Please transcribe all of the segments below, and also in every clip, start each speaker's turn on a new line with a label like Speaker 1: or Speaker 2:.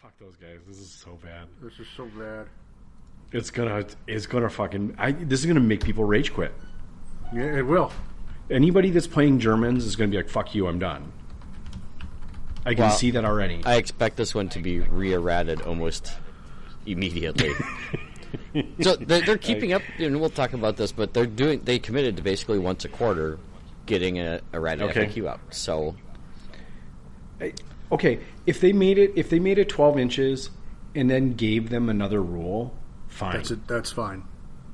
Speaker 1: Fuck those guys. This is so bad.
Speaker 2: This is so bad.
Speaker 1: It's gonna. It's gonna fucking. I, this is gonna make people rage quit.
Speaker 2: Yeah, it will.
Speaker 1: Anybody that's playing Germans is gonna be like, "Fuck you, I'm done." I can
Speaker 3: Well,
Speaker 1: see that already.
Speaker 3: I expect this one to be re-errated almost immediately. so they're, they're keeping up, and we'll talk about this, but they're doing. They committed to basically once a quarter getting a errated
Speaker 1: Okay.
Speaker 3: FAQ up. So
Speaker 1: okay, if they made it, if they made it 12 inches, and then gave them another rule, fine.
Speaker 2: That's it. That's fine.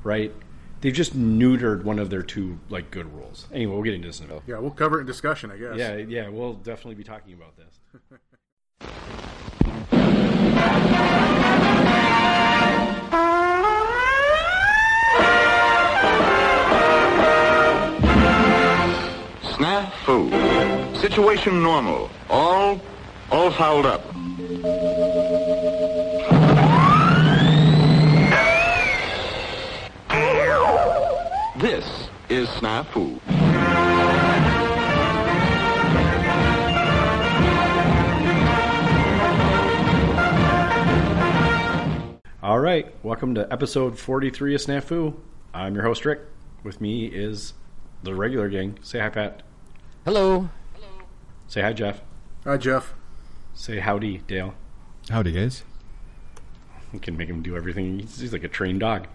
Speaker 1: Right? They've just neutered one of their two like good rules. Anyway, we'll get into this in a bit.
Speaker 2: Yeah, we'll cover it in discussion, I guess.
Speaker 1: Yeah, yeah, we'll definitely be talking about this.
Speaker 4: Snafu. Situation normal. All, all fouled up. This is Snafu.
Speaker 1: All right, welcome to episode 43 of Snafu. I'm your host Rick. With me is the regular gang. Say hi, Pat.
Speaker 3: hello,
Speaker 1: Say hi, Jeff.
Speaker 2: Hi, Jeff.
Speaker 1: Say howdy, Dale.
Speaker 5: Howdy, guys.
Speaker 1: You can make him do everything. He's, he's like a trained dog.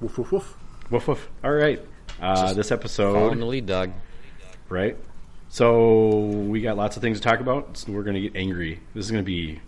Speaker 2: Woof woof woof.
Speaker 1: Woof woof. All right. Uh, this
Speaker 3: following the
Speaker 1: episode,
Speaker 3: lead dog.
Speaker 1: right? So we got lots of things to talk about. So we're going to get angry. This is going to be.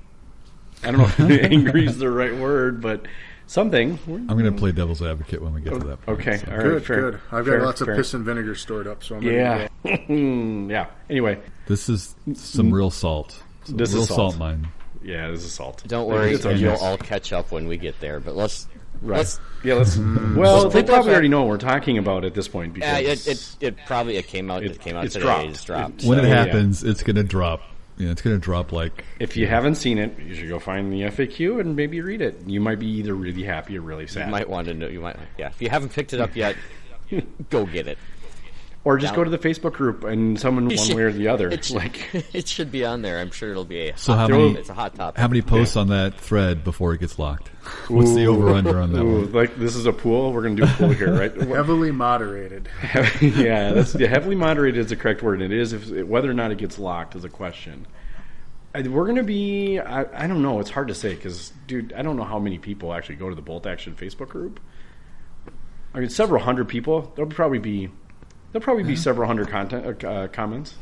Speaker 1: I don't know if angry is the right word, but something. We're-
Speaker 5: I'm going to play devil's advocate when we get to that point.
Speaker 1: Okay.
Speaker 5: so.
Speaker 1: All right.
Speaker 2: Good,
Speaker 1: fair,
Speaker 2: good. I've
Speaker 1: fair,
Speaker 2: got lots
Speaker 1: fair.
Speaker 2: of piss and vinegar stored up, so I'm ready to
Speaker 1: Yeah. Hmm, yeah. Anyway,
Speaker 5: This is some real salt. Some
Speaker 1: This is
Speaker 5: real
Speaker 1: salt.
Speaker 5: mine.
Speaker 1: yeah, this is salt.
Speaker 3: Don't worry,
Speaker 1: It's okay.
Speaker 3: you'll all catch up when we get there. But let's let's.
Speaker 1: Yeah, let's. Well, they
Speaker 3: pull that
Speaker 1: probably
Speaker 3: back.
Speaker 1: already know what we're talking about at this point because
Speaker 3: Yeah, uh, it, it, it probably it came out. It,
Speaker 1: It-
Speaker 3: came out
Speaker 1: it's
Speaker 3: today.
Speaker 1: dropped.
Speaker 3: It just dropped.
Speaker 1: It-
Speaker 5: When
Speaker 1: So,
Speaker 5: it
Speaker 1: yeah.
Speaker 5: happens, it's going to drop. You know, it's going to drop like
Speaker 1: if you haven't seen it, you should go find the FAQ and maybe read it. You might be either really happy or really sad.
Speaker 3: you might want to know. You might. Yeah, if you haven't picked it up yet, go get it.
Speaker 1: or just go to the Facebook group and someone one way or the other.
Speaker 3: It should,
Speaker 1: Like,
Speaker 3: it should be on there. I'm sure it'll be a.
Speaker 5: So
Speaker 3: hot
Speaker 5: how
Speaker 3: top-
Speaker 5: many-
Speaker 3: It's a hot topic.
Speaker 5: how many posts on that thread before it gets locked? What's the over under on that
Speaker 1: ooh,
Speaker 5: one?
Speaker 1: like this is a pool. We're going to do a pool here,
Speaker 2: go.
Speaker 1: right?
Speaker 2: Heavily moderated.
Speaker 1: yeah, that's, yeah, heavily moderated is the correct word. It is if, whether or not it gets locked is a question. I, we're going to be. I, I don't know. It's hard to say because, dude, I don't know how many people actually go to the Bolt Action Facebook group. I mean, several hundred people. There'll probably be there'll probably be several hundred content uh, comments.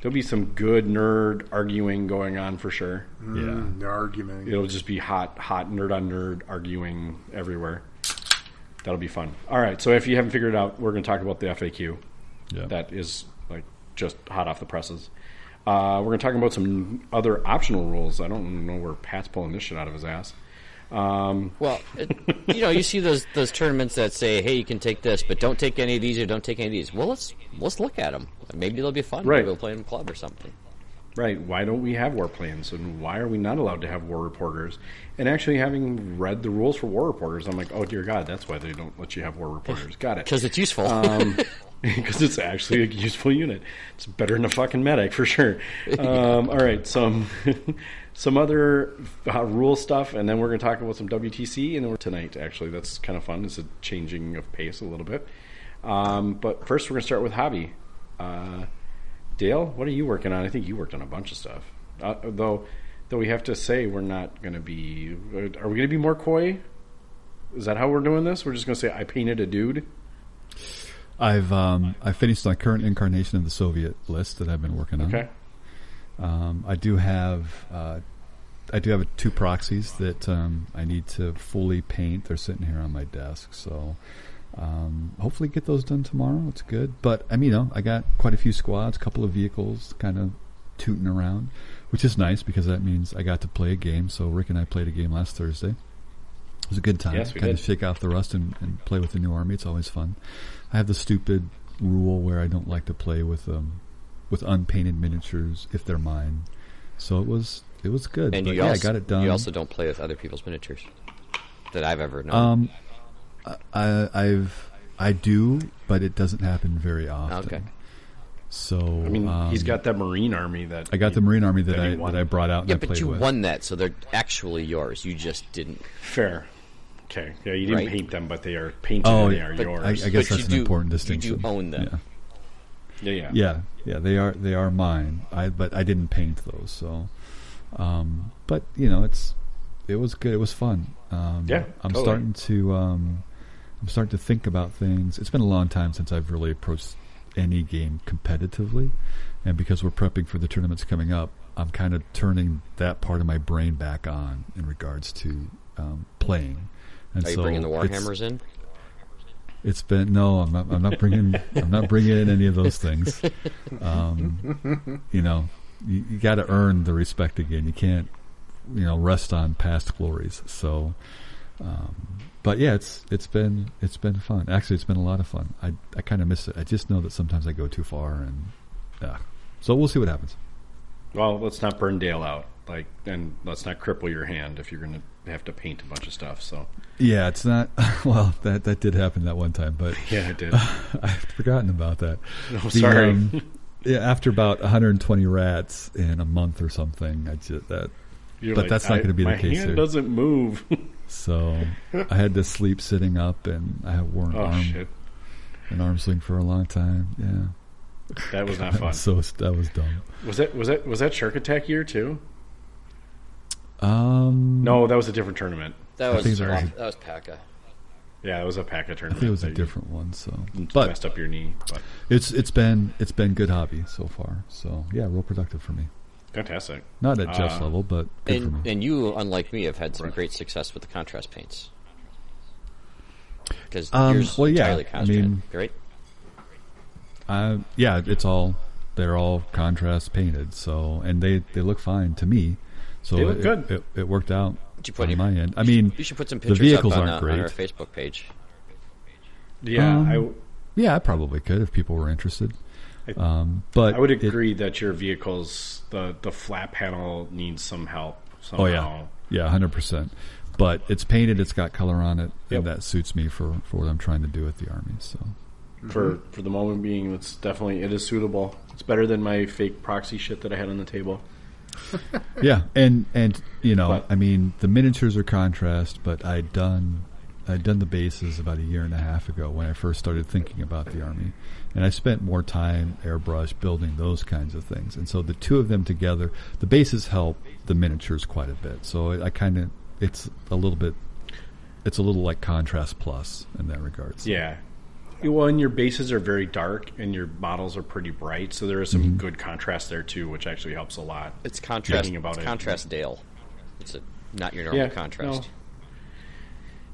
Speaker 1: There'll be some good nerd arguing going on for sure.
Speaker 5: Yeah.
Speaker 2: Mm, arguing.
Speaker 1: It'll just be hot, hot nerd on nerd arguing everywhere. That'll be fun. All right. So if you haven't figured it out, we're going to talk about the FAQ.
Speaker 5: Yeah.
Speaker 1: That is like just hot off the presses. Uh, we're going to talk about some other optional rules. I don't know where Pat's pulling this shit out of his ass. Um,
Speaker 3: Well, it, you know, you see those those tournaments that say, "Hey, you can take this, but don't take any of these, or don't take any of these." Well, let's let's look at them. Maybe they'll be fun.
Speaker 1: Right.
Speaker 3: Maybe we'll play in a club or something.
Speaker 1: Right. Why don't we have war plans? And why are we not allowed to have war reporters? And actually, having read the rules for war reporters, I'm like, oh dear God, that's why they don't let you have war reporters. Got it. Um,
Speaker 3: Because it's useful.
Speaker 1: Because it's actually a useful unit. It's better than a fucking medic for sure. Um, all right, some some other uh, rule stuff, and then we're going to talk about some WTC and then we're tonight. Actually, that's kind of fun. It's a changing of pace a little bit. Um, but first, we're going to start with hobby. Uh, Dale, what are you working on? I think you worked on a bunch of stuff. Uh, though, though we have to say we're not going to be. uh, Are we going to be more coy? Is that how we're doing this? We're just going to say I painted a dude.
Speaker 5: I've um, I finished my current incarnation of the Soviet list that I've been working on.
Speaker 1: Okay.
Speaker 5: Um, I do have uh, I do have two proxies that um, I need to fully paint. They're sitting here on my desk, so um, hopefully get those done tomorrow. It's good, but I mean, you know, I got quite a few squads, a couple of vehicles, kind of tooting around, which is nice because that means I got to play a game. So Rick and I played a game last Thursday. It was a good time.
Speaker 1: Yes, we
Speaker 5: kind
Speaker 1: did.
Speaker 5: of shake off the rust and, and play with the new army. It's always fun. I have the stupid rule where I don't like to play with um, with unpainted miniatures if they're mine. So it was it was good.
Speaker 3: and
Speaker 5: but
Speaker 3: you
Speaker 5: yeah,
Speaker 3: also
Speaker 5: I got it done.
Speaker 3: You also don't play with other people's miniatures that I've ever known.
Speaker 5: um, I, I- I've I do, but it doesn't happen very often.
Speaker 3: Okay.
Speaker 5: So
Speaker 1: I mean,
Speaker 5: um,
Speaker 1: he's got that Marine Army that
Speaker 5: I got the Marine Army that
Speaker 1: That he
Speaker 5: I
Speaker 1: won.
Speaker 5: that I brought out and
Speaker 3: Yeah,
Speaker 5: I played
Speaker 3: but you
Speaker 5: with.
Speaker 3: won that, so they're actually yours. You just didn't.
Speaker 1: fair. Okay, yeah, you didn't
Speaker 3: Right.
Speaker 1: paint them, but they are painted.
Speaker 5: Oh,
Speaker 1: and they
Speaker 5: yeah.
Speaker 1: are
Speaker 5: But
Speaker 1: yours.
Speaker 5: I, I guess
Speaker 3: But you
Speaker 5: that's an
Speaker 3: do-
Speaker 5: important
Speaker 3: you do
Speaker 5: distinction.
Speaker 3: own them.
Speaker 5: Yeah.
Speaker 1: yeah, yeah,
Speaker 5: yeah, yeah, they are they are mine. I but I didn't paint those, so. Um, but you know, it's it was good. It was fun. Um,
Speaker 1: Yeah,
Speaker 5: I'm
Speaker 1: totally.
Speaker 5: starting to um, I'm starting to think about things. It's been a long time since I've really approached any game competitively, and because we're prepping for the tournaments coming up, I'm kind of turning that part of my brain back on in regards to um, playing. And
Speaker 3: Are you
Speaker 5: so
Speaker 3: bringing the
Speaker 5: it's-
Speaker 3: Warhammers in?
Speaker 5: it's been no, I'm not, I'm not bringing I'm not bringing in any of those things. Um, you know, you, you got to earn the respect again. You can't you know rest on past glories. So, um, but yeah, it's it's been it's been fun. Actually, it's been a lot of fun. I I kind of miss it. I just know that sometimes I go too far, and yeah. So we'll see what happens.
Speaker 1: Well, let's not burn Dale out, like, and let's not cripple your hand if you're going to have to paint a bunch of stuff. So
Speaker 5: Yeah, it's not well that that did happen that one time, but
Speaker 1: yeah, it did.
Speaker 5: I've forgotten about that.
Speaker 1: I'm sorry.
Speaker 5: um, yeah, after about 120 rats in a month or something, I just that.
Speaker 1: You're
Speaker 5: but that's not
Speaker 1: I-
Speaker 5: gonna be the
Speaker 1: my
Speaker 5: case
Speaker 1: hand
Speaker 5: here.
Speaker 1: doesn't move.
Speaker 5: So I had to sleep sitting up, and I wore an
Speaker 1: oh
Speaker 5: arm
Speaker 1: shit,
Speaker 5: an arm sling for a long time. Yeah,
Speaker 1: that was not fun.
Speaker 5: so s- that was dumb.
Speaker 1: Was that was that was that Shark Attack year too?
Speaker 5: Um,
Speaker 1: No, that was a different tournament.
Speaker 3: That
Speaker 5: I
Speaker 3: was
Speaker 5: think there is
Speaker 3: that was Paka.
Speaker 1: Yeah, it was a PACA
Speaker 5: I
Speaker 1: tournament.
Speaker 5: think it was a
Speaker 1: that
Speaker 5: different one. So,
Speaker 1: you
Speaker 5: but
Speaker 1: messed up your knee. But
Speaker 5: it's it's been it's been good hobby so far. So yeah, real productive for me.
Speaker 1: fantastic.
Speaker 5: Not at Jeff's
Speaker 1: Uh,
Speaker 5: level, but good for me.
Speaker 3: And and you, unlike me, have had some great success with the contrast paints. Because
Speaker 5: Um,
Speaker 3: yours
Speaker 5: well, yeah,
Speaker 3: entirely
Speaker 5: I
Speaker 3: contrast,
Speaker 5: mean-
Speaker 3: right?
Speaker 5: Uh, yeah, it's all they're all contrast painted, so and they they look fine to me. So
Speaker 1: They look
Speaker 5: it,
Speaker 1: good.
Speaker 5: It, it worked out
Speaker 3: Did you put
Speaker 5: on
Speaker 3: any-
Speaker 5: my end. I mean,
Speaker 3: You should put some
Speaker 5: the
Speaker 3: pictures
Speaker 5: vehicles
Speaker 3: up on,
Speaker 5: aren't
Speaker 3: uh, on our
Speaker 5: great.
Speaker 3: Facebook page.
Speaker 1: Yeah,
Speaker 5: Um,
Speaker 1: I
Speaker 5: Yeah, I probably could if people were interested.
Speaker 1: I-
Speaker 5: Um, but
Speaker 1: I would
Speaker 5: it-
Speaker 1: agree that your vehicles the the flat panel needs some help somehow.
Speaker 5: oh yeah, yeah, hundred percent. But it's painted. It's got color on it,
Speaker 1: Yep.
Speaker 5: and that suits me for for what I'm trying to do with the army. So
Speaker 1: For for the moment being, it's definitely it is suitable. It's better than my fake proxy shit that I had on the table.
Speaker 5: yeah, and and you know,
Speaker 1: But-
Speaker 5: I mean, the miniatures are contrast, but I'd done I'd done the bases about a year and a half ago when I first started thinking about the army, and I spent more time airbrush building those kinds of things, and so the two of them together, the bases help the miniatures quite a bit. So I, I kind of it's a little bit. It's a little like contrast plus in that regard. So-
Speaker 1: Yeah. Well, and your bases are very dark, and your models are pretty bright, so there is some
Speaker 5: Mm-hmm.
Speaker 1: good contrast there too, which actually helps a lot.
Speaker 3: It's contrast.
Speaker 1: Thinking about
Speaker 3: it's
Speaker 1: it.
Speaker 3: contrast Dale. It's a, not your normal
Speaker 1: Yeah,
Speaker 3: contrast.
Speaker 1: no.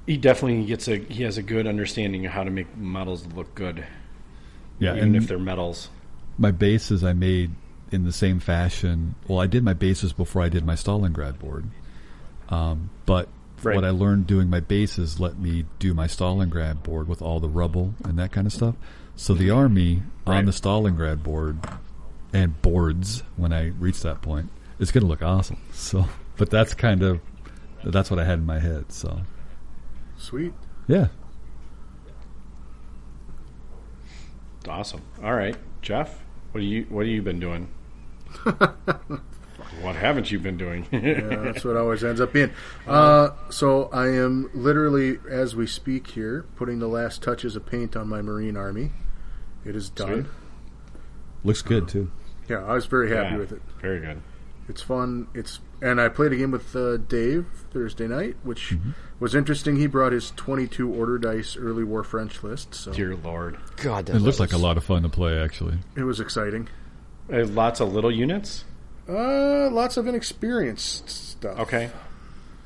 Speaker 1: He definitely gets a he has a good understanding of how to make models look good,
Speaker 5: yeah,
Speaker 1: even
Speaker 5: and
Speaker 1: if they're metals.
Speaker 5: my bases I made in the same fashion. Well, I did my bases before I did my Stalingrad board, um, but
Speaker 1: Right.
Speaker 5: what I learned doing my bases let me do my Stalingrad board with all the rubble and that kind of stuff. So the army on
Speaker 1: Right.
Speaker 5: the Stalingrad board and boards when I reach that point, it's going to look awesome. So, but that's kind of that's what I had in my head. So,
Speaker 2: Sweet.
Speaker 5: yeah.
Speaker 1: Awesome. All right, Jeff, what do you what have you been doing? what haven't you been doing?
Speaker 2: Yeah, that's what always ends up being.
Speaker 1: Uh-huh.
Speaker 2: Uh, so I am literally, as we speak here, putting the last touches of paint on my Marine Army. It is done.
Speaker 1: Sweet.
Speaker 5: Looks good too.
Speaker 2: Yeah, I was very happy
Speaker 1: Yeah,
Speaker 2: with it.
Speaker 1: Very good.
Speaker 2: It's fun. It's and I played a game with uh, Dave Thursday night, which
Speaker 1: Mm-hmm.
Speaker 2: was interesting. He brought his twenty-two order dice early war French list, so
Speaker 1: Dear Lord,
Speaker 3: God, that
Speaker 5: It looks like a lot of fun to play, actually.
Speaker 2: it was exciting.
Speaker 1: Uh, lots of little units.
Speaker 2: Uh, lots of inexperienced stuff.
Speaker 1: Okay,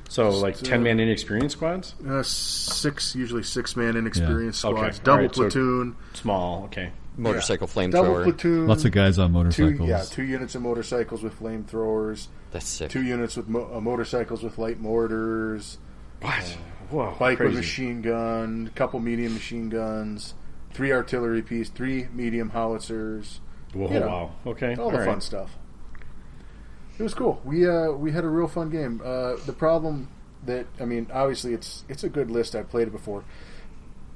Speaker 1: so like
Speaker 2: Just, uh,
Speaker 1: ten man inexperienced squads,
Speaker 2: uh, six usually six-man inexperienced
Speaker 1: Yeah. Okay.
Speaker 2: squads,
Speaker 1: All
Speaker 2: double
Speaker 1: right, so-
Speaker 2: platoon,
Speaker 1: small. Okay,
Speaker 3: motorcycle
Speaker 2: double
Speaker 3: flamethrower.
Speaker 2: platoon,
Speaker 5: Lots of guys on
Speaker 2: Mm-hmm. two
Speaker 5: motorcycles.
Speaker 2: yeah two units of motorcycles with flamethrowers,
Speaker 3: That's sick.
Speaker 2: two units with mo- uh, motorcycles with light mortars,
Speaker 1: what? Whoa,
Speaker 2: bike with
Speaker 1: Uh, crazy.
Speaker 2: machine gun, couple medium machine guns, three artillery piece, three medium howitzers,
Speaker 1: Whoa,
Speaker 2: you know,
Speaker 1: wow. Okay,
Speaker 2: all the
Speaker 1: right.
Speaker 2: fun stuff. It was cool. We uh, we had a real fun game. Uh, the problem that I mean, obviously it's it's a good list. I've played it before.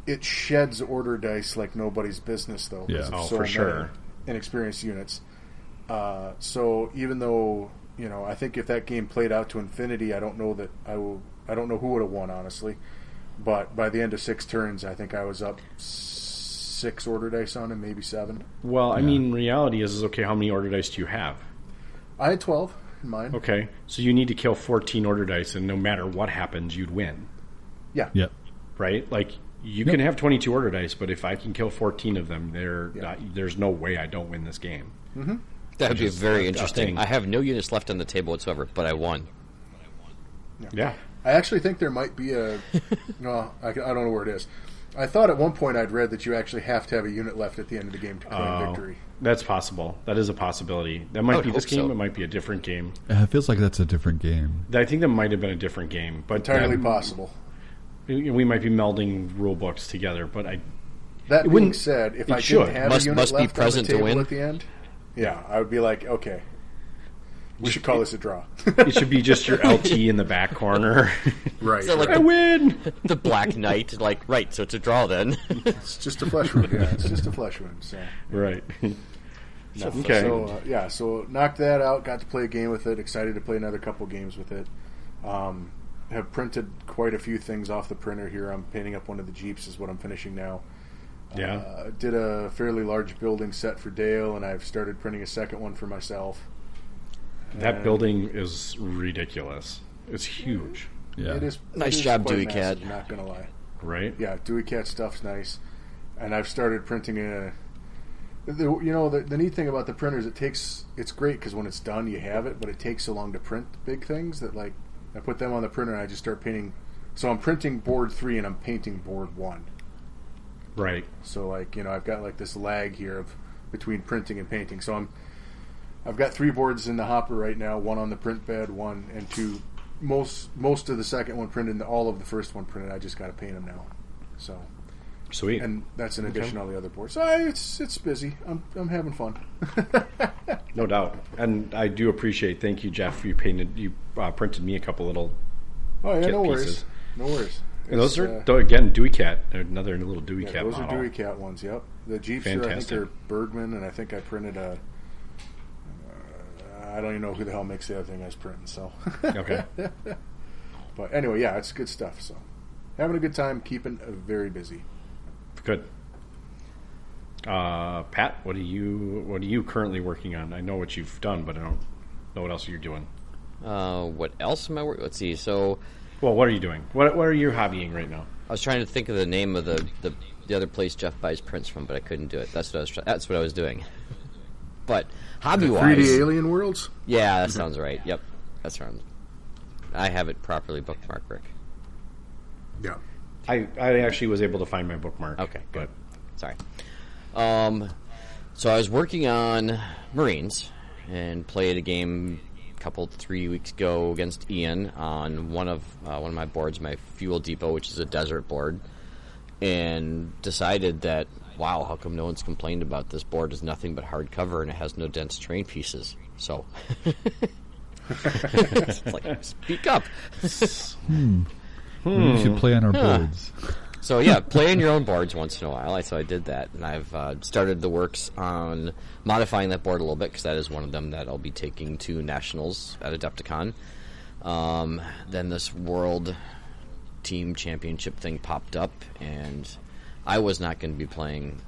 Speaker 2: It sheds order dice like nobody's business, though. 'cause
Speaker 5: Yeah.
Speaker 2: it's
Speaker 1: Oh,
Speaker 2: so
Speaker 1: for
Speaker 2: many.
Speaker 1: sure.
Speaker 2: and experienced units. Uh, so even though you know, I think if that game played out to infinity, I don't know that I will. I don't know who would have won, honestly. But by the end of six turns, I think I was up s- six order dice on him, maybe seven.
Speaker 1: Well, I mean, reality is, is okay. How many order dice do you have?
Speaker 2: I had twelve in mine.
Speaker 1: Okay, so you need to kill fourteen order dice, and no matter what happens, you'd win.
Speaker 2: Yeah.
Speaker 5: Yep.
Speaker 1: right? Like you can have 22 order dice, but if I can kill 14 of them, there not- there's no way I don't win this game.
Speaker 3: That would be very interesting.
Speaker 1: thing.
Speaker 3: I have no units left on the table whatsoever, but I won.
Speaker 1: Yeah.
Speaker 2: I actually think there might be a. no, I, I don't know where it is. I thought at one point I'd read that you actually have to have a unit left at the end of the game to claim
Speaker 3: Oh.
Speaker 2: victory.
Speaker 1: Uh, That's possible. That is a possibility. That might
Speaker 3: would
Speaker 1: be this
Speaker 3: hope
Speaker 1: game.
Speaker 3: so.
Speaker 1: It might be a different game.
Speaker 5: Uh, It feels like that's a different game.
Speaker 1: I think that might have been a different game, but
Speaker 2: Entirely
Speaker 1: um,
Speaker 2: possible.
Speaker 1: we might be melding rule books together. But I,
Speaker 2: That being
Speaker 1: wouldn't-
Speaker 2: said, if
Speaker 1: it
Speaker 2: I
Speaker 1: should.
Speaker 2: didn't have
Speaker 3: Must-
Speaker 2: a unit
Speaker 3: must be
Speaker 2: left on
Speaker 3: present
Speaker 2: the
Speaker 3: to
Speaker 2: table
Speaker 3: win.
Speaker 2: at the end, yeah, I would be like, okay, we should call this a draw.
Speaker 1: it should be just your LT in the back corner.
Speaker 2: right.
Speaker 3: So, like,
Speaker 1: I win.
Speaker 3: The Black Knight, like, right, so it's a draw then.
Speaker 2: It's just a flesh wound. Yeah, it's just a flesh wound. So,
Speaker 1: right. okay.
Speaker 2: so uh, yeah, so knocked that out. Got to play a game with it. Excited to play another couple games with it. Um, have printed quite a few things off the printer here. I'm painting up one of the jeeps. Is what I'm finishing now.
Speaker 1: yeah.
Speaker 2: Uh, did a fairly large building set for Dale, and I've started printing a second one for myself. uh,
Speaker 1: that building is ridiculous. It's huge,
Speaker 5: Yeah.
Speaker 2: It is
Speaker 3: Nice
Speaker 2: it is
Speaker 3: job,
Speaker 2: quite
Speaker 3: Dewey
Speaker 2: massive,
Speaker 3: Cat.
Speaker 2: Not gonna lie.
Speaker 1: right?
Speaker 2: yeah, Dewey Cat stuff's nice, and I've started printing a. The, you know the, the neat thing about the printer is it takes it's great because when it's done you have it, but it takes so long to print big things that like I put them on the printer and I just start painting. So I'm printing board three and I'm painting board one.
Speaker 1: Right.
Speaker 2: So like you know I've got like this lag here of between printing and painting. So I'm I've got three boards in the hopper right now, one on the print bed, one and two. Most most of the second one printed, and all of the first one printed. I just got to paint them now. So
Speaker 1: Sweet.
Speaker 2: and that's in addition to all the other boards. So I, it's it's busy. I'm I'm having fun.
Speaker 1: No doubt, and I do appreciate. Thank you, Jeff. You painted, you uh, printed me a couple little.
Speaker 2: Oh yeah,
Speaker 1: Get
Speaker 2: no
Speaker 1: pieces.
Speaker 2: worries, no worries.
Speaker 1: And those
Speaker 2: It's,
Speaker 1: are
Speaker 2: uh,
Speaker 1: though, again Dewey Cat, another little Dewey
Speaker 2: yeah,
Speaker 1: Cat
Speaker 2: those
Speaker 1: model.
Speaker 2: are Dewey Cat ones. Yep, the Jeeps are I think
Speaker 1: Fantastic.
Speaker 2: they're Bergman, and I think I printed a. Uh, I don't even know who the hell makes the other thing I was printing. So,
Speaker 1: Okay,
Speaker 2: but anyway, yeah, it's good stuff. So, having a good time, keeping uh, very busy.
Speaker 1: good. Uh, Pat, what are you? What are you currently working on? I know what you've done, but I don't know what else you're doing.
Speaker 3: uh, what else am I working? Let's see. So
Speaker 1: Well, what are you doing? What What are you hobbying right now?
Speaker 3: I was trying to think of the name of the, the, the other place Jeff buys prints from, but I couldn't do it. That's what I was. Try- that's what I was doing. But hobby wise,
Speaker 2: Alien Worlds.
Speaker 3: yeah, that sounds right. Yep, that's right. I have it properly bookmarked, Rick.
Speaker 2: Yeah.
Speaker 1: I I actually was able to find my bookmark.
Speaker 3: Okay,
Speaker 1: but
Speaker 3: good. Sorry. Um, so I was working on Marines and played a game a couple three weeks ago against Ian on one of uh, one of my boards, my Fuel Depot, which is a desert board, and decided that wow, how come no one's complained about this board? Is nothing but hardcover and it has no dense terrain pieces. So. it's like speak up
Speaker 5: Maybe we Hmm. should play on our boards.
Speaker 3: So yeah, playing your own boards once in a while. I So I did that, and I've uh, started the works on modifying that board a little bit because that is one of them that I'll be taking to nationals at Adepticon. Um, then this world team championship thing popped up, and I was not going to be playing.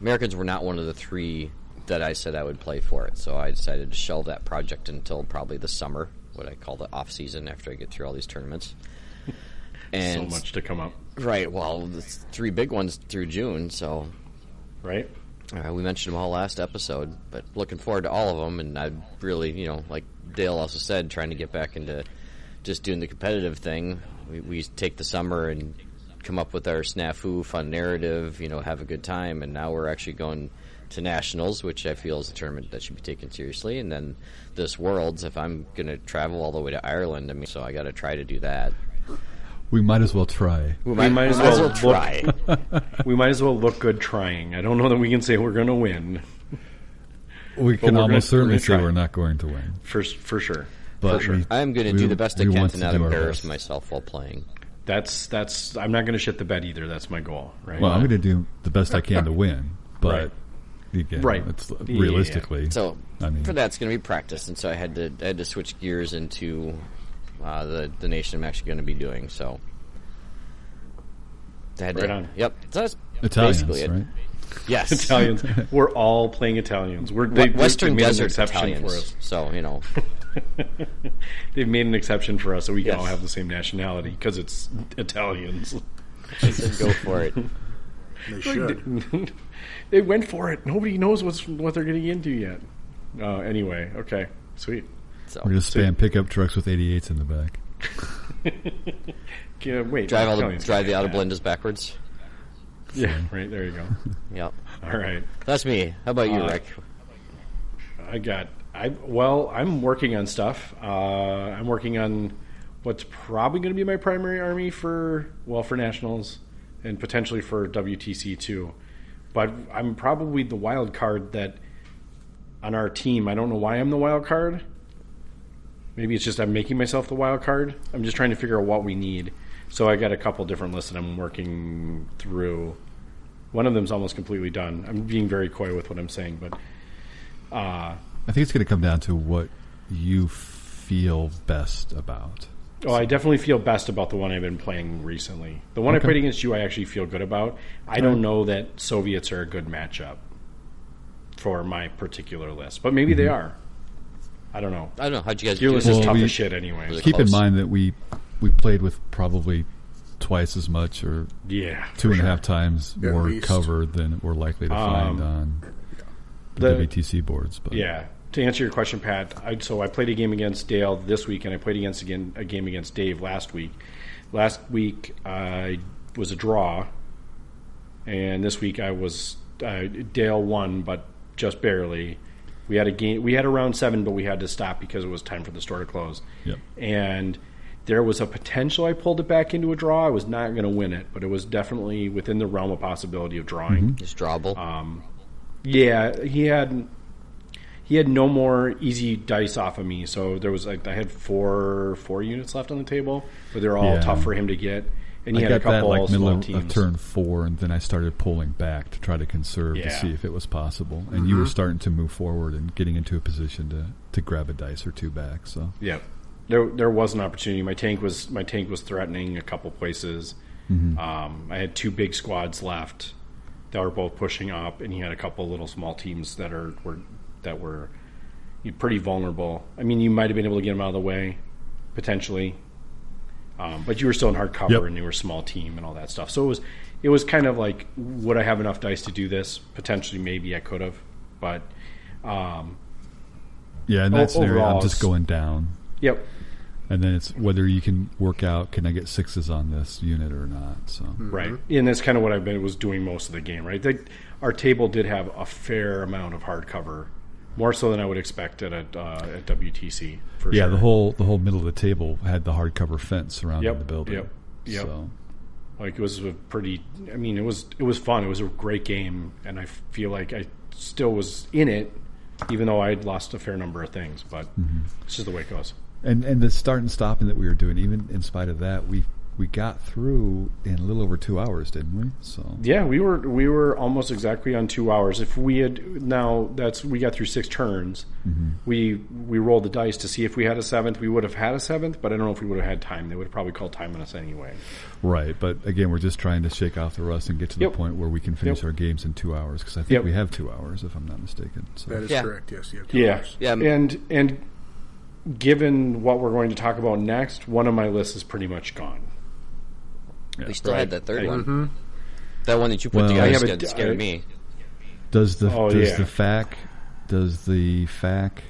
Speaker 3: Americans were not one of the three that I said I would play for it, so I decided to shelve that project until probably the summer, what I call the off season after I get through all these tournaments.
Speaker 1: so
Speaker 3: And
Speaker 1: much to come up,
Speaker 3: Right. Well, it's three big ones through June, so
Speaker 1: right?
Speaker 3: uh, we mentioned them all last episode. But looking forward to all of them, and I really, you know, like Dale also said, trying to get back into just doing the competitive thing. We, we take the summer and come up with our snafu fun narrative, you know, have a good time, and now we're actually going to nationals, which I feel is a tournament that should be taken seriously, and then this worlds. If I'm going to travel all the way to Ireland, I mean, so I got to try to do that.
Speaker 5: We might as well try.
Speaker 3: We
Speaker 1: might as well look-
Speaker 3: try.
Speaker 1: We might as well look good trying. I don't know that we can say we're going to win
Speaker 5: We
Speaker 1: we're
Speaker 5: can
Speaker 1: gonna-
Speaker 5: almost
Speaker 1: we're
Speaker 5: certainly
Speaker 1: gonna
Speaker 5: say
Speaker 1: try.
Speaker 5: we're not going to win.
Speaker 1: for s- for sure.
Speaker 5: But we-
Speaker 3: I'm going to
Speaker 5: we-
Speaker 3: do the best I
Speaker 5: we
Speaker 3: can
Speaker 5: want
Speaker 3: to not
Speaker 5: do our
Speaker 3: embarrass
Speaker 5: best.
Speaker 3: myself while playing.
Speaker 1: That's that's. I'm not going to shit the bed either. That's my goal, right?
Speaker 5: Well, I'm going to do the best I can to win, but
Speaker 1: Right.
Speaker 5: the game.
Speaker 1: Right.
Speaker 5: It's
Speaker 1: Yeah.
Speaker 5: realistically.
Speaker 3: So
Speaker 5: I mean-
Speaker 3: for that, it's going to be practice, and so I had to I had to switch gears into uh, the the nation I'm actually going to be doing. So I had
Speaker 1: Right
Speaker 3: to,
Speaker 1: on.
Speaker 3: Yep, so that's
Speaker 5: Italians,
Speaker 3: basically it.
Speaker 5: right?
Speaker 3: Yes,
Speaker 1: Italians. We're all playing Italians. We're they,
Speaker 3: We- Western
Speaker 1: they've made an
Speaker 3: Desert
Speaker 1: exception
Speaker 3: Italians.
Speaker 1: for us.
Speaker 3: So you know,
Speaker 1: They've made an exception for us, so we can
Speaker 3: Yes.
Speaker 1: all have the same nationality because it's Italians.
Speaker 3: I said go for it.
Speaker 2: They should.
Speaker 1: they went for it. Nobody knows what's what they're getting into yet. Uh, anyway, okay, sweet.
Speaker 3: So
Speaker 5: We're going to spam pickup trucks with 88s in the back.
Speaker 1: Yeah, wait,
Speaker 3: drive all the
Speaker 1: Italians can't
Speaker 3: drive the auto
Speaker 1: do
Speaker 3: blenders backwards.
Speaker 1: that. Yeah, right there you go.
Speaker 3: Yep,
Speaker 1: All right,
Speaker 3: that's me. How about you,
Speaker 1: Uh,
Speaker 3: Rick?
Speaker 1: I got. I well, I'm working on stuff. Uh, I'm working on what's probably going to be my primary army for well for nationals and potentially for WTC too. But I'm probably the wild card that on our team. I don't know why I'm the wild card. Maybe it's just I'm making myself the wild card. I'm just trying to figure out what we need. So I got a couple different lists that I'm working through. One of them's almost completely done. I'm being very coy with what I'm saying, but uh,
Speaker 5: I think it's going to come down to what you feel best about.
Speaker 1: Oh, I definitely feel best about the one I've been playing recently. The one I
Speaker 5: Okay.
Speaker 1: played against you, I actually feel good about. I don't know that Soviets are a good matchup for my particular list, but maybe they are. I don't know.
Speaker 3: I don't know. How'd you guys do?
Speaker 1: Your list
Speaker 5: Mm-hmm. Well,
Speaker 1: is tough
Speaker 5: we-
Speaker 1: as shit, anyway.
Speaker 3: Really?
Speaker 5: Keep in
Speaker 3: Close.
Speaker 5: mind that we we played with probably twice as much or
Speaker 1: Yeah.
Speaker 5: two and a half times
Speaker 2: At
Speaker 5: more
Speaker 2: least.
Speaker 5: cover than we're likely to find on the,
Speaker 1: Um, the-
Speaker 5: WTC boards. But
Speaker 1: Yeah. To answer your question, Pat, I, so I played a game against Dale this week, and I played against again a game against Dave last week. Last week I was a draw, and this week I was uh, Dale won, but just barely. We had a game. We had a round seven, but we had to stop because it was time for the store to close.
Speaker 5: Yep.
Speaker 1: And there was a potential I pulled it back into a draw. I was not going to win it, but it was definitely within the realm of possibility of drawing.
Speaker 5: Mm-hmm.
Speaker 3: Just drawable.
Speaker 1: Ah, Yeah, he had he had no more easy dice off of me, so there was like I had four four units left on the table, but they're all
Speaker 5: Yeah.
Speaker 1: tough for him to get. And
Speaker 5: I
Speaker 1: he
Speaker 5: got
Speaker 1: had a
Speaker 5: that
Speaker 1: couple
Speaker 5: like middle
Speaker 1: small
Speaker 5: of,
Speaker 1: teams.
Speaker 5: of turn four, and then I started pulling back to try to conserve to
Speaker 1: Yeah.
Speaker 5: see if it was possible. And you were starting to move forward and getting into a position to, to grab a dice or two back. So
Speaker 1: Yeah, there there was an opportunity. My tank was my tank was threatening a couple places. Um, I had two big squads left that were both pushing up, and he had a couple little small teams that are were that were you know, pretty vulnerable. I mean, you might have been able to get them out of the way potentially, um, but you were still in hard cover
Speaker 5: Yep.
Speaker 1: and you were a small team and all that stuff. So it was it was kind of like, would I have enough dice to do this? Potentially, maybe I could have, but. Um,
Speaker 5: yeah, in
Speaker 1: O-
Speaker 5: that scenario,
Speaker 1: overall,
Speaker 5: I'm just
Speaker 1: it's-
Speaker 5: going down,
Speaker 1: yep,
Speaker 5: and then it's whether you can work out can I get sixes on this unit or not. So
Speaker 1: Right. Mm-hmm. And that's kind of what I've been was doing most of the game, right? Like our table did have a fair amount of hardcover, more so than I would expect at a, uh, at WTC. For
Speaker 5: yeah,
Speaker 1: sure.
Speaker 5: the whole the whole middle of the table had the hardcover fence surrounding
Speaker 1: Yep,
Speaker 5: the building.
Speaker 1: yep, yep.
Speaker 5: So
Speaker 1: like it was a pretty. I mean, it was it was fun. It was a great game, and I feel like I still was in it, even though I had lost a fair number of things. But
Speaker 5: Mm-hmm.
Speaker 1: it's just the way it goes.
Speaker 5: and and the start and stopping that we were doing, even in spite of that, we we got through in a little over two hours, didn't we? So
Speaker 1: Yeah, we were we were almost exactly on two hours. If we had now that's we got through six turns. We we rolled the dice to see if we had a seventh. We would have had a seventh, but I don't know if we would have had time. They would have probably called time on us anyway.
Speaker 5: right, but again, we're just trying to shake off the rust and get to the
Speaker 1: Yep.
Speaker 5: point where we can finish
Speaker 1: Yep.
Speaker 5: our games in two hours because I think
Speaker 1: Yep.
Speaker 5: we have two hours, if I'm not mistaken. So
Speaker 2: That is
Speaker 3: Yeah.
Speaker 2: correct. Yes, you have two
Speaker 1: Yeah,
Speaker 2: hours.
Speaker 3: Yeah.
Speaker 1: And and given what we're going to talk about next, one of my lists is pretty much gone.
Speaker 3: we still had that third
Speaker 1: I-
Speaker 3: one. That one that you put
Speaker 5: Well- I
Speaker 3: together
Speaker 1: have a
Speaker 3: scared,
Speaker 1: d-
Speaker 3: scared
Speaker 1: I-
Speaker 3: me.
Speaker 5: does the
Speaker 1: Oh,
Speaker 5: does
Speaker 1: yeah.
Speaker 5: the fac does the fac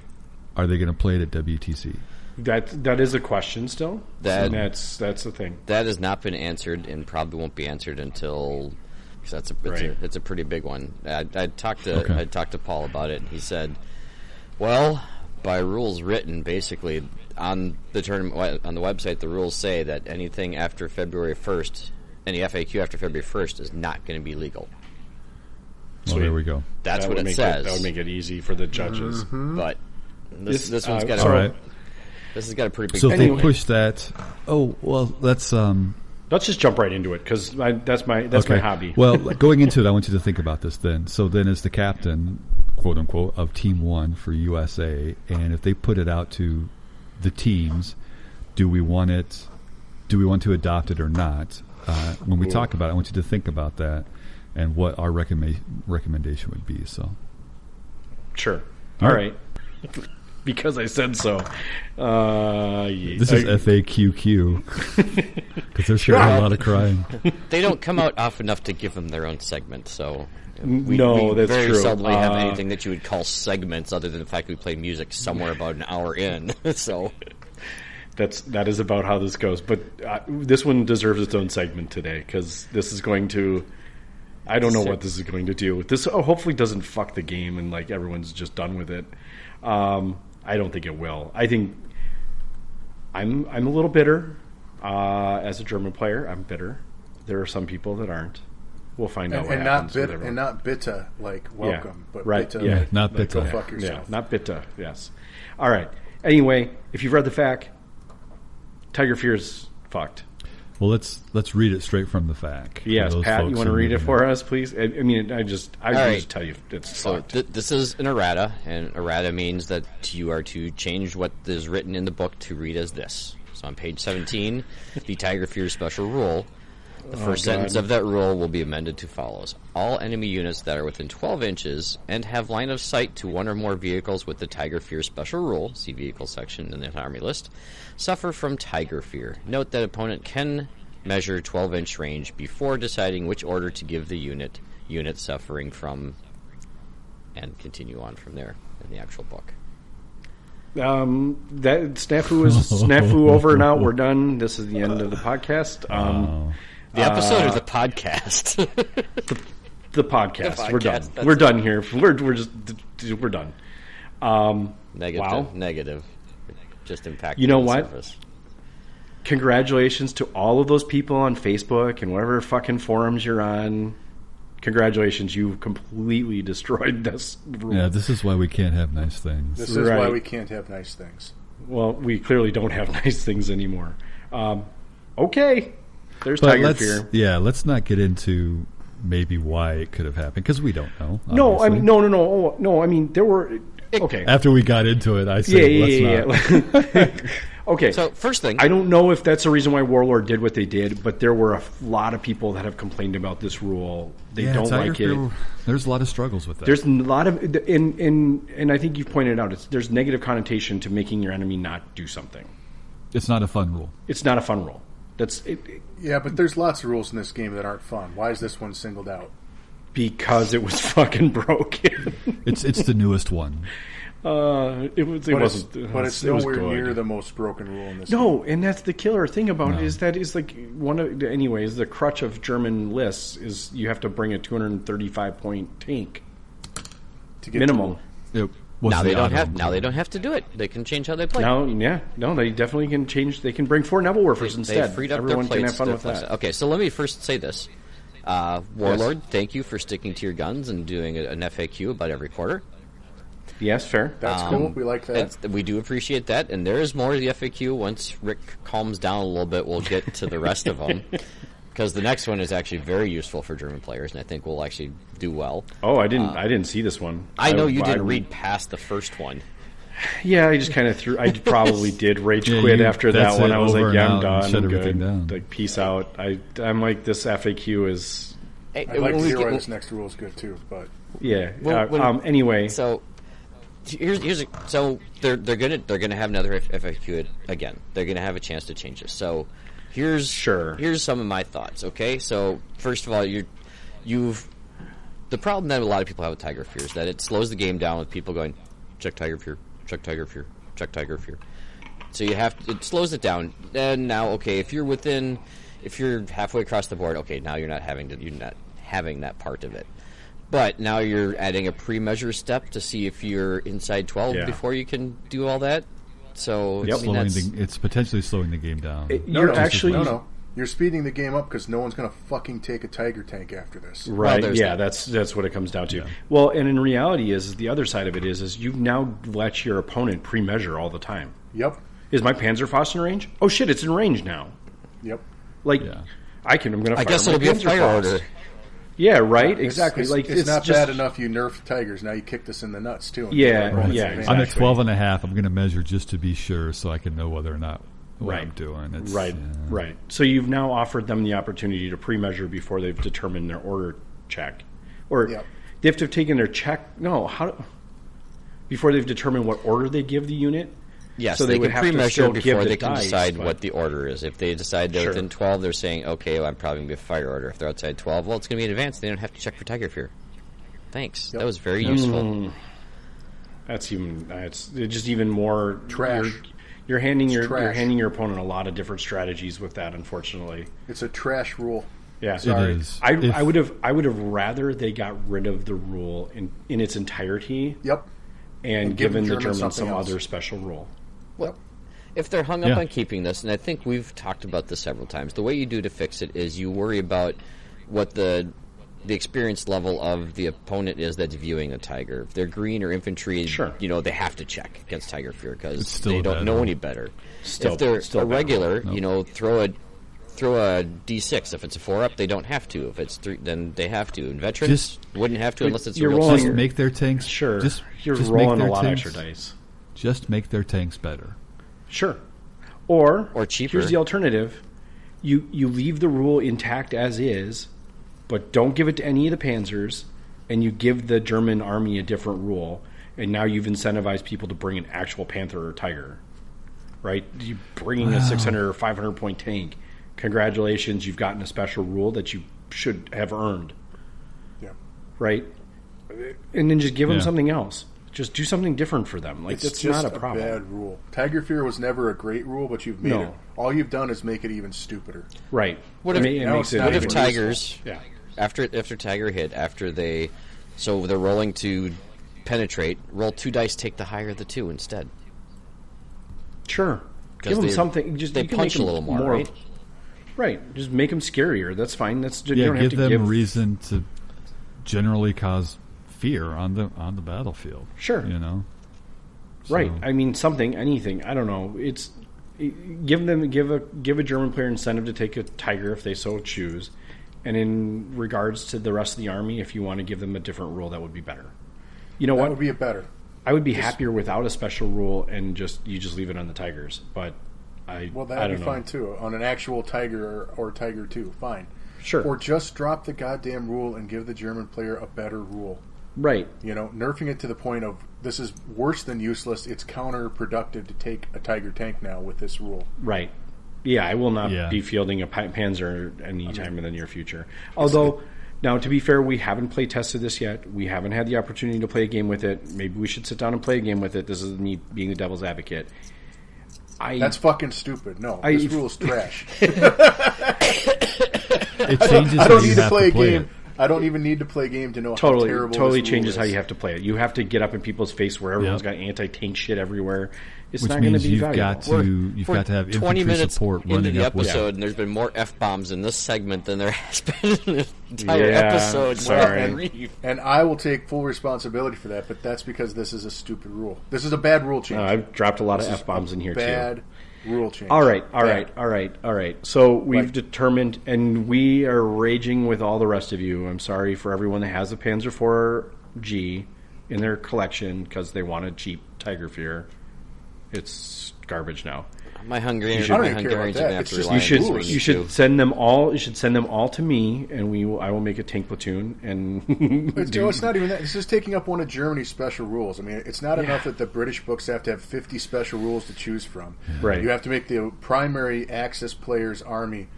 Speaker 5: are they going to play it at WTC?
Speaker 1: That that is a question still.
Speaker 3: That-
Speaker 1: and that's that's the thing.
Speaker 3: That has not been answered and probably won't be answered until because that's a it's,
Speaker 1: Right.
Speaker 3: a it's a pretty big one. I, I talked to
Speaker 5: Okay.
Speaker 3: I talked to Paul about it. and He said, "Well, by rules written, basically on the tournament on the website, the rules say that anything after February first, any FAQ after February first, is not going to be legal.
Speaker 5: Well, there we go.
Speaker 3: That's
Speaker 1: That
Speaker 3: what
Speaker 1: would
Speaker 3: it
Speaker 1: make
Speaker 3: says.
Speaker 1: that would make it easy for the judges.
Speaker 3: but this
Speaker 1: This-
Speaker 3: this one's
Speaker 1: uh,
Speaker 3: got a
Speaker 1: so-
Speaker 5: All right.
Speaker 3: this has got a pretty big.
Speaker 5: So if
Speaker 3: penalty.
Speaker 5: they push that, oh well, that's um,
Speaker 1: Let's just jump right into it because that's my that's my hobby.
Speaker 5: well, going into it, I want you to think about this then. So then, as the captain, quote unquote, of Team One for USA, and if they put it out to the teams, do we want it? Do we want to adopt it or not? Uh, when we talk about it, I want you to think about that and what our recommend, recommendation would be. So,
Speaker 1: sure.
Speaker 5: All
Speaker 1: All
Speaker 5: right.
Speaker 1: right. because I said so. Uh, yeah.
Speaker 5: this is FAQQ because there's sure a lot of crying.
Speaker 3: They don't come out often enough to give them their own segment, so we,
Speaker 1: No,
Speaker 3: we
Speaker 1: that's
Speaker 3: very
Speaker 1: true.
Speaker 3: seldomly have
Speaker 1: Uh,
Speaker 3: anything that you would call segments, other than the fact we play music somewhere about an hour in. so
Speaker 1: that's that is about how this goes. But uh, this one deserves its own segment today because this is going to. I don't know what this is going to do. This oh, hopefully doesn't fuck the game and like everyone's just done with it. Um, I don't think it will. I think I'm I'm a little bitter uh, as a German player. I'm bitter. There are some people that aren't. We'll find out.
Speaker 2: and,
Speaker 1: what
Speaker 2: and not
Speaker 1: happens with
Speaker 2: bit,
Speaker 1: everyone.
Speaker 2: and not bitta like welcome, but
Speaker 1: Right,
Speaker 2: bitta,
Speaker 1: yeah,
Speaker 2: like,
Speaker 5: not
Speaker 2: like,
Speaker 5: bitta.
Speaker 2: Go fuck
Speaker 1: Yeah,
Speaker 2: yourself.
Speaker 1: not Bitta. Yes. All right. Anyway, if you've read the fact, Tiger Fear's fucked.
Speaker 5: Well, let's let's read it straight from the fact. for
Speaker 1: Yes,
Speaker 5: those
Speaker 1: Pat, you
Speaker 5: folks
Speaker 1: want to
Speaker 5: who
Speaker 1: read it
Speaker 5: didn't-
Speaker 1: for us, please? I, I mean, I just, I
Speaker 3: All
Speaker 1: can
Speaker 3: right.
Speaker 1: just tell you it's
Speaker 3: So
Speaker 1: fucked.
Speaker 3: th- this is an errata, and errata means that you are to change what is written in the book to read as this. So on page 17, the Tiger Fear special rule. The first sentence of that rule will be amended to follows. All enemy units that are within 12 inches and have line of sight to one or more vehicles with the Tiger Fear special rule, see vehicle section in the army list, suffer from Tiger Fear. Note that opponent can measure 12 inch range before deciding which order to give the unit, unit suffering from and continue on from there in the actual book.
Speaker 1: um, that snafu is snafu over and out. We're done. This is the end of the podcast. Um,
Speaker 3: The episode or the podcast?
Speaker 1: the podcast.
Speaker 3: The
Speaker 1: We're
Speaker 3: podcast,
Speaker 1: done.
Speaker 3: that's
Speaker 1: We're
Speaker 3: it.
Speaker 1: done here. We're we're just we're done. Um,
Speaker 3: negative.
Speaker 1: Wow.
Speaker 3: Negative. Just impact.
Speaker 1: You know
Speaker 3: the
Speaker 1: what?
Speaker 3: surface.
Speaker 1: congratulations to all of those people on Facebook and whatever fucking forums you're on. Congratulations, you completely destroyed this rule.
Speaker 5: Yeah, this is why we can't have nice things.
Speaker 2: This is why
Speaker 1: Right.
Speaker 2: we can't have nice things.
Speaker 1: Well, we clearly don't have nice things anymore. Um, okay, there's
Speaker 5: But
Speaker 1: Tiger
Speaker 5: let's
Speaker 1: Fear.
Speaker 5: yeah, let's not get into maybe why it could have happened because we don't know.
Speaker 1: No, I
Speaker 5: obviously.
Speaker 1: mean, no, no, no, oh, no. I mean, there were okay,
Speaker 5: After we got into it, I said,
Speaker 1: yeah, yeah,
Speaker 5: let's
Speaker 1: yeah,
Speaker 5: not.
Speaker 1: yeah. okay.
Speaker 3: So first thing,
Speaker 1: I don't know if that's the reason why Warlord did what they did, but there were a lot of people that have complained about this rule. They
Speaker 5: Yeah,
Speaker 1: don't
Speaker 5: Tiger
Speaker 1: like it.
Speaker 5: Fear, There's a lot of struggles with that.
Speaker 1: There's a lot of in in and I think you've pointed out it's there's negative connotation to making your enemy not do something.
Speaker 5: it's not a fun rule.
Speaker 1: It's not a fun rule. That's it, it-
Speaker 2: Yeah, but there's lots of rules in this game that aren't fun. Why is this one singled out?
Speaker 1: because it was fucking broken.
Speaker 5: It's it's the newest one.
Speaker 1: uh, it was. It
Speaker 2: But it's,
Speaker 1: wasn't. it
Speaker 2: but
Speaker 1: was-
Speaker 2: it's
Speaker 1: it was
Speaker 2: nowhere
Speaker 1: good.
Speaker 2: near the most broken rule in this.
Speaker 1: No, and that's the killer thing about it is that is like one of anyways the crutch of German lists is you have to bring a 235 point tank
Speaker 2: game to get
Speaker 1: minimum.
Speaker 5: It was
Speaker 3: now they
Speaker 5: the
Speaker 3: don't
Speaker 5: odd
Speaker 3: have.
Speaker 5: one.
Speaker 3: Now they don't have to do it. They can change how they play.
Speaker 1: Now, yeah, no, they definitely can change. They can bring four Neville Werfers instead.
Speaker 3: They freed up
Speaker 1: Everyone
Speaker 3: their
Speaker 1: can
Speaker 3: plates.
Speaker 1: have fun
Speaker 3: their
Speaker 1: with
Speaker 3: plates.
Speaker 1: that.
Speaker 3: Okay, so let me first say this. Uh, Warlord, thank you for sticking to your guns and doing a, an FAQ about every quarter.
Speaker 1: Yes, fair.
Speaker 2: That's cool. We like that.
Speaker 3: That's- we do appreciate that, and there is more of the FAQ. Once Rick calms down a little bit, we'll get to the rest of them. Because the next one is actually very useful for German players, and I think we'll actually do well.
Speaker 1: Oh, I didn't. I didn't see this one.
Speaker 3: Uh, I know you didn't read past the first one.
Speaker 1: Yeah, I just kind of threw. I probably did rage
Speaker 5: Yeah,
Speaker 1: quit
Speaker 5: you-
Speaker 1: after
Speaker 5: that's
Speaker 1: that one.
Speaker 5: it,
Speaker 1: I was
Speaker 5: over
Speaker 1: like,
Speaker 5: and
Speaker 1: yeah, I'm
Speaker 5: out and
Speaker 1: done.
Speaker 5: shut
Speaker 1: I'm
Speaker 5: everything
Speaker 1: good.
Speaker 5: down.
Speaker 1: Like, peace out. I, I'm like, this FAQ is.
Speaker 3: Hey,
Speaker 2: I'd like
Speaker 3: when
Speaker 2: to
Speaker 3: we
Speaker 2: hear
Speaker 3: get-
Speaker 2: why this next rule is good too, but
Speaker 1: Yeah.
Speaker 3: Well,
Speaker 1: uh,
Speaker 3: when-
Speaker 1: um. Anyway.
Speaker 3: So here's here's a, so they're they're gonna they're gonna have another F- FAQ it- again. They're gonna have a chance to change this. So here's
Speaker 1: Sure.
Speaker 3: here's some of my thoughts. Okay, so first of all, you you've the problem that a lot of people have with Tiger Fear is that it slows the game down with people going check Tiger Fear, check Tiger Fear, check Tiger Fear. So you have it slows it down. And now, okay, if you're within, if you're halfway across the board, okay, now you're not having to, you're not having that part of it. But now you're adding a pre-measure step to see if you're inside 12
Speaker 1: Yeah.
Speaker 3: before you can do all that.
Speaker 1: Yep.
Speaker 3: So I mean,
Speaker 5: Slowing
Speaker 3: that's-
Speaker 5: the, it's potentially slowing the game down.
Speaker 1: you're
Speaker 2: no,
Speaker 1: actually
Speaker 2: no, no. You're speeding the game up because no one's going to fucking take a tiger tank after this.
Speaker 1: right.
Speaker 3: there's
Speaker 1: yeah.
Speaker 3: that.
Speaker 1: That's that's what it comes down to. Well, and in reality, is the other side of it is is you now let your opponent pre-measure all the time.
Speaker 2: Yep,
Speaker 1: Is my Panzerfaust in range? Oh shit! It's in range now.
Speaker 2: yep.
Speaker 1: Like,
Speaker 5: Yeah.
Speaker 1: I can. I'm going to.
Speaker 3: I guess it'll be a fire order.
Speaker 1: Yeah, right. Exactly.
Speaker 2: It's,
Speaker 1: like
Speaker 2: it's, not
Speaker 1: just,
Speaker 2: bad enough you nerfed tigers. Now you kicked us in the nuts too. and
Speaker 1: Yeah,
Speaker 2: we're
Speaker 1: yeah,
Speaker 2: advanced.
Speaker 5: I'm at
Speaker 1: Exactly.
Speaker 5: 12 and a half. I'm going to measure just to be sure so I can know whether or not what
Speaker 1: Right.
Speaker 5: I'm doing. It's,
Speaker 1: Right,
Speaker 5: yeah.
Speaker 1: right. So you've now offered them the opportunity to pre-measure before they've determined their order check, or
Speaker 2: Yep.
Speaker 1: they have to have taken their check. No, how do- before they've determined what order they give the unit.
Speaker 3: Yes,
Speaker 1: So they
Speaker 3: they,
Speaker 1: would
Speaker 3: can
Speaker 1: have to
Speaker 3: pre-measure
Speaker 1: still give
Speaker 3: before
Speaker 1: the
Speaker 3: they can
Speaker 1: dice,
Speaker 3: decide
Speaker 1: but-
Speaker 3: what the order is. If they decide they're
Speaker 1: Sure.
Speaker 3: within 12, they're saying, okay, well, I'm probably going to be a fire order. If they're outside 12, well, it's going to be an advance. They don't have to check for tiger fear. Thanks. That
Speaker 2: Yep.
Speaker 3: was very useful.
Speaker 1: That's even. That's it's just even more
Speaker 2: Trash.
Speaker 1: You're, you're handing your you're
Speaker 2: trash.
Speaker 1: handing your opponent a lot of different strategies with that. Unfortunately,
Speaker 2: It's a trash rule.
Speaker 1: yeah.
Speaker 5: It
Speaker 1: Sorry.
Speaker 5: is.
Speaker 1: I,
Speaker 5: If-
Speaker 1: I would have I would have rather they got rid of the rule in in its entirety
Speaker 2: Yep.
Speaker 1: and,
Speaker 2: give
Speaker 1: given
Speaker 2: the
Speaker 1: the
Speaker 2: Germans
Speaker 1: Germans
Speaker 2: something
Speaker 1: some
Speaker 2: else.
Speaker 1: other special rule.
Speaker 2: Yep.
Speaker 3: if they're hung up
Speaker 5: Yeah.
Speaker 3: on keeping this, and I think we've talked about this several times, the way you do to fix it is you worry about what the the experience level of the opponent is that's viewing the tiger. If they're green or infantry,
Speaker 1: Sure.
Speaker 3: you know they have to check against tiger fear because
Speaker 5: still
Speaker 3: they don't
Speaker 5: bad,
Speaker 3: know
Speaker 5: huh?
Speaker 3: any better.
Speaker 1: Still-
Speaker 3: if they're
Speaker 1: still
Speaker 3: a
Speaker 1: bad.
Speaker 3: regular, you know, throw a throw a d six. If it's a four up, they don't have to. If it's three, then they have to. And veterans
Speaker 5: Just-
Speaker 3: wouldn't have to unless it's
Speaker 1: you're
Speaker 3: a real
Speaker 1: rolling
Speaker 5: Just
Speaker 1: Well,
Speaker 3: tiger.
Speaker 5: make their tanks.
Speaker 1: Sure,
Speaker 5: Just,
Speaker 1: you're
Speaker 5: just make
Speaker 1: rolling
Speaker 5: their
Speaker 1: a lot of
Speaker 5: tanks-
Speaker 1: extra dice.
Speaker 5: Just make their tanks better.
Speaker 1: Sure. Or
Speaker 3: Or cheaper.
Speaker 1: Here's the alternative: you you leave the rule intact as is, but don't give it to any of the Panzers, and you give the German army a different rule, and now you've incentivized people to bring an actual Panther or Tiger, right? You bringing a 600 or 500 point tank. Congratulations, you've gotten a special rule that you should have earned,
Speaker 2: Yep.
Speaker 1: right? And then just give them
Speaker 5: Yeah.
Speaker 1: something else. Just do something different for them. Like
Speaker 2: It's
Speaker 1: that's
Speaker 2: just
Speaker 1: not a problem.
Speaker 2: bad rule. Tiger fear was never a great rule, but you've made
Speaker 1: No.
Speaker 2: it. All you've done is make it even stupider.
Speaker 1: Right.
Speaker 3: What
Speaker 1: It
Speaker 3: if-
Speaker 1: ma- it
Speaker 2: now
Speaker 1: makes
Speaker 2: it's
Speaker 1: it
Speaker 2: not
Speaker 3: What if
Speaker 2: Tigers.
Speaker 3: tigers?
Speaker 1: Yeah.
Speaker 3: After after Tiger hit, after they, so they're rolling to penetrate. Roll two dice, take the higher of the two instead.
Speaker 1: Sure. Give them
Speaker 3: they-
Speaker 1: something. Just
Speaker 3: they
Speaker 1: you can
Speaker 3: punch
Speaker 1: make
Speaker 3: a
Speaker 1: 'em
Speaker 3: little more, right?
Speaker 1: Right. Just make them scarier. That's fine. That's you
Speaker 5: Yeah,
Speaker 1: don't have
Speaker 5: give
Speaker 1: to
Speaker 5: them
Speaker 1: give
Speaker 5: reason to generally cause fear on the on the battlefield.
Speaker 1: Sure.
Speaker 5: you know.
Speaker 1: right.
Speaker 5: So-
Speaker 1: I mean something, anything. I don't know. It's give them give a give a German player incentive to take a tiger if they so choose. And in regards to the rest of the army, if you want to give them a different rule, that would be better. You know
Speaker 2: That
Speaker 1: what?
Speaker 2: would be a better.
Speaker 1: I would be happier without a special rule and just you just leave it on the tigers. But I
Speaker 2: Well,
Speaker 1: I
Speaker 2: that'd
Speaker 1: don't
Speaker 2: be
Speaker 1: know.
Speaker 2: fine too. On an actual Tiger or, or Tiger Two, fine.
Speaker 1: Sure.
Speaker 2: Or just drop the goddamn rule and give the German player a better rule.
Speaker 1: Right.
Speaker 2: You know, nerfing it to the point of this is worse than useless. It's counterproductive to take a Tiger tank now with this rule.
Speaker 1: Right. Yeah, I will not
Speaker 5: Yeah.
Speaker 1: be fielding a Pan- Panzer anytime in the near future. Although, now to be fair, we haven't play tested this yet. We haven't had the opportunity to play a game with it. Maybe we should sit down and play a game with it. This is me being the devil's advocate. I
Speaker 2: That's fucking stupid. No,
Speaker 1: I-
Speaker 2: this rule is trash.
Speaker 5: It changes.
Speaker 2: I don't
Speaker 5: how you
Speaker 2: need to
Speaker 5: have
Speaker 2: play a
Speaker 5: play
Speaker 2: game.
Speaker 5: it.
Speaker 2: I don't even need to play a game to know how
Speaker 1: totally
Speaker 2: terrible.
Speaker 1: totally
Speaker 2: this
Speaker 1: changes
Speaker 2: rule
Speaker 1: how
Speaker 2: is.
Speaker 1: you have to play it. You have to get up in people's face where everyone's got anti tank shit everywhere. It's
Speaker 5: Which
Speaker 1: not going to
Speaker 5: means
Speaker 1: be
Speaker 5: you've
Speaker 1: valuable.
Speaker 5: got to
Speaker 3: We're-
Speaker 5: you've
Speaker 3: we're
Speaker 5: got to have
Speaker 3: twenty
Speaker 5: infantry
Speaker 3: minutes
Speaker 5: support
Speaker 3: into
Speaker 5: running
Speaker 3: the
Speaker 5: up with
Speaker 3: episode, and there's been more f bombs in this segment than there has been in the entire
Speaker 1: Yeah,
Speaker 3: episode.
Speaker 1: sorry.
Speaker 3: Well, Reeve.
Speaker 2: And I will take full responsibility for that, but that's because this is a stupid rule. This is a bad rule change.
Speaker 1: Uh, I've dropped a lot of
Speaker 2: This is
Speaker 1: f bombs in here too.
Speaker 2: bad rule change.
Speaker 1: All right, all
Speaker 2: Bad.
Speaker 1: right, all right, all right. So we've
Speaker 2: Right.
Speaker 1: determined, and we are raging with all the rest of you. I'm sorry for everyone that has a Panzer IV G in their collection because they want a cheap Tiger Fear. It's garbage now.
Speaker 3: My Hungarian,
Speaker 2: I don't
Speaker 3: my
Speaker 2: even care about
Speaker 3: Hungarians are
Speaker 2: that.
Speaker 3: gonna have
Speaker 2: It's
Speaker 3: to
Speaker 2: just-
Speaker 3: rely
Speaker 1: You
Speaker 3: on
Speaker 1: should
Speaker 3: this one,
Speaker 1: you should
Speaker 3: too.
Speaker 1: send them all. You should send them all to me, and we will, I will make a tank platoon. And
Speaker 2: It's, no, it's not even that. It's just taking up one of Germany's special rules. I mean, it's not enough that the British books have to have 50 special rules to choose from.
Speaker 1: Right.
Speaker 2: You have to make the primary access player's army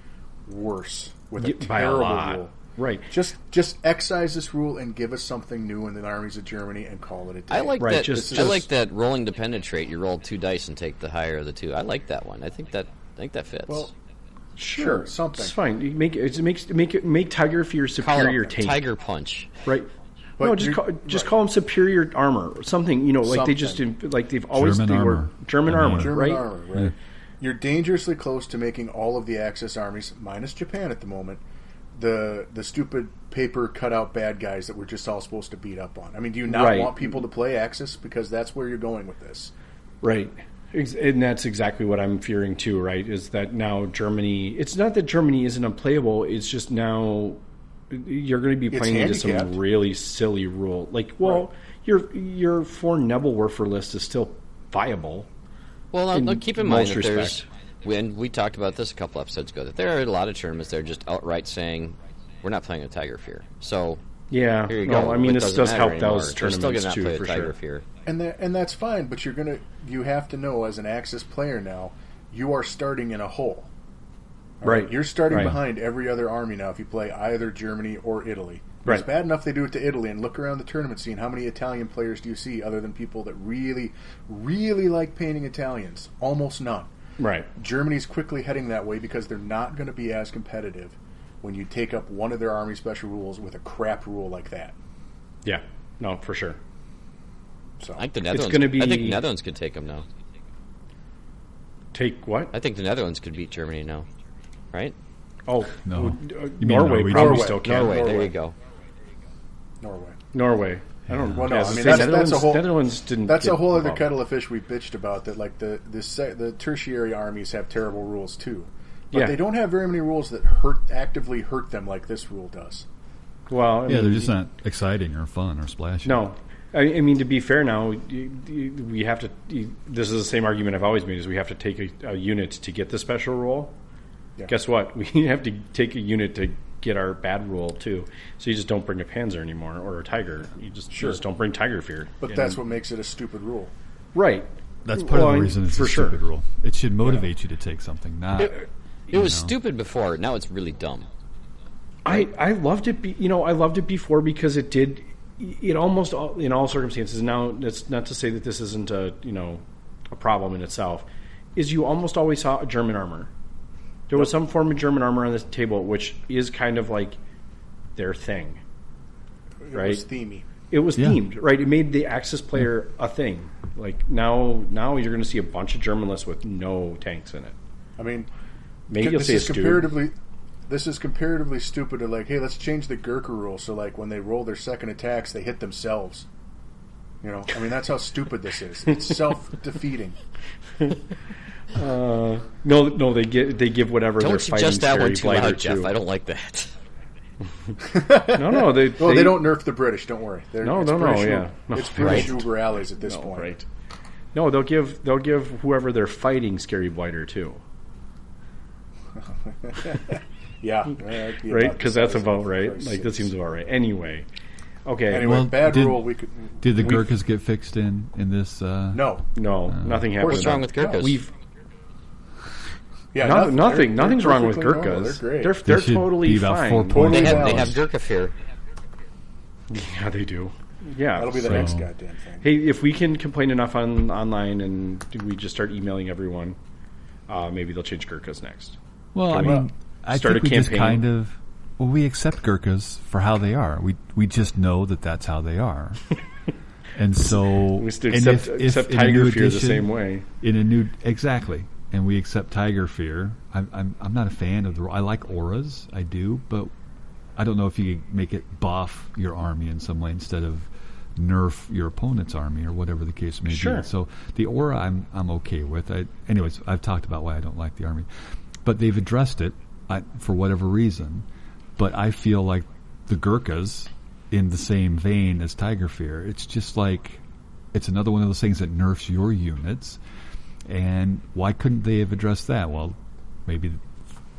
Speaker 2: worse with a
Speaker 1: Get- by a
Speaker 2: terrible
Speaker 1: lot.
Speaker 2: rule.
Speaker 1: Right.
Speaker 2: Just just excise this rule and give us something new in the armies of Germany and call it a day.
Speaker 3: I like
Speaker 1: Right,
Speaker 3: that.
Speaker 1: just-
Speaker 3: I
Speaker 1: just-
Speaker 3: like that rolling to penetrate. You roll two dice and take the higher of the two. I like that one. I think that. I think that fits.
Speaker 2: Well,
Speaker 1: sure,
Speaker 2: something.
Speaker 1: It's fine. You Make it makes make it make Tiger Fear
Speaker 3: Call
Speaker 1: superior
Speaker 3: it
Speaker 1: tank.
Speaker 3: Tiger Punch.
Speaker 1: Right.
Speaker 2: But
Speaker 1: no, just
Speaker 2: you-
Speaker 1: call, just call them superior armor or something. You know, like they just
Speaker 2: Something.
Speaker 1: like they've always
Speaker 5: German
Speaker 1: they were
Speaker 5: armor.
Speaker 1: German
Speaker 5: I mean,
Speaker 1: armor,
Speaker 5: yeah.
Speaker 2: German
Speaker 1: right?
Speaker 2: armor, right? You're dangerously close to making all of the Axis armies, minus Japan at the moment, the the stupid paper cutout bad guys that we're just all supposed to beat up on. I mean, do you not
Speaker 1: Right.
Speaker 2: want people to play Axis because that's where you're going with this?
Speaker 1: Right. Ex- And that's exactly what I'm fearing too, right? Is that now Germany? It's not that Germany isn't unplayable. It's just now you're going to be
Speaker 2: It's
Speaker 1: playing into some
Speaker 2: handicapped.
Speaker 1: really silly rule. Like, well, your your four Nebelwerfer list is still viable.
Speaker 3: Well, now,
Speaker 1: in
Speaker 3: now keep in
Speaker 1: most
Speaker 3: mind that there's
Speaker 1: respect.
Speaker 3: when we talked about this a couple episodes ago that there are a lot of tournaments that are just outright saying we're not playing a Tiger Fear. So
Speaker 1: Yeah.
Speaker 3: here you
Speaker 1: no,
Speaker 3: go.
Speaker 1: I mean
Speaker 3: It
Speaker 1: this
Speaker 3: doesn't
Speaker 1: does
Speaker 3: matter
Speaker 1: help
Speaker 3: anymore.
Speaker 1: those
Speaker 3: You're still
Speaker 1: tournaments
Speaker 3: gonna not
Speaker 1: too,
Speaker 3: play a
Speaker 1: for
Speaker 3: Tiger
Speaker 1: sure.
Speaker 3: Fear.
Speaker 2: and that and that's fine. But you're gonna you have to know as an Axis player now, you are starting in a hole.
Speaker 1: Right.
Speaker 2: You're starting
Speaker 1: right.
Speaker 2: behind every other army now if you play either Germany or Italy.
Speaker 1: Right.
Speaker 2: It's bad enough they do it to Italy, and look around the tournament scene. How many Italian players do you see other than people that really, really like painting Italians? Almost none.
Speaker 1: Right.
Speaker 2: Germany's quickly heading that way because they're not going to be as competitive when you take up one of their army special rules with a crap rule like that.
Speaker 1: Yeah. No, for sure.
Speaker 2: So
Speaker 3: I think the Netherlands.
Speaker 1: gonna be-
Speaker 3: I think Netherlands could take them now.
Speaker 1: Take what?
Speaker 3: I think the Netherlands could beat Germany now, right?
Speaker 1: Oh,
Speaker 5: No.
Speaker 1: uh,
Speaker 5: You mean
Speaker 1: Norway probably
Speaker 5: Norwegian?
Speaker 2: Norway.
Speaker 1: still can.
Speaker 3: Norway, There
Speaker 2: Norway.
Speaker 3: you go.
Speaker 2: Norway.
Speaker 1: Norway. I don't.
Speaker 2: Well, no,
Speaker 1: yeah,
Speaker 2: I
Speaker 1: was
Speaker 2: mean,
Speaker 1: gonna say,
Speaker 2: that's- that's a
Speaker 1: Netherlands,
Speaker 2: whole-
Speaker 1: Netherlands didn't.
Speaker 2: That's
Speaker 1: get
Speaker 2: a whole other
Speaker 1: involved.
Speaker 2: kettle of fish we bitched about. That like the the se- the tertiary armies have terrible rules too, but
Speaker 1: Yeah.
Speaker 2: they don't have very many rules that hurt actively hurt them like this rule does.
Speaker 1: Well, I
Speaker 5: Yeah, they're
Speaker 1: mean,
Speaker 5: just not exciting or fun or splashy.
Speaker 1: No, I, I mean to be fair. Now you- you- we have to. you- This is the same argument I've always made: is we have to take a, a unit to get the special rule.
Speaker 2: Yeah.
Speaker 1: Guess what? We have to take a unit to get our bad rule too. So you just don't bring a Panzer anymore or a Tiger. You just, you just don't bring Tiger Fear.
Speaker 2: But
Speaker 1: You
Speaker 2: that's
Speaker 1: know?
Speaker 2: what makes it a stupid rule.
Speaker 1: right.
Speaker 5: That's part
Speaker 1: Well,
Speaker 5: of
Speaker 1: I-
Speaker 5: the reason it's
Speaker 1: for
Speaker 5: a
Speaker 1: sure.
Speaker 5: stupid rule. It should motivate you to take something, not
Speaker 3: It was stupid before. Now it's really dumb.
Speaker 1: I, I loved it. Be, you know, I loved it before because it did. It almost all, in all circumstances. Now, that's not to say that this isn't a you know a problem in itself. Is you almost always saw a German armor. There was some form of German armor on this table, which is kind of like their thing.
Speaker 2: It
Speaker 1: Right.
Speaker 2: was themey.
Speaker 1: It was
Speaker 5: Yeah.
Speaker 1: themed, right? It made the Axis player a thing. Like now, now you're going to see a bunch of German lists with no tanks in it.
Speaker 2: I mean,
Speaker 1: Maybe you'll
Speaker 2: this
Speaker 1: see a
Speaker 2: is
Speaker 1: Stu.
Speaker 2: comparatively this is comparatively stupid to like, hey, let's change the Gurkha rule so like when they roll their second attacks, they hit themselves. You know, I mean that's how stupid this is. It's self defeating.
Speaker 1: No, no, they get they give whatever. their
Speaker 3: Don't
Speaker 1: fighting
Speaker 3: suggest that one
Speaker 1: fairy
Speaker 3: too
Speaker 1: blighter
Speaker 3: loud, Jeff.
Speaker 1: to.
Speaker 3: I don't like that.
Speaker 1: No, no, they
Speaker 2: Well, they, don't nerf the British. Don't worry. They're,
Speaker 1: No,
Speaker 2: it's
Speaker 1: no, no,
Speaker 2: British
Speaker 1: yeah. No,
Speaker 2: it's British
Speaker 3: right.
Speaker 2: Uber allies at this
Speaker 1: No,
Speaker 2: point.
Speaker 1: right. No, they'll give they'll give whoever they're fighting Scary Blighter too,
Speaker 2: Yeah, that'd be
Speaker 1: right?
Speaker 2: about
Speaker 1: Because
Speaker 2: the
Speaker 1: that's
Speaker 2: size
Speaker 1: about
Speaker 2: of
Speaker 1: right.
Speaker 2: Christ
Speaker 1: Like that
Speaker 2: sakes.
Speaker 1: seems about right. Anyway, okay.
Speaker 2: Anyway,
Speaker 5: Well,
Speaker 2: bad
Speaker 5: did-
Speaker 2: rule. We could
Speaker 5: Did the
Speaker 1: We-
Speaker 5: Gurkhas get fixed in in this? Uh,
Speaker 2: no.
Speaker 1: No, nothing happened.
Speaker 3: What's wrong with Gurkhas?
Speaker 1: We've
Speaker 2: Yeah,
Speaker 1: no- nothing.
Speaker 2: They're- they're
Speaker 1: nothing's wrong with
Speaker 2: perfectly
Speaker 1: Gurkhas.
Speaker 2: normal. They're great.
Speaker 1: They're,
Speaker 5: They
Speaker 1: they're
Speaker 5: should
Speaker 1: totally
Speaker 5: be about
Speaker 1: fine.
Speaker 5: four points.
Speaker 3: They
Speaker 5: Well,
Speaker 3: have they
Speaker 2: balanced.
Speaker 3: have Gurkha Fear.
Speaker 1: Yeah, they do. Yeah,
Speaker 2: That'll be the
Speaker 5: So-
Speaker 2: next goddamn thing.
Speaker 1: Hey, if we can complain enough on online and we just start emailing everyone, uh, maybe they'll change Gurkhas next.
Speaker 5: Well, I
Speaker 1: we
Speaker 5: mean, I
Speaker 1: start
Speaker 5: think
Speaker 1: a
Speaker 5: we just
Speaker 1: campaign?
Speaker 5: kind of well, we accept Gurkhas for how they are. We we just know that that's how they are. And so,
Speaker 1: We still
Speaker 5: and
Speaker 1: accept,
Speaker 5: if- if
Speaker 1: accept
Speaker 5: in a new
Speaker 1: Tiger Fear the
Speaker 5: edition-
Speaker 1: same way.
Speaker 5: in a new exactly and we accept tiger fear i'm i'm, I'm not a fan of the i like auras i do but i don't know if you could make it buff your army in some way instead of nerf your opponent's army or whatever the case may
Speaker 1: Sure.
Speaker 5: be so the aura i'm i'm okay with I, anyways i've talked about why i don't like the army but they've addressed it I, for whatever reason but i feel like the gurkhas in the same vein as tiger fear it's just like it's another one of those things that nerfs your units. And why couldn't they have addressed that? Well, maybe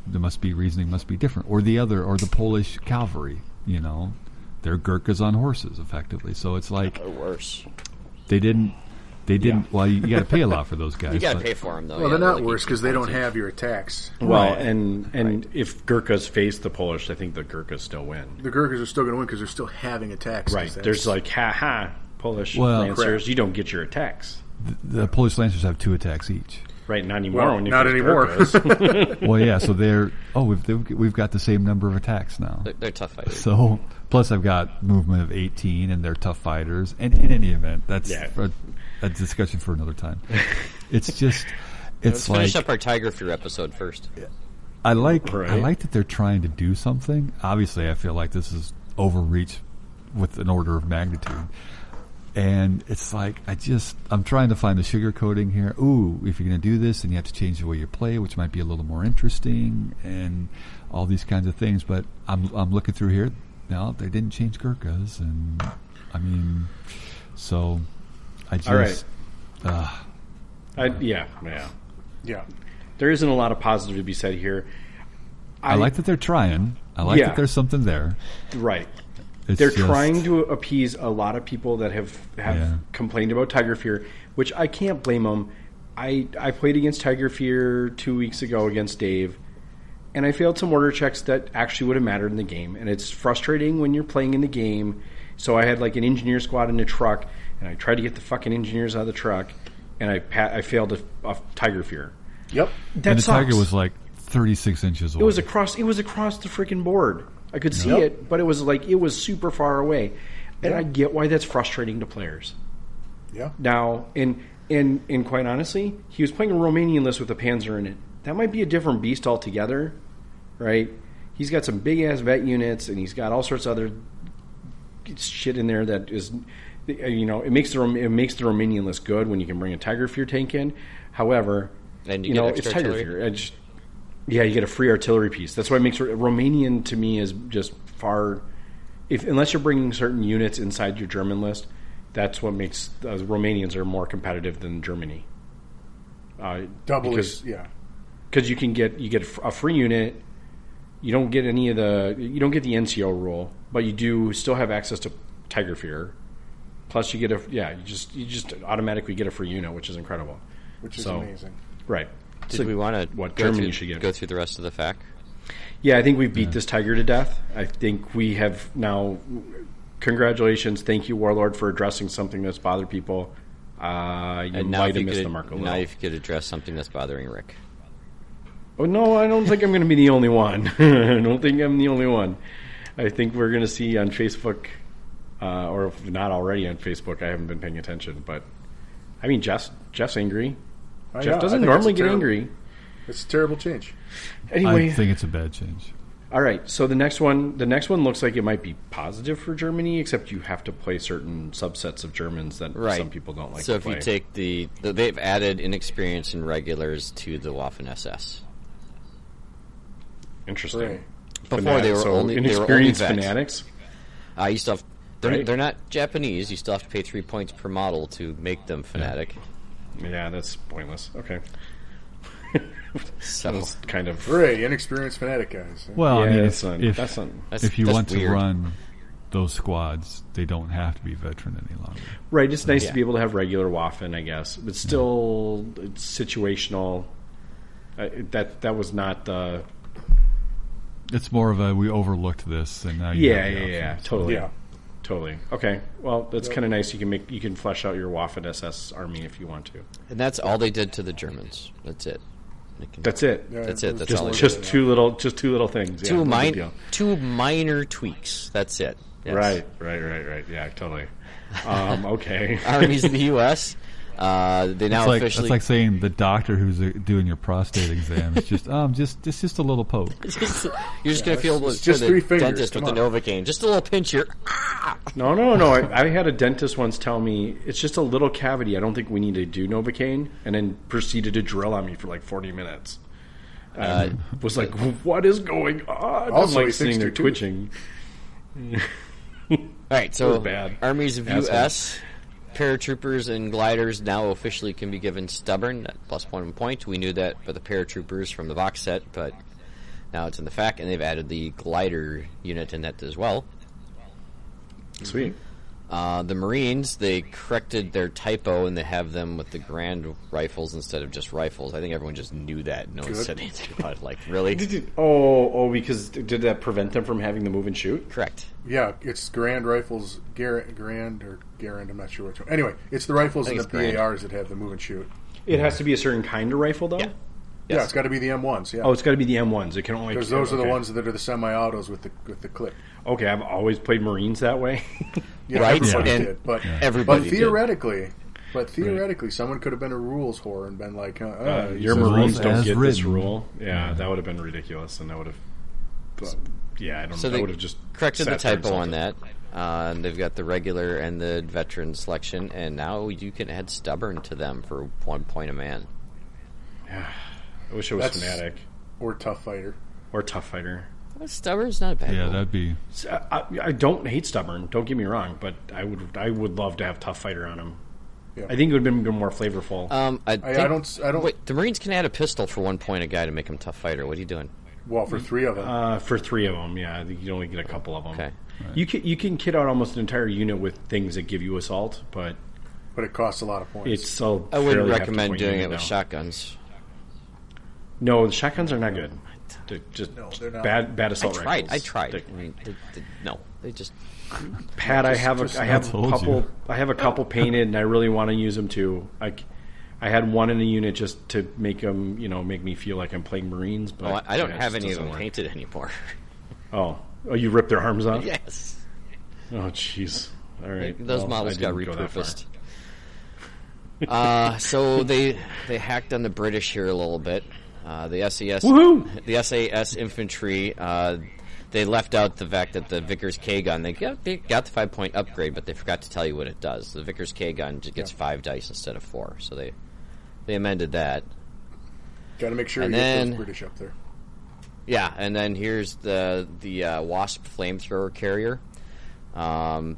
Speaker 5: there must be reasoning must be different, or the other, or the Polish cavalry. You know, they're Gurkhas on horses, effectively. So it's like
Speaker 3: Or worse.
Speaker 5: they didn't. They didn't. Well, you, got to pay a lot for those guys.
Speaker 3: You got to
Speaker 5: but-
Speaker 3: pay for them though.
Speaker 2: Well,
Speaker 3: yeah,
Speaker 2: they're not
Speaker 3: like-
Speaker 2: worse because they don't have your attacks.
Speaker 1: Well,
Speaker 5: Right.
Speaker 1: and and if Gurkhas face the Polish, I think the Gurkhas still win.
Speaker 2: The Gurkhas are still going to win because they're still having attacks. 'cause
Speaker 1: Right?
Speaker 2: that's-
Speaker 1: There's like ha ha Polish
Speaker 5: Well-
Speaker 1: lancers. You don't get your attacks.
Speaker 5: the Polish Lancers have two attacks each.
Speaker 1: Right? Not anymore.
Speaker 2: Well,
Speaker 1: when you
Speaker 2: not
Speaker 1: face
Speaker 2: anymore.
Speaker 1: Gurkhas.
Speaker 5: Well, yeah. So they're oh, we've they've- we've got the same number of attacks now.
Speaker 3: They're, they're tough fighters.
Speaker 5: So plus I've got movement of 18 and they're tough fighters. And in any event, that's
Speaker 1: Yeah.
Speaker 5: a, a discussion for another time. It's just it's
Speaker 3: Finish
Speaker 5: like
Speaker 3: up our Tiger Fear episode first.
Speaker 5: I like I
Speaker 1: Right.
Speaker 5: like that they're trying to do something. Obviously, I feel like this is overreach with an order of magnitude. and it's like I just I'm trying to find the sugar coating here. Ooh, if you're going to do this, and you have to change the way you play, which might be a little more interesting, and all these kinds of things. But I'm I'm looking through here. No, they didn't change Gurkhas, and I mean, so I just
Speaker 1: All right.
Speaker 5: uh,
Speaker 1: I, yeah, yeah.
Speaker 2: Yeah.
Speaker 1: There isn't a lot of positive to be said here.
Speaker 5: I, like that they're trying. I like
Speaker 1: Yeah.
Speaker 5: that there's something there.
Speaker 1: Right.
Speaker 5: It's
Speaker 1: They're
Speaker 5: just-
Speaker 1: trying to appease a lot of people that have have
Speaker 5: Yeah.
Speaker 1: complained about Tiger Fear, which I can't blame them. I I played against Tiger Fear two weeks ago against Dave, and I failed some order checks that actually would have mattered in the game. And it's frustrating when you're playing in the game. So I had like an engineer squad in a truck, and I tried to get the fucking engineers out of the truck, and I pa- I failed a, a Tiger Fear.
Speaker 2: Yep.
Speaker 1: That
Speaker 5: and the
Speaker 1: sucks.
Speaker 5: tiger was like 36 inches away.
Speaker 1: It was across. It was across the freaking board. I could see
Speaker 2: Yep.
Speaker 1: it, but it was like it was super far away, and
Speaker 2: Yeah.
Speaker 1: I get why that's frustrating to players
Speaker 2: Yeah.
Speaker 1: now. And and and quite honestly, he was playing a Romanian list with a Panzer in it. That might be a different beast altogether, right? He's got some big ass vet units, and he's got all sorts of other shit in there that is, you know, it makes the Rom- it makes the Romanian list good when you can bring a Tiger Fear tank in. However,
Speaker 3: And you
Speaker 1: you
Speaker 3: get
Speaker 1: know,
Speaker 3: extra
Speaker 1: it's Tiger
Speaker 3: artillery.
Speaker 1: Fear. I just- yeah, you get a free artillery piece. That's why it makes Romanian to me is just far. If unless you're bringing certain units inside your German list, that's what makes uh, Romanians are more competitive than Germany. Uh,
Speaker 2: Double
Speaker 1: because
Speaker 2: is yeah.
Speaker 1: because you can get you get a free unit. You don't get any of the you don't get the NCO rule, but you do still have access to Tiger Fear. Plus, you get a yeah, you just you just automatically get a free unit, which is incredible.
Speaker 2: Which is
Speaker 1: so-
Speaker 2: amazing.
Speaker 1: Right?
Speaker 3: Did
Speaker 1: So-
Speaker 3: we want to
Speaker 1: what
Speaker 3: go
Speaker 1: Germany
Speaker 3: through,
Speaker 1: should get.
Speaker 3: go through the rest of the fact?
Speaker 1: Yeah, I think we beat this tiger to death. I think we have now. Congratulations, thank you, Warlord, for addressing something that's bothered people. Uh, you
Speaker 3: And now
Speaker 1: might
Speaker 3: if
Speaker 1: have
Speaker 3: you
Speaker 1: missed
Speaker 3: could,
Speaker 1: the mark a
Speaker 3: now
Speaker 1: little.
Speaker 3: if you could address something that's bothering Rick.
Speaker 1: Oh no, I don't think I'm going to be the only one. I don't think I'm the only one. I think we're going to see on Facebook, uh, or if not already on Facebook. I haven't been paying attention, but I mean, Jeff's, Jeff's angry.
Speaker 2: I know, I
Speaker 1: Jeff doesn't
Speaker 2: think it's
Speaker 1: normally
Speaker 2: a
Speaker 1: get
Speaker 2: terrible-
Speaker 1: angry.
Speaker 2: It's a terrible change.
Speaker 1: Anyway,
Speaker 5: I think it's a bad change.
Speaker 1: All right. So the next one, the next one looks like it might be positive for Germany, except you have to play certain subsets of Germans that
Speaker 3: Right.
Speaker 1: some people don't like.
Speaker 3: So
Speaker 1: to
Speaker 3: if you
Speaker 1: play.
Speaker 3: take the, the they've added inexperienced and regulars to the Waffen SS.
Speaker 1: interesting,
Speaker 2: Right.
Speaker 3: Before
Speaker 1: Fanatics.
Speaker 3: they were
Speaker 1: so
Speaker 3: only they were only
Speaker 1: inexperienced
Speaker 3: vets.
Speaker 1: fanatics.
Speaker 3: Uh, you still have, they're,
Speaker 1: Right.
Speaker 3: they're not Japanese. You still have to pay three points per model to make them fanatic.
Speaker 1: Yeah, that's pointless. Okay,
Speaker 3: So
Speaker 1: that's kind of
Speaker 2: Hooray, inexperienced fanatic guys.
Speaker 5: Well, I
Speaker 1: Yeah,
Speaker 5: mean,
Speaker 1: that's
Speaker 5: if,
Speaker 1: not-
Speaker 5: if,
Speaker 1: that's not-
Speaker 3: That's-
Speaker 5: if you
Speaker 3: that's
Speaker 5: want
Speaker 3: weird.
Speaker 5: to run those squads, they don't have to be veteran any longer.
Speaker 1: right. It's nice
Speaker 3: Yeah.
Speaker 1: to be able to have regular Waffen, I guess, but still it's situational. Uh, that that was not the
Speaker 5: It's more of a we overlooked this, and now you
Speaker 1: yeah yeah
Speaker 5: have the
Speaker 1: yeah,
Speaker 5: option.
Speaker 1: yeah,
Speaker 5: So-
Speaker 1: totally
Speaker 2: Yeah.
Speaker 1: totally okay. Well, that's kind of nice. You can make you can flesh out your Waffen SS army if you want to.
Speaker 3: and that's all they did to the Germans. That's it. They can-
Speaker 1: That's it.
Speaker 2: Yeah,
Speaker 3: That's it,
Speaker 2: it's
Speaker 3: that's
Speaker 1: just
Speaker 3: all
Speaker 2: more
Speaker 3: it
Speaker 1: just
Speaker 2: than
Speaker 1: two little just two little things. yeah,
Speaker 3: two
Speaker 1: no big
Speaker 3: minor
Speaker 1: deal.
Speaker 3: two minor tweaks. That's it. Yes.
Speaker 1: Right, right, right, right. Yeah, totally. Um, okay.
Speaker 3: Armies of the U.S. Uh, they now
Speaker 5: It's like, it's
Speaker 3: officially
Speaker 5: like saying the doctor who's uh, doing your prostate exam is just um just it's just a little poke.
Speaker 3: You're just gonna feel
Speaker 2: it's
Speaker 3: with
Speaker 2: just
Speaker 3: the
Speaker 2: three fingers,
Speaker 3: dentist with
Speaker 2: come
Speaker 3: the Novocaine, just a little pinch here.
Speaker 1: No, no, no. I, I had a dentist once tell me it's just a little cavity. I don't think we need to do novocaine, and then proceeded to drill on me for like forty minutes.
Speaker 3: Uh,
Speaker 1: Was like, what is going on?
Speaker 2: Also,
Speaker 1: I'm
Speaker 2: he
Speaker 1: like sitting there
Speaker 2: thinks they're too-
Speaker 1: twitching.
Speaker 3: all right,
Speaker 1: That
Speaker 3: so
Speaker 1: was bad.
Speaker 3: armies of
Speaker 1: Asshole.
Speaker 3: U.S. paratroopers and gliders now officially can be given stubborn at plus one point. We knew that for the paratroopers from the box set, but now it's in the fact, and they've added the glider unit in that as well.
Speaker 1: Sweet.
Speaker 3: Uh, the Marines, they corrected their typo and they have them with the grand rifles instead of just rifles. I think everyone just knew that. No one
Speaker 2: Good.
Speaker 3: said anything about it. Like, really?
Speaker 1: Oh, oh, because did that prevent them from having the move and shoot?
Speaker 3: Correct.
Speaker 2: Yeah, it's Grand Rifles, Garrett, Grand or Garand, I'm not sure which one. Anyway, it's the rifles and
Speaker 3: think
Speaker 2: the
Speaker 3: it's Garand.
Speaker 2: PARs that have the move and shoot.
Speaker 1: It has to be a certain kind of rifle, though.
Speaker 2: Yeah, it's got to be the M1s. Yeah,
Speaker 1: Oh, it's got to be the M1s. It can only
Speaker 2: because those are the
Speaker 1: okay.
Speaker 2: ones that are the semi-autos with the with the clip.
Speaker 1: Okay, I've always played Marines that way.
Speaker 2: Yeah,
Speaker 3: Right,
Speaker 2: everybody
Speaker 3: and-
Speaker 2: did, but
Speaker 3: everybody
Speaker 2: but
Speaker 3: did.
Speaker 2: theoretically, but theoretically, someone could have been a rules whore and been like, uh, uh,
Speaker 1: Uh,
Speaker 2: you
Speaker 1: your
Speaker 2: said-
Speaker 1: Marines
Speaker 5: rules
Speaker 1: don't
Speaker 5: as
Speaker 1: get this
Speaker 5: written.
Speaker 1: rule. Yeah, that would have been ridiculous, and that would have. Yeah, I don't.
Speaker 3: So
Speaker 1: know. that
Speaker 3: they
Speaker 1: would have Mm, just
Speaker 3: corrected the
Speaker 1: sat there and
Speaker 3: typo on
Speaker 1: solved it.
Speaker 3: that. Uh, and they've got the regular and the veteran selection, and now you can add stubborn to them for one point a man.
Speaker 1: I wish it was
Speaker 2: That's-
Speaker 1: Fnatic
Speaker 2: or tough fighter.
Speaker 1: or Tough Fighter.
Speaker 3: Well, stubborn's not a bad.
Speaker 5: Yeah,
Speaker 3: rule.
Speaker 5: that'd be.
Speaker 1: So, I, I don't hate Stubborn. Don't get me wrong, but I would I would love to have Tough Fighter on him.
Speaker 2: Yeah.
Speaker 1: I think it would have been more flavorful.
Speaker 3: Um, I,
Speaker 2: I,
Speaker 3: think-
Speaker 2: I don't. s- I don't.
Speaker 3: Wait, the Marines can add a pistol for one point a guy to make him tough fighter. What are you doing?
Speaker 2: Well, for three of them,
Speaker 1: Uh, for three of them, yeah, I think you only get a couple of them.
Speaker 3: Okay.
Speaker 1: You can you can kit out almost an entire unit with things that give you assault, but
Speaker 2: but it costs a lot of points.
Speaker 1: it's so.
Speaker 3: I wouldn't
Speaker 1: fairly
Speaker 3: recommend
Speaker 1: half-point
Speaker 3: doing
Speaker 1: unit
Speaker 3: it with
Speaker 1: now.
Speaker 3: shotguns.
Speaker 1: No, the shotguns are not good. They're just
Speaker 2: No, they're not.
Speaker 1: bad bad assault
Speaker 3: I tried.
Speaker 1: rifles.
Speaker 3: I tried.
Speaker 1: They're-
Speaker 3: I mean, they- they- no, they just
Speaker 1: Pat, I have
Speaker 2: just-
Speaker 1: a, I
Speaker 2: I
Speaker 1: have a
Speaker 5: told
Speaker 1: couple
Speaker 5: you.
Speaker 1: I have a couple painted, and I really want to use them too. I, c- I had one in a unit just to make them, you know, make me feel like I'm playing Marines. But
Speaker 3: Oh, I, I don't
Speaker 1: yeah, it
Speaker 3: have
Speaker 1: just
Speaker 3: any of
Speaker 1: doesn't
Speaker 3: them
Speaker 1: work.
Speaker 3: painted anymore.
Speaker 1: Oh, oh, you ripped their arms off?
Speaker 3: yes,
Speaker 1: Oh, jeez. All right,
Speaker 3: those
Speaker 1: Well,
Speaker 3: models
Speaker 1: I
Speaker 3: got
Speaker 1: didn't go that far.
Speaker 3: repurposed. uh, so they they hacked on the British here a little bit. Uh, the SES,
Speaker 1: Woohoo!
Speaker 3: the SAS infantry. Uh, they left out the fact that the Vickers K gun they got, they got the five point upgrade, but they forgot to tell you what it does. The Vickers K gun just gets five dice instead of four, so they they amended that.
Speaker 2: Got to make sure you
Speaker 3: and
Speaker 2: get
Speaker 3: then-
Speaker 2: those British up there.
Speaker 3: Yeah, and then here's the the uh, Wasp flamethrower carrier. Um,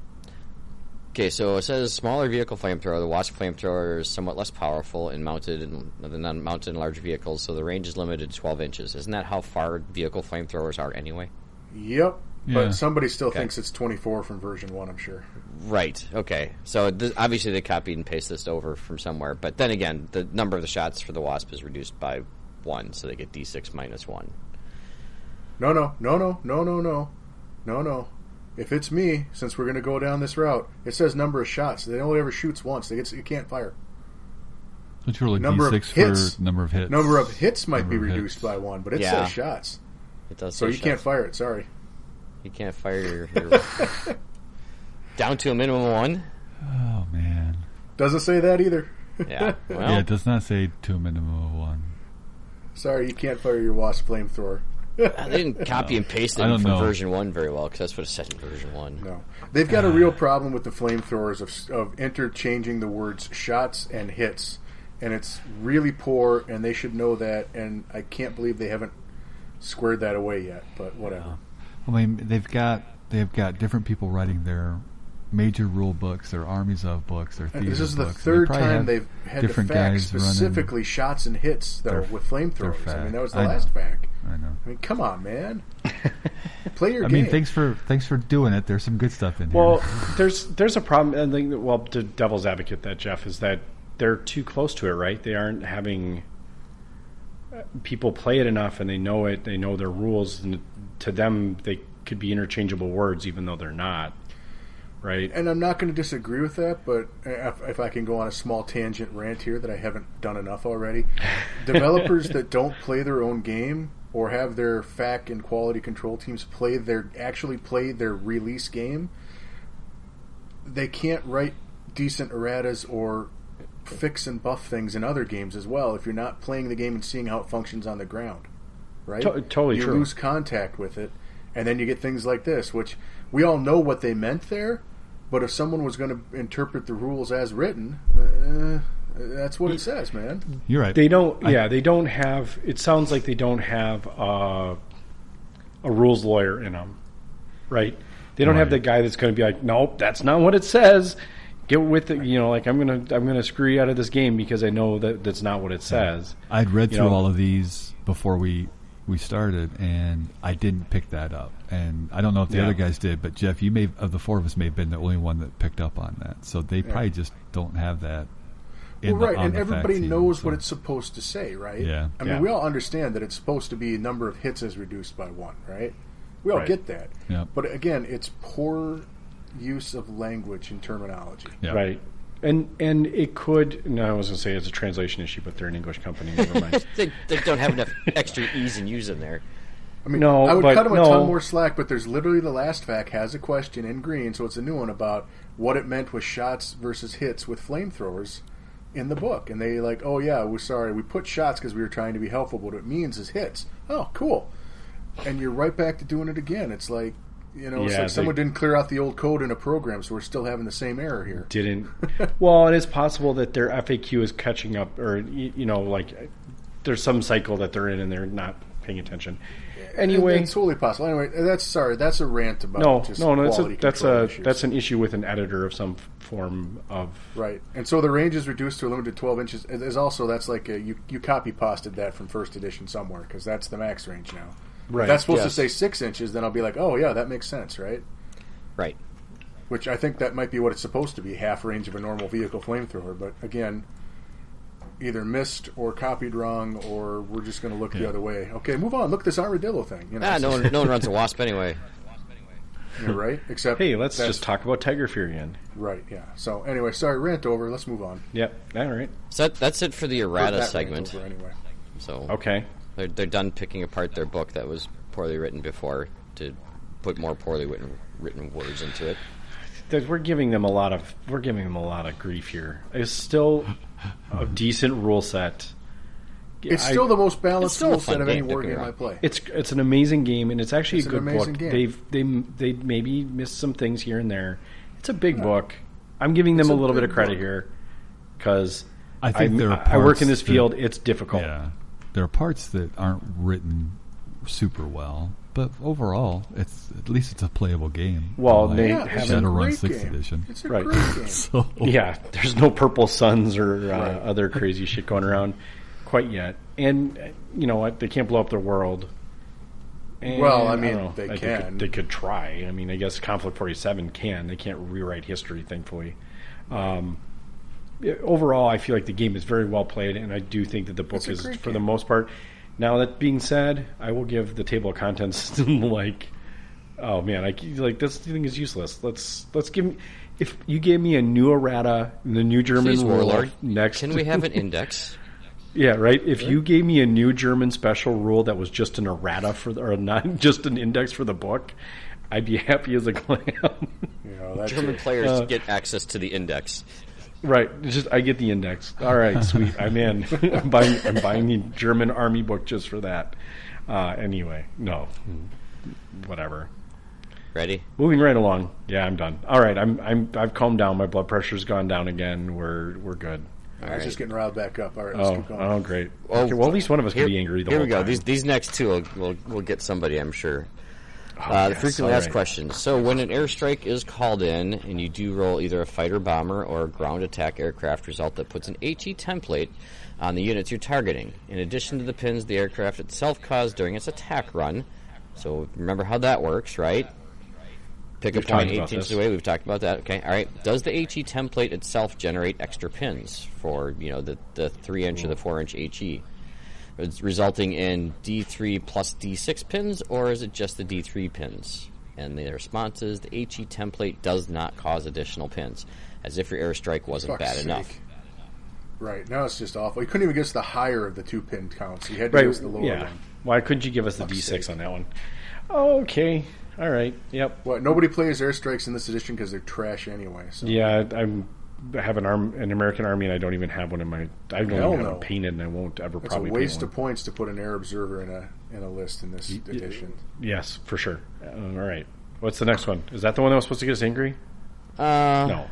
Speaker 3: okay, so it says smaller vehicle flamethrower. The Wasp flamethrower is somewhat less powerful and mounted in, than on mounted in large vehicles, so the range is limited to 12 inches. Isn't that how far vehicle flamethrowers are anyway?
Speaker 2: Yep.
Speaker 5: Yeah.
Speaker 2: But somebody still thinks it's 24 from version one. I'm sure.
Speaker 3: Right. Okay. So th- obviously they copied and pasted this over from somewhere, but then again, the number of the shots for the Wasp is reduced by one, so they get D6 minus one.
Speaker 2: No, no, no, no, no, no, no, no, no. If it's me, since we're going to go down this route, it says number of shots. They only ever shoots once. They get you can't fire.
Speaker 5: Don't you roll a
Speaker 2: Number of
Speaker 5: D6
Speaker 2: hits.
Speaker 5: for number of hits?
Speaker 2: Number of hits might
Speaker 5: Number
Speaker 2: be
Speaker 5: of
Speaker 2: reduced
Speaker 5: hits.
Speaker 2: by one, but it
Speaker 3: Yeah.
Speaker 2: says shots,
Speaker 3: It does.
Speaker 2: so
Speaker 3: say
Speaker 2: you can't
Speaker 3: shots.
Speaker 2: fire it. Sorry.
Speaker 3: You can't fire your, your down to a minimum of one.
Speaker 5: Oh man.
Speaker 2: Doesn't say that either.
Speaker 3: Yeah. Well,
Speaker 5: Yeah, it does not say to a minimum of one.
Speaker 2: Sorry, you can't fire your wasp flamethrower.
Speaker 3: I didn't copy and paste it
Speaker 5: I don't
Speaker 3: from
Speaker 5: know.
Speaker 3: version one very well because that's what it said in version one.
Speaker 2: No, they've got a real
Speaker 5: Ah.
Speaker 2: problem with the flamethrowers of, of interchanging the words shots and hits, and it's really poor. And they should know that. And I can't believe they haven't squared that away yet. But whatever.
Speaker 5: I mean, they've got they've got different people writing their major rule books, their armies of books, their theater
Speaker 2: This is the
Speaker 5: books. They
Speaker 2: third
Speaker 5: probably
Speaker 2: time
Speaker 5: have
Speaker 2: they've had to
Speaker 5: different
Speaker 2: fact
Speaker 5: guys running-
Speaker 2: specifically shots and hits though
Speaker 5: Their-
Speaker 2: with flamethrowers.
Speaker 5: their
Speaker 2: I mean, that was the
Speaker 5: fact. I
Speaker 2: last
Speaker 5: know.
Speaker 2: fact.
Speaker 5: I know.
Speaker 2: I mean, come on, man. Play your
Speaker 5: I
Speaker 2: game.
Speaker 5: mean, thanks for thanks for doing it. There's some good stuff in
Speaker 1: Well,
Speaker 5: here.
Speaker 1: there's there's a problem. And think, well, to devil's advocate, that Jeff is that they're too close to it, right? They aren't having uh, people play it enough, and they know it. They know their rules, and to them, they could be interchangeable words, even though they're not, right?
Speaker 2: and I'm not going to disagree with that, but if, if I can go on a small tangent rant here that I haven't done enough already, developers that don't play their own game or have their FAC and quality control teams play their actually play their release game, they can't write decent erratas or fix and buff things in other games as well if you're not playing the game and seeing how it functions on the ground right?
Speaker 1: To- totally
Speaker 2: you
Speaker 1: true.
Speaker 2: lose contact with it, and then you get things like this, which we all know what they meant there. But if someone was going to interpret the rules as written, uh, that's what it says, man.
Speaker 5: You're right.
Speaker 1: They don't.
Speaker 5: I-
Speaker 1: yeah, they don't have. It sounds like they don't have uh, a rules lawyer in them, right? They don't have the
Speaker 5: Right.
Speaker 1: guy that's going to be like, "Nope, that's not what it says." Get with it, you know. Like I'm gonna, I'm gonna screw you out of this game because I know that that's not what it says.
Speaker 5: I'd read
Speaker 1: you
Speaker 5: through
Speaker 1: know-
Speaker 5: all of these before we we started, and I didn't pick that up. And I don't know if the
Speaker 1: Yeah.
Speaker 5: other guys did, but Jeff, you may of the four of us may have been the only one that picked up on that. So they probably just don't have that.
Speaker 2: Well,
Speaker 5: in the-
Speaker 2: right,
Speaker 5: on
Speaker 2: and
Speaker 5: the
Speaker 2: everybody
Speaker 5: fact sheet,
Speaker 2: knows
Speaker 5: so-
Speaker 2: what it's supposed to say, right?
Speaker 5: Yeah.
Speaker 2: I mean,
Speaker 1: Yeah.
Speaker 2: we all understand that it's supposed to be number of hits is reduced by one, right? We all
Speaker 1: Right.
Speaker 2: get that.
Speaker 5: Yep.
Speaker 2: But again, it's poor use of language and terminology.
Speaker 5: Yeah.
Speaker 1: Right. And and it could. No, I was going to say it's a translation issue, but they're an English company. Never mind.
Speaker 3: They, they don't have enough extra e's and u's in there.
Speaker 2: I mean,
Speaker 1: No,
Speaker 2: I would
Speaker 1: but
Speaker 2: cut him a
Speaker 1: no.
Speaker 2: ton more slack, but there's literally the last fact has a question in green, so it's a new one about what it meant with shots versus hits with flamethrowers in the book. And they like, oh yeah, we're sorry, we put shots because we were trying to be helpful, but what it means is hits. Oh, cool. And you're right back to doing it again. It's like, You know, it's
Speaker 1: Yeah,
Speaker 2: like
Speaker 1: they-
Speaker 2: someone didn't clear out the old code in a program, so we're still having the same error here.
Speaker 1: didn't. well, it is possible that their FAQ is catching up, or y- you know, like there's some cycle that they're in and they're not paying attention. Anyway,
Speaker 2: it's totally possible. Anyway, that's sorry. That's a rant about
Speaker 1: no,
Speaker 2: just
Speaker 1: no, no, that's a,
Speaker 2: quality
Speaker 1: that's
Speaker 2: control
Speaker 1: a
Speaker 2: issues.
Speaker 1: that's an issue with an editor of some f- form of.
Speaker 2: right. And so the range is reduced to a limited twelve inches. It is also that's like a, you you copy pasted that from first edition somewhere because that's the max range now.
Speaker 1: Right.
Speaker 2: If that's supposed
Speaker 3: yes.
Speaker 2: to say six inches. Then I'll be like, oh yeah, that makes sense, right?
Speaker 3: Right.
Speaker 2: Which I think that might be what it's supposed to be, half range of a normal vehicle flamethrower. But again, either missed or copied wrong, or we're just going to look the other way. Okay, move on. Look at this armadillo thing. You know,
Speaker 3: Ah, no one, no one runs a wasp anyway.
Speaker 2: you're right. Except
Speaker 1: Hey, let's
Speaker 2: that's-
Speaker 1: just talk about Tiger Fear again.
Speaker 2: Right. Yeah. So anyway, sorry, rant over. Let's move on.
Speaker 1: Yep. All right.
Speaker 3: So that, that's it for the
Speaker 2: Or that
Speaker 3: errata
Speaker 2: rant
Speaker 3: segment.
Speaker 2: over anyway.
Speaker 3: So
Speaker 1: Okay.
Speaker 3: they're they're done picking apart their book that was poorly written before to put more poorly written written words into it.
Speaker 1: that we're giving them a lot of we're giving them a lot of grief here. It's still a decent rule set.
Speaker 2: It's
Speaker 1: I-
Speaker 2: still the most
Speaker 3: It's
Speaker 2: balanced
Speaker 3: still a
Speaker 2: rule
Speaker 3: fun
Speaker 2: set of any
Speaker 3: game, don't
Speaker 2: war
Speaker 3: get me
Speaker 2: game
Speaker 3: wrong.
Speaker 2: I play.
Speaker 1: it's it's an amazing game and it's actually
Speaker 2: It's
Speaker 1: a
Speaker 2: an
Speaker 1: good
Speaker 2: amazing
Speaker 1: book.
Speaker 2: game.
Speaker 1: They've they they maybe missed some things here and there. It's a big book. I'm giving them
Speaker 2: It's
Speaker 1: a
Speaker 2: a
Speaker 1: little bit
Speaker 2: big
Speaker 1: of credit
Speaker 2: book.
Speaker 1: here because
Speaker 5: I think there are
Speaker 1: I work in
Speaker 5: parts
Speaker 1: this field.
Speaker 5: that-
Speaker 1: it's difficult.
Speaker 5: Yeah, there are parts that aren't written super well, but overall, it's at least it's a playable game.
Speaker 1: Well,
Speaker 5: Like
Speaker 1: they
Speaker 2: yeah, it's a
Speaker 1: haven't-
Speaker 5: Shadowrun
Speaker 2: great
Speaker 5: Sixth
Speaker 2: game.
Speaker 5: Edition.
Speaker 2: It's a
Speaker 1: Right.
Speaker 2: great game.
Speaker 5: So
Speaker 1: Yeah, there's no purple suns or uh, other crazy shit going around quite yet. And uh, you know what? They can't blow up their world. And,
Speaker 2: Well, I mean,
Speaker 1: don't know.
Speaker 2: they
Speaker 1: Like, They
Speaker 2: can.
Speaker 1: could, they could try. I mean, I guess Conflict 47 can. They can't rewrite history, thankfully. Um, yeah, overall, I feel like the game is very well played, and I do think that the book
Speaker 2: It's a
Speaker 1: is,
Speaker 2: great
Speaker 1: for the
Speaker 2: game.
Speaker 1: most part. Now that being said, I will give the table of contents like, oh man, I like this thing is useless. Let's let's give me if you gave me a new errata, the new German
Speaker 3: Please,
Speaker 1: rule
Speaker 3: warlord,
Speaker 1: next.
Speaker 3: can we have an index?
Speaker 1: yeah, right. If you gave me a new German special rule that was just an errata for the, or not just an index for the book, I'd be happy as a clam.
Speaker 2: You know, that's
Speaker 3: German
Speaker 2: it.
Speaker 3: players get access to the index.
Speaker 1: Right. It's just I get the index. All right, sweet. I'm in. I'm buying. I'm buying the German army book just for that. Uh, anyway, no, whatever.
Speaker 3: Ready?
Speaker 1: Moving right along. Yeah, I'm done. All right, I'm. I'm. I've calmed down. My blood pressure's gone down again. We're. We're good.
Speaker 3: All
Speaker 2: I
Speaker 3: right.
Speaker 2: was just getting riled back up. All right, let's
Speaker 1: Oh.
Speaker 2: keep going.
Speaker 1: Oh, great. Okay, well, at least one of us
Speaker 3: Here,
Speaker 1: can be angry. The
Speaker 3: here
Speaker 1: whole
Speaker 3: we go.
Speaker 1: Time.
Speaker 3: These these next two will will will get somebody, I'm sure.
Speaker 1: Oh,
Speaker 3: uh, the
Speaker 1: yes,
Speaker 3: frequently
Speaker 1: all
Speaker 3: asked
Speaker 1: right.
Speaker 3: questions. So when an airstrike is called in, and you do roll either a fighter bomber or a ground attack aircraft result that puts an HE template on the units you're targeting. In addition to the pins the aircraft itself caused during its attack run. So remember how that works, right? Pick
Speaker 1: We've
Speaker 3: a point
Speaker 1: talked about
Speaker 3: 18
Speaker 1: this.
Speaker 3: inches away. We've talked about that. Okay, all right. Does the HE template itself generate extra pins for you know the the three inch or the four inch HE? It's resulting in D3 plus D6 pins, or is it just the D3 pins? And the response is the HE template does not cause additional pins, as if your airstrike wasn't
Speaker 2: Fuck's
Speaker 3: bad
Speaker 2: sake.
Speaker 3: enough.
Speaker 2: Right now it's just awful. You couldn't even guess the higher of the two pin counts. You had to
Speaker 1: Right.
Speaker 2: guess the lower
Speaker 1: yeah.
Speaker 2: one.
Speaker 1: Why couldn't you give us the D six on that one? Okay. All right. Yep.
Speaker 2: What? Nobody plays airstrikes in this edition because they're trash anyway. So
Speaker 1: Yeah, I- I'm. I have an arm, an American Army, and I don't even have one in my. I don't
Speaker 2: Hell
Speaker 1: even have
Speaker 2: no.
Speaker 1: it painted, and I won't ever
Speaker 2: it's a
Speaker 1: probably. paint
Speaker 2: waste
Speaker 1: one.
Speaker 2: of points to put an air observer in a in a list in this edition.
Speaker 1: Yes, for sure. Uh, all right. What's the next one? Is that the one that was supposed to get us angry?
Speaker 3: Uh,
Speaker 1: No.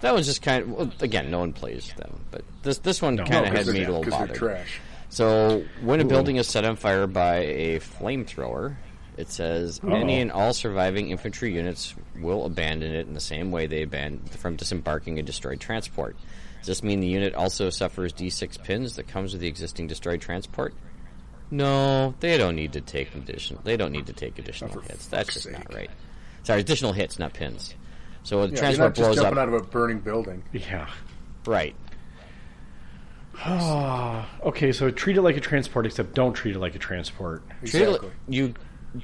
Speaker 3: That was just kind of well, again, no one plays them, but this this one
Speaker 1: No.
Speaker 3: kind
Speaker 1: No,
Speaker 3: of
Speaker 1: 'cause
Speaker 3: had me a little
Speaker 2: Because they're
Speaker 3: bothered.
Speaker 2: trash.
Speaker 3: So, when a building is set on fire by a flamethrower, it says
Speaker 2: Oh.
Speaker 3: any and all surviving infantry units will abandon it in the same way they abandoned from disembarking a destroyed transport. Does this mean the unit also suffers D6 pins that comes with the existing destroyed transport? No, they don't need to take additional. They don't need to take additional hits. That's just not
Speaker 2: Oh, sake.
Speaker 3: right. Sorry, additional hits, not pins. So the
Speaker 2: Yeah, you're
Speaker 3: transport
Speaker 2: not just
Speaker 3: blows up.
Speaker 2: jumping out of a burning building.
Speaker 1: Yeah.
Speaker 3: Right.
Speaker 1: Ah, Okay, so treat it like a transport, except don't treat it like a transport.
Speaker 3: Treat it-
Speaker 2: Exactly.
Speaker 3: You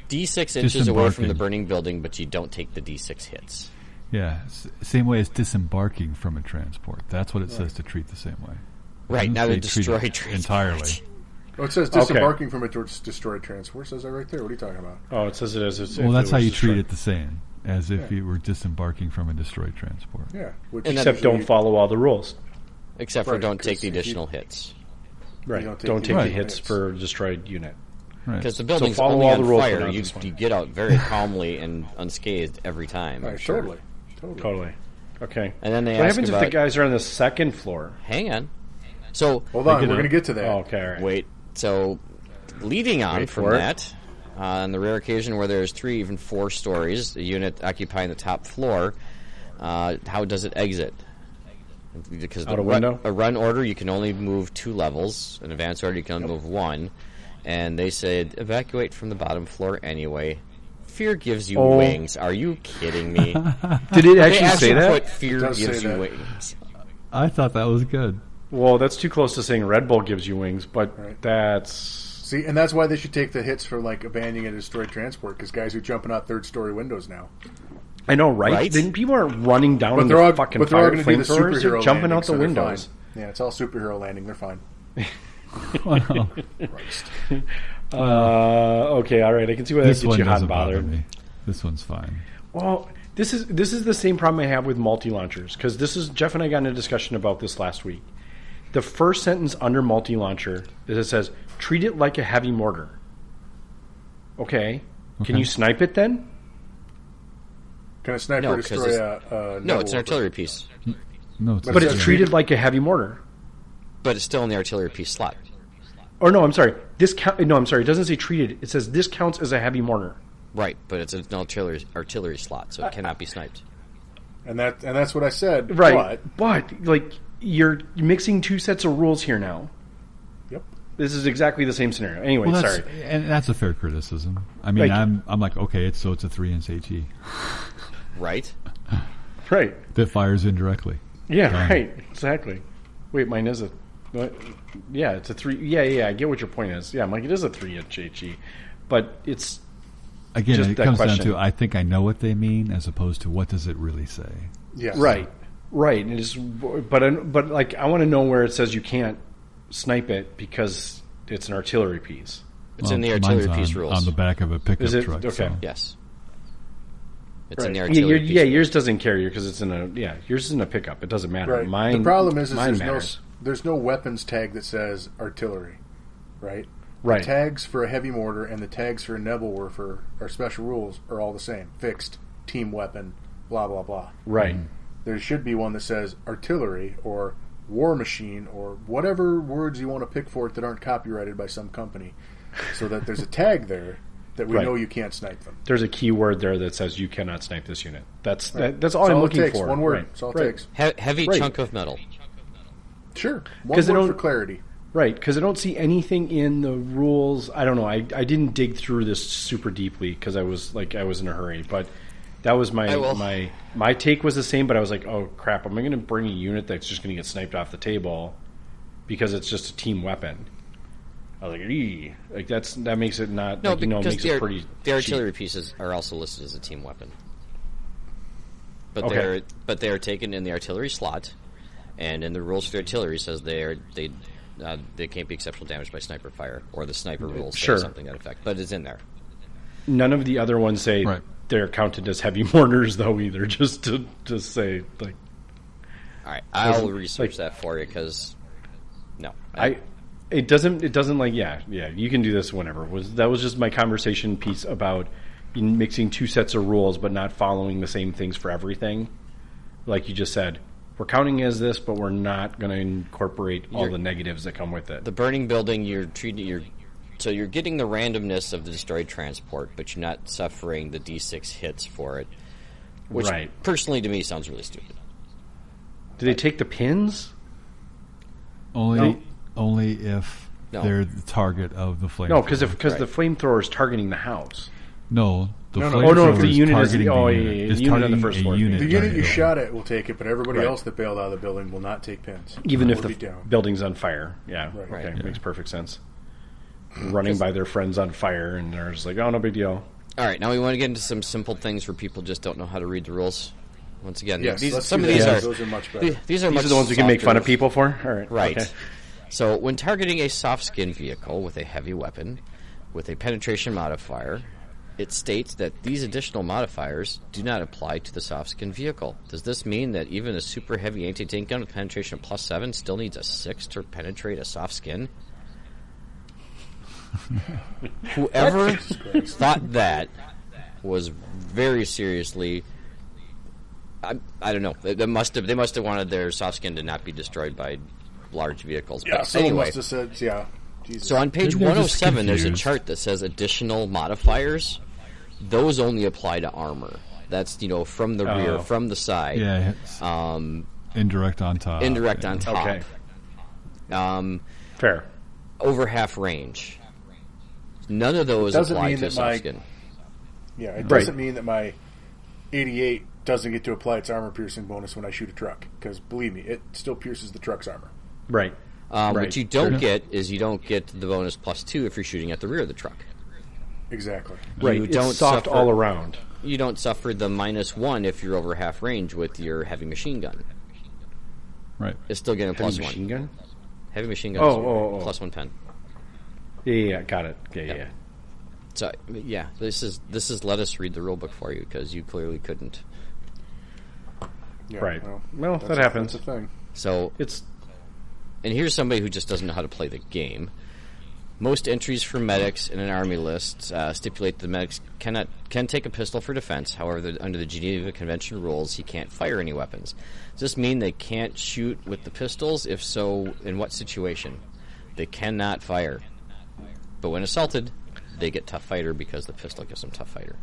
Speaker 3: D6 inches away from
Speaker 5: Disembarking. Mm-hmm.
Speaker 3: the burning building, but you don't take the D6 hits.
Speaker 5: yeah, s- same way as disembarking from a transport. That's what it says to treat the same way.
Speaker 3: Right,
Speaker 5: Doesn't
Speaker 3: now
Speaker 5: say
Speaker 3: they
Speaker 5: treat
Speaker 3: destroy
Speaker 5: it
Speaker 3: trees.
Speaker 5: entirely.
Speaker 2: Oh, it says disembarking from a tor- destroyed transport. It Says that right there. What are you talking about?
Speaker 1: Oh, it says it as. as
Speaker 5: Well,
Speaker 1: if
Speaker 5: that's how
Speaker 1: was
Speaker 5: you treat
Speaker 1: destroyed.
Speaker 5: it the same as if you were disembarking from a destroyed transport.
Speaker 2: Yeah. Which
Speaker 3: And that-
Speaker 1: Except don't
Speaker 2: usually
Speaker 1: follow all the rules.
Speaker 3: Except for
Speaker 2: Right,
Speaker 3: don't take
Speaker 2: 'cause
Speaker 3: the
Speaker 2: if you-
Speaker 3: additional hits.
Speaker 1: Right.
Speaker 2: don't
Speaker 1: Don't
Speaker 2: take
Speaker 1: take,
Speaker 2: the
Speaker 1: the
Speaker 5: Right.
Speaker 1: hits for destroyed unit.
Speaker 5: Right.
Speaker 3: Because the building's
Speaker 1: follow
Speaker 3: only
Speaker 1: all
Speaker 3: on
Speaker 1: the rules for
Speaker 3: fire.
Speaker 1: now,
Speaker 3: You,
Speaker 1: this one.
Speaker 3: you get out very calmly and unscathed every time.
Speaker 2: Right,
Speaker 3: I'm sure.
Speaker 2: Oh, Totally. Totally.
Speaker 1: Totally. Okay.
Speaker 3: And then they
Speaker 1: what
Speaker 3: ask
Speaker 1: happens if
Speaker 3: about-
Speaker 1: the guys are on the second floor?
Speaker 3: Hang on. So
Speaker 2: Hold
Speaker 1: They
Speaker 2: on, we're
Speaker 1: get a-
Speaker 2: going to get to that.
Speaker 1: Oh, okay. All right.
Speaker 3: Wait. So, leading on
Speaker 1: Wait
Speaker 3: from
Speaker 1: for it.
Speaker 3: that, uh, on the rare occasion where there's three, even four stories, a unit occupying the top floor, uh, how does it exit? Because
Speaker 1: Out
Speaker 3: the
Speaker 1: a
Speaker 3: run,
Speaker 1: window?
Speaker 3: a run order, you can only move two levels. An advance order, you can only move one. And they said evacuate from the bottom floor anyway. Fear gives you
Speaker 1: Oh.
Speaker 3: wings. Are you kidding me?
Speaker 1: Did it actually
Speaker 3: they actually
Speaker 1: say
Speaker 3: put
Speaker 1: that?
Speaker 3: fear
Speaker 2: It does
Speaker 3: gives
Speaker 2: say
Speaker 3: you
Speaker 2: that.
Speaker 3: wings.
Speaker 5: I thought that was good.
Speaker 1: Well, that's too close to saying Red Bull gives you wings, but
Speaker 2: Right.
Speaker 1: that's
Speaker 2: See, and that's why they should take the hits for like abandoning and destroyed transport because guys are jumping out third story windows now.
Speaker 1: I know, right?
Speaker 3: Right?
Speaker 1: Then people are running down
Speaker 2: But
Speaker 1: in
Speaker 2: they're
Speaker 1: their
Speaker 2: all
Speaker 1: fucking
Speaker 2: but they're all
Speaker 1: fire
Speaker 2: going to do the
Speaker 1: flamethrowers. They're
Speaker 2: superhero
Speaker 1: jumping
Speaker 2: landing,
Speaker 1: out the
Speaker 2: so they're
Speaker 1: windows.
Speaker 2: fine. Yeah, it's all superhero landing. They're fine.
Speaker 5: Wow.
Speaker 1: Uh, okay, all right. I can see why that
Speaker 5: this
Speaker 1: gets
Speaker 5: one
Speaker 1: you hot
Speaker 5: doesn't
Speaker 1: and
Speaker 5: bother
Speaker 1: bothered.
Speaker 5: me. This one's fine.
Speaker 1: Well, this is this is the same problem I have with multi launchers because this is Jeff and I got in a discussion about this last week. The first sentence under multi launcher is it says treat it like a heavy mortar. Okay, can
Speaker 5: Okay.
Speaker 1: you snipe it then?
Speaker 2: Can a sniper
Speaker 3: No, 'cause
Speaker 2: destroy a, a
Speaker 3: No,
Speaker 2: Neville
Speaker 3: it's an
Speaker 2: weapon?
Speaker 3: artillery piece,
Speaker 5: No, it's
Speaker 1: But
Speaker 2: it
Speaker 1: it's
Speaker 2: says
Speaker 1: treated like a heavy mortar.
Speaker 3: but it's still in the artillery piece slot.
Speaker 1: Or no, I'm sorry. This count. No, I'm sorry. It doesn't say treated. It says this counts as a heavy mortar.
Speaker 3: Right, but it's an artillery artillery slot,
Speaker 1: Uh,
Speaker 3: so it cannot be sniped.
Speaker 2: and that and that's what I said.
Speaker 1: Right. But, like you're mixing two sets of rules here now.
Speaker 2: But, yep.
Speaker 1: This is exactly the same scenario. Anyway,
Speaker 5: well, that's,
Speaker 1: sorry.
Speaker 5: and that's a fair criticism. I mean,
Speaker 1: Like-
Speaker 5: I'm I'm like okay, it's so it's a three inch HE
Speaker 3: Right?
Speaker 1: Right.
Speaker 5: that fires indirectly.
Speaker 1: Yeah,
Speaker 5: Right.
Speaker 1: right. Exactly. Wait, mine is a. What? Yeah, it's a three. Yeah, yeah. I get what your point is. Yeah, Mike, it is a three inch HE, but it's
Speaker 5: Again,
Speaker 1: Just
Speaker 5: it
Speaker 1: that
Speaker 5: comes
Speaker 1: question.
Speaker 5: down to I think I know what they mean, as opposed to what does it really say.
Speaker 2: Yes.
Speaker 1: right, right. It is, but I- but like I want to know where it says you can't snipe it because it's an artillery piece.
Speaker 3: It's
Speaker 5: Well,
Speaker 3: in the
Speaker 5: mine's
Speaker 3: artillery piece
Speaker 5: on,
Speaker 3: rules.
Speaker 5: on the back of a pickup
Speaker 1: Is it?
Speaker 5: truck.
Speaker 1: Okay.
Speaker 5: so-
Speaker 3: yes. It's in the
Speaker 1: Right.
Speaker 3: artillery
Speaker 1: yeah, your-
Speaker 3: piece.
Speaker 1: yeah, yours doesn't carry because it's in a yeah, yours is in a pickup. It doesn't matter.
Speaker 2: Right.
Speaker 1: Mine.
Speaker 2: the problem is, is
Speaker 1: mine
Speaker 2: there's no
Speaker 1: matters.
Speaker 2: s- there's no weapons tag that says artillery, right?
Speaker 1: Right.
Speaker 2: The tags for a heavy mortar and the tags for a Neville Werfer or special rules are all the same. Fixed team weapon, blah blah blah.
Speaker 1: right.
Speaker 2: There should be one that says artillery or war machine or whatever words you want to pick for it that aren't copyrighted by some company, so that there's a tag there that we
Speaker 1: Right.
Speaker 2: know you can't snipe them.
Speaker 1: There's a key word there that says you cannot snipe this unit. That's that, that's all
Speaker 2: That's
Speaker 1: I'm
Speaker 2: all
Speaker 1: looking
Speaker 2: it takes.
Speaker 1: for.
Speaker 2: One word.
Speaker 1: Right.
Speaker 2: That's all it
Speaker 1: Right.
Speaker 2: takes.
Speaker 3: He- heavy
Speaker 1: Right.
Speaker 3: chunk of metal.
Speaker 2: Sure. One
Speaker 1: 'Cause they
Speaker 2: word for
Speaker 1: don't-
Speaker 2: clarity.
Speaker 1: Right, because I don't see anything in the rules. I don't know. I, I didn't dig through this super deeply because I was like I was in a hurry. But that was my
Speaker 3: I will-
Speaker 1: my my take was the same. But I was like, oh crap, am I going to bring a unit that's just going to get sniped off the table because it's just a team weapon? I was like, eee. like that's that makes it not
Speaker 3: No,
Speaker 1: like, you know it
Speaker 3: because
Speaker 1: makes
Speaker 3: the,
Speaker 1: it
Speaker 3: ar-
Speaker 1: pretty
Speaker 3: the
Speaker 1: cheap.
Speaker 3: artillery pieces are also listed as a team weapon. But
Speaker 1: Okay.
Speaker 3: they're but they are taken in the artillery slot, and in the rules for artillery says they are they uh, they can't be exceptional damage by sniper fire or the sniper rules say
Speaker 1: Mm, Sure.
Speaker 3: something to that effect. But it's in there.
Speaker 1: None of the other ones say
Speaker 5: Right.
Speaker 1: they're counted as heavy mortars though either. Just to just say like
Speaker 3: All right, I'll
Speaker 1: Doesn't-
Speaker 3: research
Speaker 1: like-
Speaker 3: that for you because no,
Speaker 1: I it doesn't it doesn't like yeah yeah you can do this whenever was that was just my conversation piece about in mixing two sets of rules but not following the same things for everything like you just said we're counting as this but we're not going to incorporate all
Speaker 3: You're-
Speaker 1: the negatives that come with it
Speaker 3: the burning building you're treating you're so you're getting the randomness of the destroyed transport but you're not suffering the d6 hits for it which
Speaker 1: right
Speaker 3: personally to me sounds really stupid
Speaker 1: do they take the pins
Speaker 5: Only
Speaker 1: No.
Speaker 5: only if
Speaker 3: No.
Speaker 5: they're the target of the flame.
Speaker 1: no because if
Speaker 5: thrower.
Speaker 1: because the flamethrower is targeting the house
Speaker 5: no the
Speaker 2: No, no.
Speaker 5: flame
Speaker 2: Oh,
Speaker 1: no, if the
Speaker 5: thrower is
Speaker 1: unit is-
Speaker 5: targeting
Speaker 1: oh,
Speaker 5: the
Speaker 1: yeah,
Speaker 5: unit.
Speaker 1: yeah,
Speaker 5: It's
Speaker 1: unit on the
Speaker 5: targeting
Speaker 1: first
Speaker 5: a
Speaker 1: floor.
Speaker 5: unit
Speaker 2: The unit you
Speaker 5: targeted.
Speaker 2: shot at will take it, but everybody
Speaker 1: Right.
Speaker 2: else that bailed out of the building will not take pins.
Speaker 1: even
Speaker 2: It
Speaker 1: if
Speaker 2: will
Speaker 1: the
Speaker 2: be down.
Speaker 1: building's on fire yeah
Speaker 2: Right.
Speaker 1: okay
Speaker 3: Right.
Speaker 1: makes perfect sense running by their friends on fire and they're just like oh no big deal
Speaker 3: all right now we want to get into some simple things where people just don't know how to read the rules once again
Speaker 2: Yes,
Speaker 3: these,
Speaker 2: let's
Speaker 3: some
Speaker 2: do
Speaker 3: of these
Speaker 2: that.
Speaker 3: are,
Speaker 2: Those are much better.
Speaker 3: th- these are
Speaker 1: These
Speaker 3: much
Speaker 1: are the ones we can make fun of
Speaker 3: softer.
Speaker 1: people for. All right,
Speaker 3: Right.
Speaker 1: Okay.
Speaker 3: So, when targeting a soft skinned vehicle with a heavy weapon with a penetration modifier, it states that these additional modifiers do not apply to the soft skinned vehicle. Does this mean that even a super heavy anti tank gun with penetration of plus 7 still needs a 6 to penetrate a soft skin? Whoever thought that was very seriously. I, I don't know. They, they must have. They must have wanted their soft skin to not be destroyed by large vehicles.
Speaker 2: Yeah,
Speaker 3: but
Speaker 2: someone
Speaker 3: anyway,
Speaker 2: must have said, yeah. Jesus.
Speaker 3: so on page
Speaker 5: Maybe they're just
Speaker 3: 107, there's a
Speaker 5: confused.
Speaker 3: chart that says additional modifiers. Those only apply to armor. That's you know from the rear,
Speaker 1: Oh.
Speaker 3: from the side,
Speaker 5: Yeah, it's
Speaker 3: um,
Speaker 5: indirect on top.
Speaker 3: indirect on top,
Speaker 1: Okay.
Speaker 3: um,
Speaker 1: Fair.
Speaker 3: over half range. None of those
Speaker 2: doesn't
Speaker 3: apply
Speaker 2: mean
Speaker 3: to
Speaker 2: that
Speaker 3: soft
Speaker 2: my-
Speaker 3: skin.
Speaker 2: yeah, it
Speaker 1: Right.
Speaker 2: doesn't mean that my 88 doesn't get to apply its armor piercing bonus when I shoot a truck. Because believe me, it still pierces the truck's armor.
Speaker 1: Right.
Speaker 3: Um,
Speaker 1: Right,
Speaker 3: What you don't get is you don't get the bonus plus two if you're shooting at the rear of the truck.
Speaker 2: Exactly.
Speaker 1: Right.
Speaker 3: You
Speaker 1: it's
Speaker 3: don't
Speaker 1: soft
Speaker 3: suffer-
Speaker 1: all around.
Speaker 3: You don't suffer the minus one if you're over half range with your heavy machine gun.
Speaker 5: Right.
Speaker 3: It's still getting a plus
Speaker 1: Heavy machine
Speaker 3: one.
Speaker 1: gun.
Speaker 3: Heavy machine gun
Speaker 1: Oh, oh, oh.
Speaker 3: plus one ten.
Speaker 1: Yeah, yeah, yeah, got it. Yeah, yeah. yeah.
Speaker 3: So yeah, this is this is let us read the rule book for you because you clearly couldn't.
Speaker 2: Yeah,
Speaker 1: Right. Well,
Speaker 2: that's
Speaker 1: that
Speaker 2: a-
Speaker 1: happens.
Speaker 2: That's a thing.
Speaker 3: So
Speaker 1: It's
Speaker 3: and here's somebody who just doesn't know how to play the game. Most entries for medics in an army list uh, stipulate the medics cannot can take a pistol for defense. However, the, under the Geneva Convention rules, he can't fire any weapons. Does this mean they can't shoot with the pistols? If so, in what situation? They cannot fire, but when assaulted, they get tough fighter because the pistol gives them tough fighter.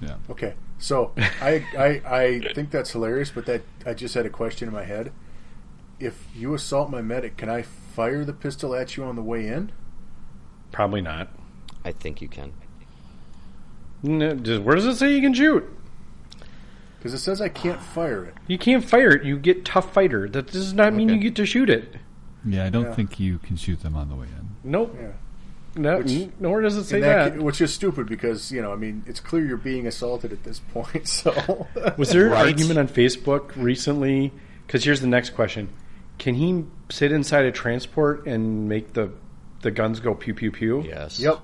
Speaker 5: Yeah.
Speaker 2: Okay, so I, I I think that's hilarious, but that I just had a question in my head. If you assault my medic, can I fire the pistol at you on the way in?
Speaker 1: probably not.
Speaker 3: I think you can.
Speaker 1: No, just- where does it say you can shoot?
Speaker 2: Because it says I can't fire it.
Speaker 1: You can't fire it. You get tough fighter. That does not mean
Speaker 3: Okay.
Speaker 1: you get to shoot it.
Speaker 5: Yeah, I don't
Speaker 2: Yeah.
Speaker 5: think you can shoot them on the way in.
Speaker 1: Nope.
Speaker 2: Yeah.
Speaker 1: No,
Speaker 2: Which-
Speaker 1: n- nor does it say
Speaker 2: And that
Speaker 1: that.
Speaker 2: ca- which is stupid because you know I mean it's clear you're being assaulted at this point. So
Speaker 1: Was there an
Speaker 3: Right.
Speaker 1: argument on Facebook recently? Because here's the next question: Can he sit inside a transport and make the the guns go pew pew pew?
Speaker 3: Yes.
Speaker 2: yep,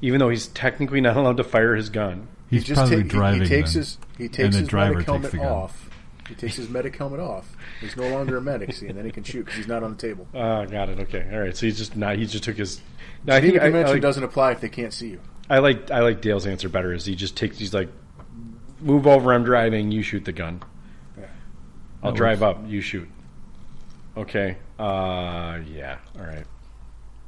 Speaker 1: Even though he's technically not allowed to fire his gun.
Speaker 5: He's
Speaker 2: he just
Speaker 5: probably
Speaker 2: ta- he-
Speaker 5: driving.
Speaker 2: He, takes
Speaker 5: then.
Speaker 2: his he takes
Speaker 5: the
Speaker 2: his
Speaker 5: driver
Speaker 2: medic
Speaker 5: takes
Speaker 2: helmet
Speaker 5: the gun.
Speaker 2: off. He takes his medic helmet off. He's no longer a medic, see, and then he can shoot because he's not on the table.
Speaker 1: Ah, got it. Okay, all right. So he's just not. He just took his. No, I
Speaker 2: I
Speaker 1: think I, I
Speaker 2: convention
Speaker 1: like,
Speaker 2: doesn't apply if they can't see you.
Speaker 1: I like I like Dale's answer better. Is he just takes? He's like, move over. I'm driving. You shoot the gun.
Speaker 2: Yeah.
Speaker 1: I'll
Speaker 5: That
Speaker 1: drive up. You shoot. Okay. Uh, yeah. All right.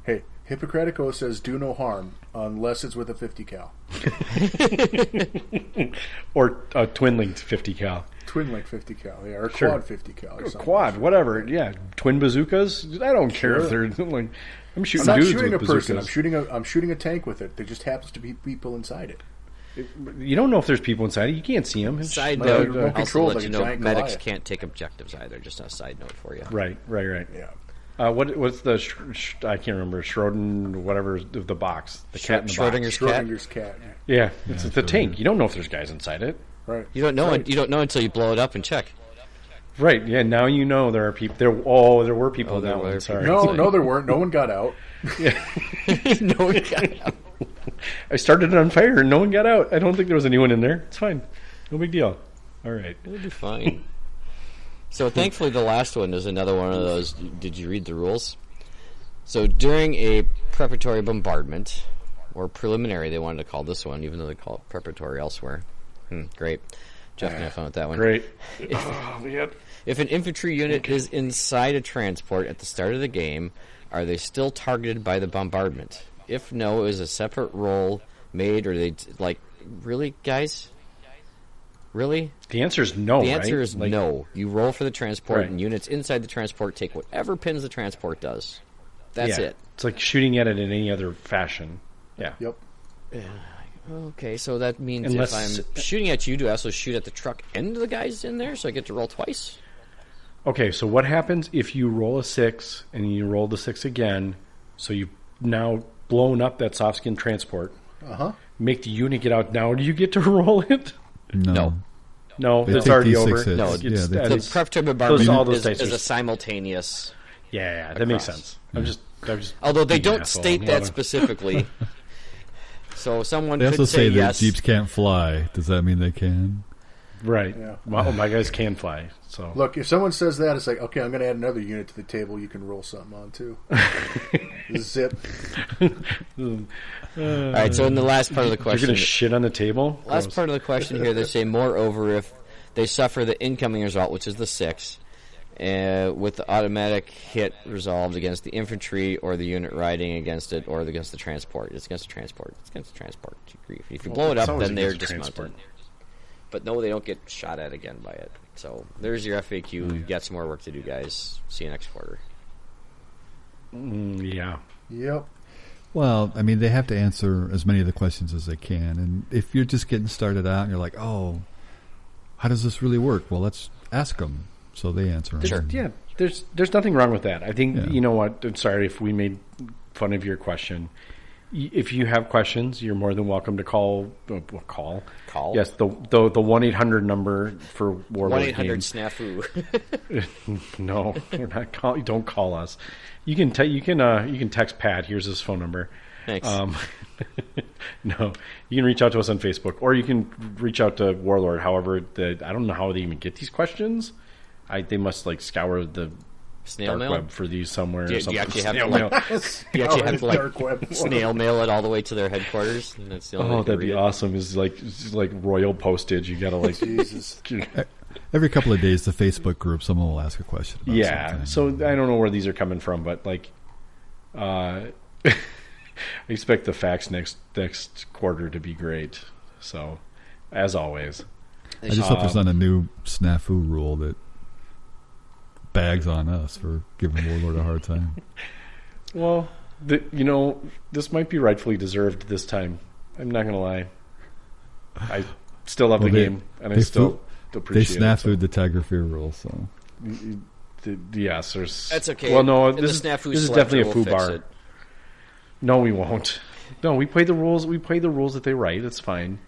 Speaker 2: Hey, Hippocratic Oath says do no harm unless it's with a 50 cal.
Speaker 1: Or a twin linked fifty cal.
Speaker 2: Twin like 50 cal, yeah, or
Speaker 1: Sure.
Speaker 2: quad 50 cal. Or
Speaker 1: Or
Speaker 2: something.
Speaker 1: quad, whatever. Yeah, twin bazookas. I don't care if they're like. I'm shooting
Speaker 2: I'm not
Speaker 1: dudes
Speaker 2: shooting a
Speaker 1: with
Speaker 2: person. I'm
Speaker 1: bazookas.
Speaker 2: shooting a I'm shooting a tank with it. There just happens to be people inside it.
Speaker 1: you don't know if there's people inside. it. You can't see uh, them.
Speaker 3: Side
Speaker 2: Like,
Speaker 3: note,
Speaker 2: remote
Speaker 3: I'll also
Speaker 2: controlled
Speaker 3: let
Speaker 2: like
Speaker 3: you
Speaker 2: a
Speaker 3: know
Speaker 2: giant
Speaker 3: medics
Speaker 2: Goliath.
Speaker 3: can't take objectives either. Just a side note for you.
Speaker 1: Right, right, right.
Speaker 2: Yeah.
Speaker 1: Uh, what what's the sh- sh- I can't remember Schroden whatever of the box the cat in the box.
Speaker 3: Schrodinger's cat.
Speaker 2: Schrodinger's cat. yeah.
Speaker 1: Yeah, it's, it's a
Speaker 5: Schrodinger's.
Speaker 1: tank. You don't know if there's guys inside it.
Speaker 2: Right.
Speaker 3: You don't know. You don't know until you blow it up and check.
Speaker 1: Right. Yeah. Now you know there are people. There. Oh, there were people
Speaker 3: Oh,
Speaker 1: in
Speaker 3: there
Speaker 1: that
Speaker 3: were
Speaker 1: one. Sorry.
Speaker 3: people.
Speaker 2: No,
Speaker 3: Right.
Speaker 2: no, there weren't. No one got out.
Speaker 3: no, you can't.
Speaker 1: I started it on fire and no one got out. I don't think there was anyone in there. It's fine. No big deal. All right.
Speaker 3: It'll be fine. So thankfully, the last one is another one of those. Did you read the rules? So during a preparatory bombardment, or preliminary, they wanted to call this one, even though they call it preparatory elsewhere. Hmm, great, Jeff, can have fun with that one.
Speaker 1: Great.
Speaker 3: If an infantry unit is inside a transport at the start of the game, are they still targeted by the bombardment? If no, is a separate roll made, or they like really, guys? Really?
Speaker 1: The answer is no.
Speaker 3: The answer
Speaker 1: right?
Speaker 3: is
Speaker 1: Like,
Speaker 3: no. You roll for the transport,
Speaker 1: Right.
Speaker 3: and units inside the transport take whatever pins the transport does. That's
Speaker 1: yeah.
Speaker 3: it.
Speaker 1: It's like shooting at it in any other fashion. Yeah.
Speaker 2: Yep.
Speaker 3: Okay, so that means
Speaker 1: Unless-
Speaker 3: if I'm shooting at you, do I also shoot at the truck and the guys in there, so I get to roll twice?
Speaker 1: Okay. So what happens if you roll a six and you roll the six again? So you've now blown up that soft skin transport.
Speaker 2: Uh huh.
Speaker 1: Make the unit get out. Now do you get to roll it?
Speaker 5: No.
Speaker 3: No.
Speaker 1: No,
Speaker 5: They
Speaker 1: it's
Speaker 5: take
Speaker 1: already
Speaker 5: D6
Speaker 1: over.
Speaker 5: hits. No,
Speaker 1: it's,
Speaker 5: yeah,
Speaker 1: it's-
Speaker 5: they
Speaker 3: The
Speaker 1: it's-
Speaker 3: preparatory
Speaker 1: those,
Speaker 3: bombardment
Speaker 1: all those
Speaker 3: is,
Speaker 1: dice
Speaker 3: is
Speaker 1: are-
Speaker 3: a simultaneous.
Speaker 1: Yeah, yeah, that makes
Speaker 3: across.
Speaker 1: sense. I'm just, I'm just.
Speaker 3: Although they
Speaker 1: being an
Speaker 3: don't
Speaker 1: asshole.
Speaker 3: state
Speaker 1: I'm
Speaker 3: that
Speaker 1: not-
Speaker 3: specifically. so someone
Speaker 5: They
Speaker 3: could
Speaker 5: also say, that
Speaker 3: yes.
Speaker 5: jeeps can't fly. Does that mean they can?
Speaker 1: Right.
Speaker 2: Yeah.
Speaker 1: Well, my guys can fly. So
Speaker 2: Look, if someone says that, it's like, okay, I'm going to add another unit to the table. You can roll something on too. Zip.
Speaker 3: All right, so in the last part of
Speaker 1: you're
Speaker 3: the question,
Speaker 1: gonna shit on the table.
Speaker 3: last
Speaker 1: Gross.
Speaker 3: part of the question here, they say moreover if they suffer the incoming result, which is the six, uh, with the automatic hit resolved against the infantry or the unit riding against it or against the transport. It's against the transport. It's against the transport. If you blow it
Speaker 1: it's
Speaker 3: up,
Speaker 1: always
Speaker 3: then they're
Speaker 1: against the
Speaker 3: dismounted.
Speaker 1: transport.
Speaker 3: But no, they don't get shot at again by it. So there's your FAQ. You've got some more work to do, guys. See you next quarter.
Speaker 1: Mm, yeah.
Speaker 2: Yep.
Speaker 5: Well, I mean, they have to answer as many of the questions as they can. And if you're just getting started out and you're like, oh, how does this really work? Well, let's ask them. So they answer 'em.
Speaker 1: There's- Yeah, there's there's nothing wrong with that. I think
Speaker 5: Yeah.
Speaker 1: you know what. I'm sorry if we made fun of your question. Y- If you have questions, you're more than welcome to call. Uh, call.
Speaker 3: Call?
Speaker 1: Yes, the the the one eight hundred number for Warlord.
Speaker 3: One eight hundred
Speaker 1: Games.
Speaker 3: snafu.
Speaker 1: No, we're not call. Don't call us. You can te- you can uh, you can text Pat. Here's his phone number.
Speaker 3: Thanks.
Speaker 1: Um, no, you can reach out to us on Facebook, or you can reach out to Warlord. However, the, I don't know how they even get these questions. I they must like scour the
Speaker 3: Snail
Speaker 1: dark
Speaker 3: mail.
Speaker 1: web for these somewhere.
Speaker 3: Do you-
Speaker 1: or
Speaker 3: do
Speaker 1: something.
Speaker 3: you actually have
Speaker 1: Snail
Speaker 3: to, like-
Speaker 1: mail.
Speaker 3: You actually have to
Speaker 2: Dark web.
Speaker 3: like snail mail it all the way to their headquarters. And that's the only way
Speaker 1: Oh,
Speaker 3: you can
Speaker 1: that'd be
Speaker 3: read it.
Speaker 1: awesome! Is like it's like royal postage. You gotta like,
Speaker 2: Jesus.
Speaker 5: Every couple of days, the Facebook group, someone will ask a question. About
Speaker 1: yeah.
Speaker 5: something.
Speaker 1: So I don't know where these are coming from, but like, uh, I expect the facts next next quarter to be great. So, as always,
Speaker 5: I just hope
Speaker 1: um,
Speaker 5: there's not a new snafu rule that bags on us for giving Warlord a hard time.
Speaker 1: well, the, you know, this might be rightfully deserved this time. I'm not gonna lie. I still love
Speaker 5: Well,
Speaker 1: the
Speaker 5: they-
Speaker 1: game, and I
Speaker 5: they
Speaker 1: still
Speaker 5: they
Speaker 1: appreciate it.
Speaker 5: snafu'd the Tiger Fear rule, so
Speaker 1: Th- Yes, there's.
Speaker 3: That's okay.
Speaker 1: Well, no,
Speaker 3: In the
Speaker 1: this, is,
Speaker 3: snafu
Speaker 1: this is
Speaker 3: selector,
Speaker 1: definitely a foo
Speaker 3: we'll fix
Speaker 1: bar.
Speaker 3: it.
Speaker 1: No, we won't. No, we play the rules. We play the rules that they write. It's fine.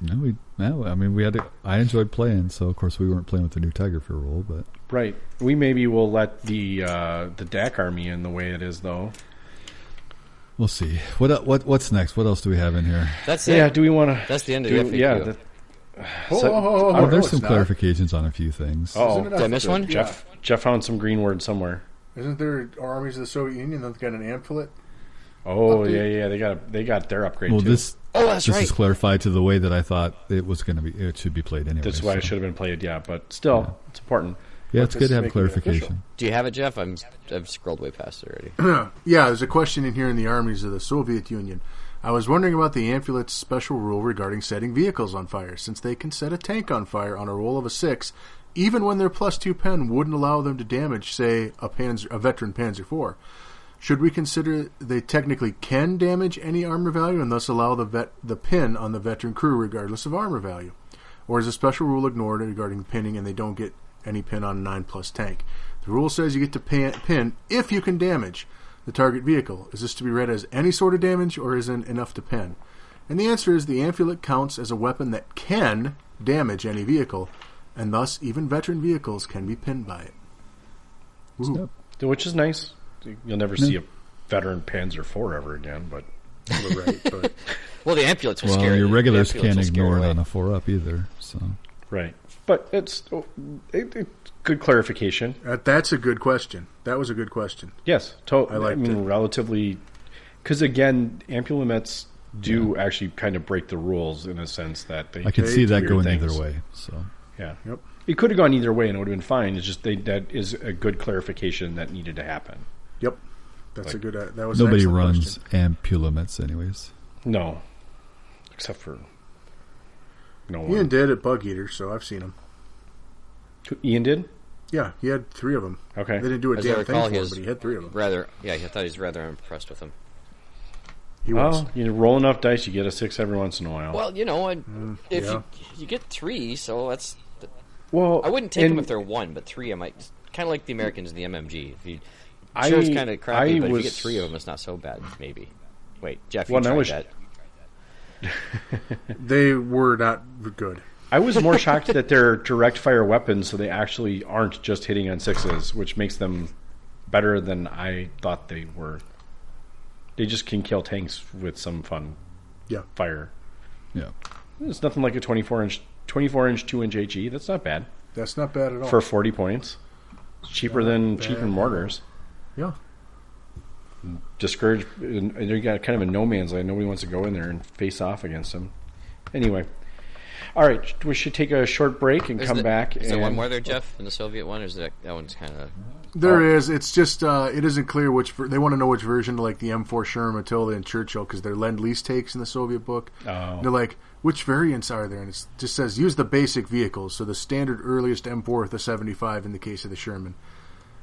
Speaker 5: no, we no. I mean, we had. To, I enjoyed playing, so of course we weren't playing with the new Tiger Fear rule, but
Speaker 1: Right. We maybe will let the uh, the DAC army in the way it is, though.
Speaker 5: we'll see. What el- what what's next? What else do we have in here?
Speaker 3: That's
Speaker 1: Yeah.
Speaker 3: it.
Speaker 1: Do we want to?
Speaker 3: That's the end of the FAQ.
Speaker 1: Yeah. that-
Speaker 2: Oh,
Speaker 1: So-
Speaker 2: oh, oh, oh,
Speaker 5: Well,
Speaker 2: no,
Speaker 5: there's
Speaker 2: it's
Speaker 5: some
Speaker 2: not.
Speaker 5: clarifications on a few things.
Speaker 1: oh,
Speaker 2: Isn't it
Speaker 1: did
Speaker 2: a-
Speaker 3: I miss one?
Speaker 2: yeah.
Speaker 1: Jeff Jeff found some green word somewhere.
Speaker 2: Isn't there armies of the Soviet Union that's got an amphilet?
Speaker 1: Oh
Speaker 2: Update.
Speaker 1: yeah, yeah. They got a, they got their upgrade
Speaker 5: well,
Speaker 1: too.
Speaker 5: this
Speaker 3: Oh, that's
Speaker 5: this
Speaker 3: right.
Speaker 5: is clarified to the way that I thought it was going to be. It should be played anyway.
Speaker 1: That's why
Speaker 5: so-
Speaker 1: it should have been played. Yeah, but still, it's important.
Speaker 5: Yeah, it's
Speaker 2: This
Speaker 5: good to
Speaker 2: is
Speaker 5: have
Speaker 2: making it official.
Speaker 5: clarification.
Speaker 3: Do you have it, Jeff? I'm I've scrolled way past it already.
Speaker 2: Yeah, there's a question in here in the armies of the Soviet Union. I was wondering about the amphulet's special rule regarding setting vehicles on fire, since they can set a tank on fire on a roll of a six, even when their plus two pen wouldn't allow them to damage, say, a Panzer, a veteran Panzer IV. Should we consider they technically can damage any armor value and thus allow the vet, the pin on the veteran crew regardless of armor value? Or is a special rule ignored regarding pinning and they don't get any pin on 9 plus tank? The rule says you get to pin, pin if you can damage the target vehicle. Is this to be read as any sort of damage or isn't enough to pin? And the answer is the amphulet counts as a weapon that can damage any vehicle, and thus even veteran vehicles can be pinned by it. Ooh.
Speaker 5: Yep.
Speaker 1: which is nice. You'll never see a veteran Panzer IV ever again, but
Speaker 2: right, but
Speaker 3: Well, the amulets will
Speaker 5: Well,
Speaker 3: scare
Speaker 5: your
Speaker 3: the amulets
Speaker 5: regulars can't
Speaker 3: will scare
Speaker 5: ignore it
Speaker 3: away.
Speaker 5: on a four up either. So
Speaker 1: right. But it's it, it, good clarification.
Speaker 2: that- Uh, that's a good question. That was a good question.
Speaker 1: Yes, to- I,
Speaker 2: I liked
Speaker 1: mean,
Speaker 2: it.
Speaker 1: relatively, because again, ampulamets do actually kind of break the rules in a sense that they
Speaker 5: I can
Speaker 1: they
Speaker 5: see
Speaker 1: do
Speaker 5: that
Speaker 1: weird
Speaker 5: going
Speaker 1: things.
Speaker 5: either way. So
Speaker 1: Yeah,
Speaker 2: Yep.
Speaker 1: it could have gone either way and it would have been fine. It's just they, that is a good clarification that needed to happen.
Speaker 2: Yep. That's a good. Uh, that was an
Speaker 5: nobody
Speaker 2: excellent
Speaker 5: runs
Speaker 2: question.
Speaker 5: ampulaments anyways.
Speaker 1: No, except for no one.
Speaker 2: Ian did at Bug Eater, so I've seen him.
Speaker 1: Who- Ian did?
Speaker 2: Yeah, he had three of them.
Speaker 1: Okay.
Speaker 2: They didn't do a
Speaker 3: As I
Speaker 2: damn thing
Speaker 3: recall,
Speaker 2: for
Speaker 3: he
Speaker 2: him,
Speaker 3: was-
Speaker 2: but he had three of them.
Speaker 3: Rather, yeah, I thought he's rather impressed with him.
Speaker 2: He was.
Speaker 1: Well, you roll enough dice, you get a six every once in a while.
Speaker 3: Well, you know, and
Speaker 1: Mm,
Speaker 3: if
Speaker 2: yeah.
Speaker 3: you, you get three, so that's.
Speaker 1: Well,
Speaker 3: I wouldn't take
Speaker 1: and
Speaker 3: them if they're one, but three I might. Kind of like the Americans in the MMG. If you
Speaker 1: I-
Speaker 3: sure, it's kind of crappy,
Speaker 1: I
Speaker 3: but
Speaker 1: was-
Speaker 3: if you get three of them, it's not so bad. Maybe. Wait, Jeff, you
Speaker 1: Well, now
Speaker 3: tried
Speaker 1: we should-
Speaker 3: that.
Speaker 2: They were not good.
Speaker 1: I was more shocked that they're direct fire weapons, so they actually aren't just hitting on sixes, which makes them better than I thought they were. They just can kill tanks with some fun
Speaker 2: Yeah.
Speaker 1: fire.
Speaker 5: Yeah.
Speaker 1: It's nothing like a 24 inch 24 inch, 2 inch HE. That's not bad
Speaker 2: That's not bad at all.
Speaker 1: for 40 points. It's cheaper than cheaper mortars.
Speaker 2: yeah.
Speaker 1: discourage and and you got kind of a no man's land. Nobody wants to go in there and face off against them. Anyway, all right, sh- we should take a short break and
Speaker 3: Is
Speaker 1: come
Speaker 3: the-
Speaker 1: back.
Speaker 3: Is
Speaker 1: and
Speaker 3: there one more there, Jeff, in the Soviet one? Or is that that one's kind of
Speaker 2: There
Speaker 1: Oh.
Speaker 2: is. It's just uh, it isn't clear which ver- they want to know which version, like the M4 Sherm, Attila, and Churchill, because they're lend lease takes in the Soviet book.
Speaker 1: Oh.
Speaker 2: They're like, which variants are there? And it just says use the basic vehicles, so the standard earliest M4 with the 75 in the case of the Sherman.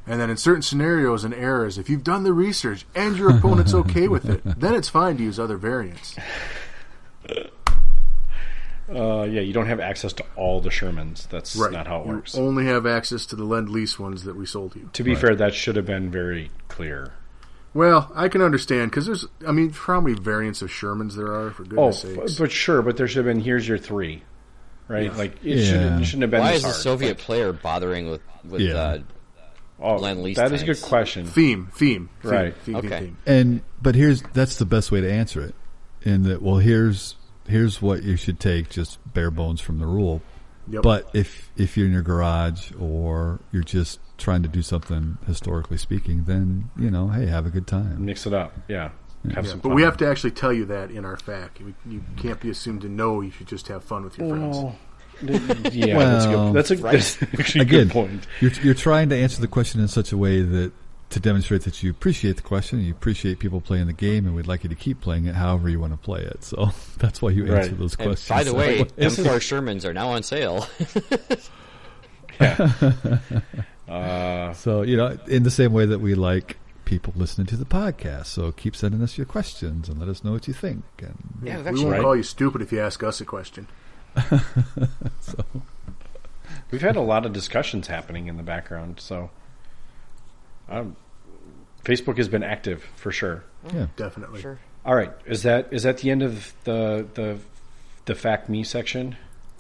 Speaker 2: And then in certain scenarios and errors, if you've done the research and your opponent's okay with it, then it's fine to use other variants.
Speaker 1: Uh, yeah, you don't have access to all the Shermans. That's not how it
Speaker 2: you
Speaker 1: works.
Speaker 2: only have access to the lend lease ones that we sold you.
Speaker 1: to be fair, that should have been very clear.
Speaker 2: Well, I can understand because there's, I mean, for how many variants of Shermans there are? For
Speaker 1: Oh,
Speaker 2: goodness'
Speaker 1: f-
Speaker 2: sakes.
Speaker 1: but sure, but there should have been here's your three, right? Like it, shouldn't,
Speaker 5: Yeah.
Speaker 1: it shouldn't have been.
Speaker 3: why
Speaker 1: this
Speaker 3: is the
Speaker 1: hard.
Speaker 3: Soviet player bothering with with
Speaker 5: Yeah.
Speaker 3: uh,
Speaker 1: Oh,
Speaker 3: Land Lease
Speaker 1: that is a good
Speaker 3: tanks?
Speaker 1: question.
Speaker 2: theme, theme, theme,
Speaker 1: Right.
Speaker 2: Theme,
Speaker 3: Okay.
Speaker 2: theme, theme.
Speaker 5: And but here's that's the best way to answer it. In that, well, here's here's what you should take, just bare bones from the rule.
Speaker 2: Yep.
Speaker 5: But if if you're in your garage or you're just trying to do something historically speaking, then you know, hey, have a good time.
Speaker 1: Mix it up, yeah. Have some
Speaker 2: but
Speaker 1: fun.
Speaker 2: we have to actually tell you that in our fact. You, you can't be assumed to know. You should just have fun with your friends.
Speaker 1: Well, yeah,
Speaker 5: Well,
Speaker 1: that's a good. That's a, that's actually a
Speaker 5: Again,
Speaker 1: good point.
Speaker 5: you're you're trying to answer the question in such a way that to demonstrate that you appreciate the question, you appreciate people playing the game, and we'd like you to keep playing it however you want to play it. So that's why you
Speaker 1: Right.
Speaker 5: answer those
Speaker 3: And
Speaker 5: questions.
Speaker 3: by the
Speaker 5: that
Speaker 3: way,
Speaker 1: This is-
Speaker 3: M4 Shermans are now on sale.
Speaker 5: So, you know, in the same way that we like people listening to the podcast. So keep sending us your questions and let us know what you think. And
Speaker 3: yeah, we've
Speaker 2: we
Speaker 3: actually
Speaker 2: won't
Speaker 1: right.
Speaker 2: call you stupid if you ask us a question.
Speaker 1: We've had a lot of discussions happening in the background, so um, Facebook has been active for sure.
Speaker 5: yeah.
Speaker 2: Definitely.
Speaker 3: sure.
Speaker 1: All right, is that is that the end of the the the fact me section?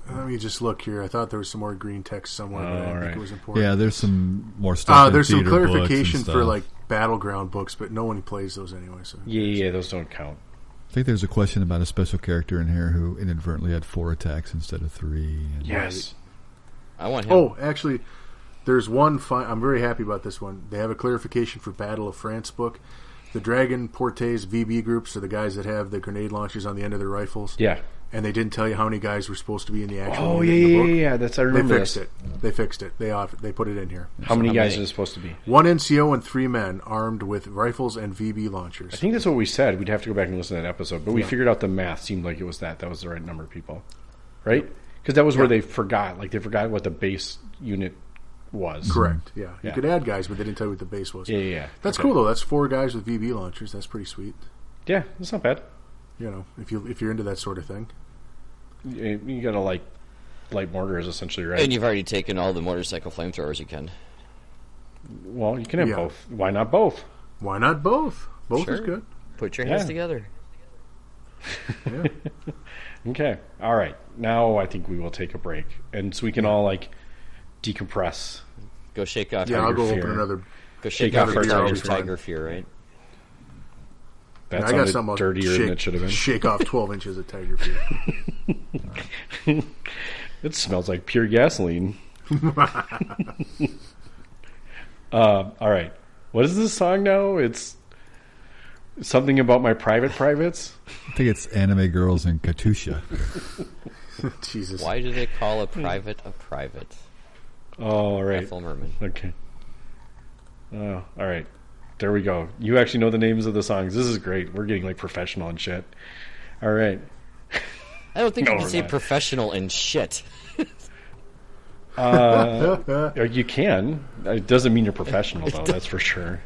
Speaker 2: Let me just look here. I thought there was some more green text somewhere, but I
Speaker 1: Oh,
Speaker 2: didn't think
Speaker 1: right.
Speaker 2: it was important.
Speaker 5: Yeah, there's some more stuff.
Speaker 2: uh,
Speaker 5: in
Speaker 2: there's some
Speaker 5: theater books and
Speaker 2: clarification for
Speaker 5: stuff.
Speaker 2: like battleground books, but no one plays those anyway. So
Speaker 1: Yeah, yeah, yeah, those don't count.
Speaker 5: I think there's a question about a special character in here who inadvertently had four attacks instead of three. And
Speaker 1: Yes,
Speaker 3: I want him.
Speaker 2: Oh, actually, there's one. Fi- I'm very happy about this one. They have a clarification for Battle of France book. The Dragon Portes VB groups are the guys that have the grenade launchers on the end of their rifles.
Speaker 1: yeah.
Speaker 2: And they didn't tell you how many guys were supposed to be in the actual.
Speaker 1: Oh yeah,
Speaker 2: unit in the
Speaker 1: yeah,
Speaker 2: book.
Speaker 1: yeah, yeah. That's I
Speaker 2: They
Speaker 1: remember.
Speaker 2: fixed
Speaker 1: this.
Speaker 2: it. They fixed it. They off- they put it in here.
Speaker 1: How many
Speaker 3: How
Speaker 1: guys
Speaker 3: many?
Speaker 1: is it supposed to be?
Speaker 2: One NCO and three men armed with rifles and VB
Speaker 1: I
Speaker 2: launchers.
Speaker 1: think that's what we said. We'd have to go back and listen to that episode, but we figured out the math seemed like it was that. That was the right number of people, right? Because that was where they forgot. Like they forgot what the base unit was.
Speaker 2: Correct. Yeah. You
Speaker 1: Yeah.
Speaker 2: could add guys, but they didn't tell you what the base was.
Speaker 1: Yeah, yeah, yeah.
Speaker 2: That's
Speaker 1: Okay.
Speaker 2: cool though. That's four guys with VB launchers. That's pretty sweet.
Speaker 1: Yeah, that's not bad.
Speaker 2: You know, if you if you're into that sort of thing.
Speaker 1: You you got to like light mortars essentially, right?
Speaker 3: And you've already taken all the motorcycle flamethrowers you can.
Speaker 1: well, you can have
Speaker 2: Yeah.
Speaker 1: both. Why not both?
Speaker 2: Why not both? Both is
Speaker 3: Sure.
Speaker 2: good.
Speaker 3: Put your hands
Speaker 1: Yeah.
Speaker 3: together.
Speaker 2: Yeah.
Speaker 1: Okay. All right. Now I think we will take a break, and so we can all like decompress.
Speaker 3: Go shake off.
Speaker 2: yeah,
Speaker 3: your,
Speaker 2: I'll go
Speaker 1: Tiger
Speaker 2: open
Speaker 1: Fear.
Speaker 2: another.
Speaker 3: go shake,
Speaker 1: shake
Speaker 3: off
Speaker 1: off
Speaker 3: your
Speaker 1: your
Speaker 3: tiger,
Speaker 1: tiger
Speaker 3: tiger fear, right?
Speaker 1: That
Speaker 2: I got
Speaker 1: sounded
Speaker 2: something I'll
Speaker 1: dirtier
Speaker 2: shake,
Speaker 1: than it should have been.
Speaker 2: Shake off twelve inches of tiger fear.
Speaker 1: It smells like pure gasoline. uh, all right. What is this song now? It's something about my private privates.
Speaker 5: I think it's anime girls and Katusha.
Speaker 2: Jesus.
Speaker 3: Why do they call a private a private?
Speaker 1: Oh, all right.
Speaker 3: Ethel Merman.
Speaker 1: Okay. Oh, all right. There we go. You actually know the names of the songs. This is great. We're getting like professional and shit. All right.
Speaker 3: I don't think
Speaker 1: No,
Speaker 3: you can
Speaker 1: we're
Speaker 3: say
Speaker 1: not.
Speaker 3: professional and shit.
Speaker 1: Uh, You can. It doesn't mean you're professional though. That's for sure.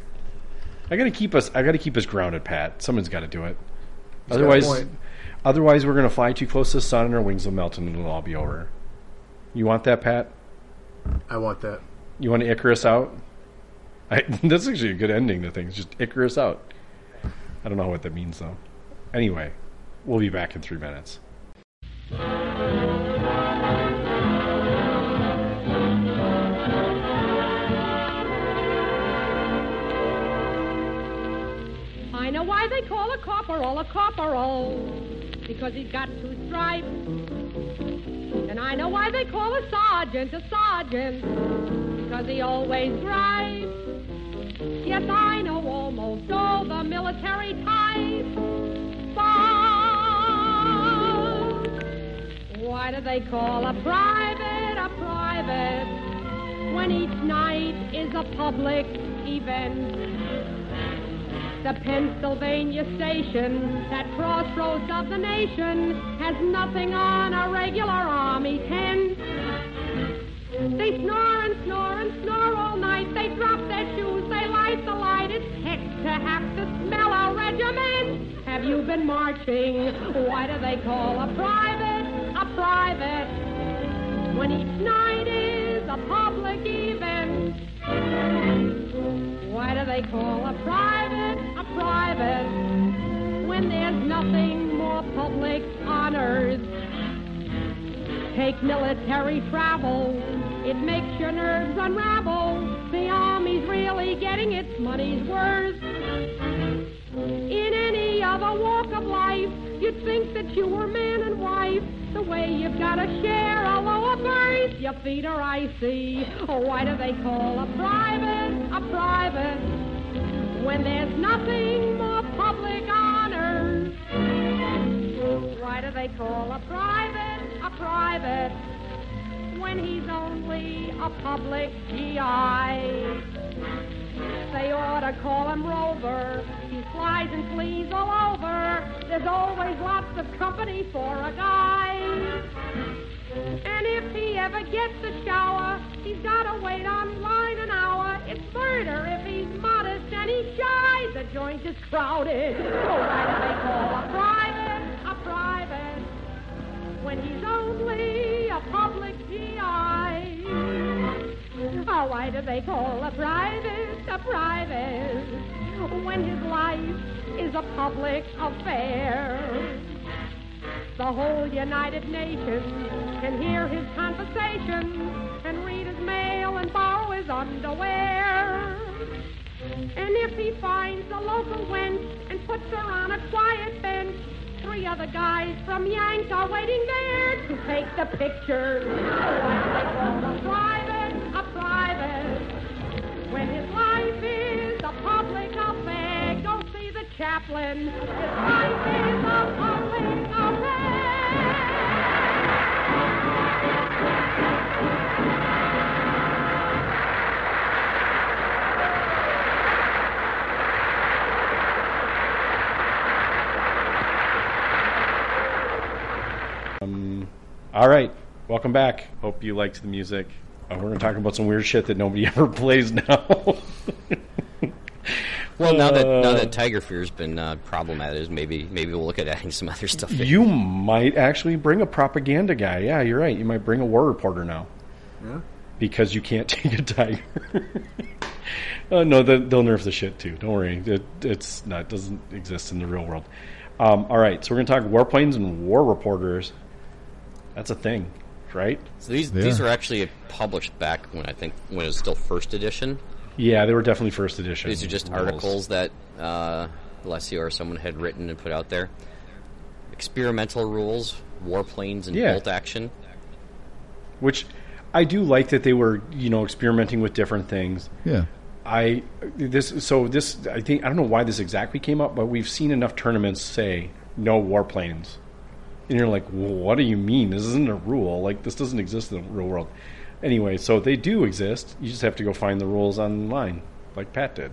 Speaker 1: I gotta keep us. I gotta keep us grounded, Pat. Someone's got to do it. Otherwise,
Speaker 2: point.
Speaker 1: otherwise we're gonna fly too close to the sun and our wings will melt and it'll all be over. You want that, Pat?
Speaker 2: I want that.
Speaker 1: You want to Icarus out? I, that's actually a good ending to things. Just Icarus out. I don't know what that means though. Anyway, we'll be back in three minutes.
Speaker 6: I know why they call a corporal a corporal. Because he's got two stripes. And I know why they call a sergeant a sergeant. Because he always drives. Yes, I know almost all the military types. But why do they call a private a private when each night is a public event? The Pennsylvania station, that crossroads of the nation, has nothing on a regular army tent. They snore and snore and snore all night. They drop their shoes, they light the light. It's heck to have to smell a regiment. Have you been marching? Why do they call a private a private when each night is a public event? Why do they call a private a private when there's nothing more public on earth? Take military travel, it makes your nerves unravel. The army's really getting its money's worth. In any other walk of life, you'd think that you were man and wife. The way you've got to share a lower berth, your feet are icy. Oh, why do they call a private a private when there's nothing more public on earth? Why do they call a private a private when he's only a public GI? They ought to call him Rover. He flies and flees all over. There's always lots of company for a guy. And if he ever gets a shower, he's gotta wait online an hour. It's murder if he's modest and he's shy. The joint is crowded. Oh, why do they call a private a private when he's only a public GI? Oh, why do they call a private a private when his life is a public affair? The whole United Nations can hear his conversation and read his mail and borrow his underwear. And if he finds a local wench and puts her on a quiet bench, three other guys from Yanks are waiting there to take the picture. a private, a private, when his life is a public affair, go see the chaplain. His life is a public affair.
Speaker 1: All right, welcome back. Hope you liked the music. Uh, we're going to talk about some weird shit that nobody ever plays now.
Speaker 3: Well, now that now
Speaker 1: Uh,
Speaker 3: that Tiger Fear's been uh, problematized, maybe maybe we'll look at adding some other stuff. in.
Speaker 1: you might actually bring a propaganda guy. Yeah, you're right. You might bring a war reporter now
Speaker 2: Yeah.
Speaker 1: because you can't take a tiger. uh, no, they, they'll nerf the shit too. Don't worry. It, it's not doesn't exist in the real world. Um, all right, so we're going to talk warplanes and war reporters. That's a thing, right?
Speaker 3: So these
Speaker 5: Yeah.
Speaker 3: these were actually published back when I think when it was still first edition.
Speaker 1: Yeah, they were definitely first edition.
Speaker 3: These are just
Speaker 1: rules.
Speaker 3: articles that uh, Alessio or someone had written and put out there. Experimental rules, warplanes, and
Speaker 1: Yeah.
Speaker 3: bolt action.
Speaker 1: which I do like that they were, you know, experimenting with different things.
Speaker 5: Yeah.
Speaker 1: I this so this I think I don't know why this exactly came up, but we've seen enough tournaments say no warplanes, and you're like, well, what do you mean? This isn't a rule. Like this doesn't exist in the real world. Anyway, so they do exist. You just have to go find the rules online, like Pat did,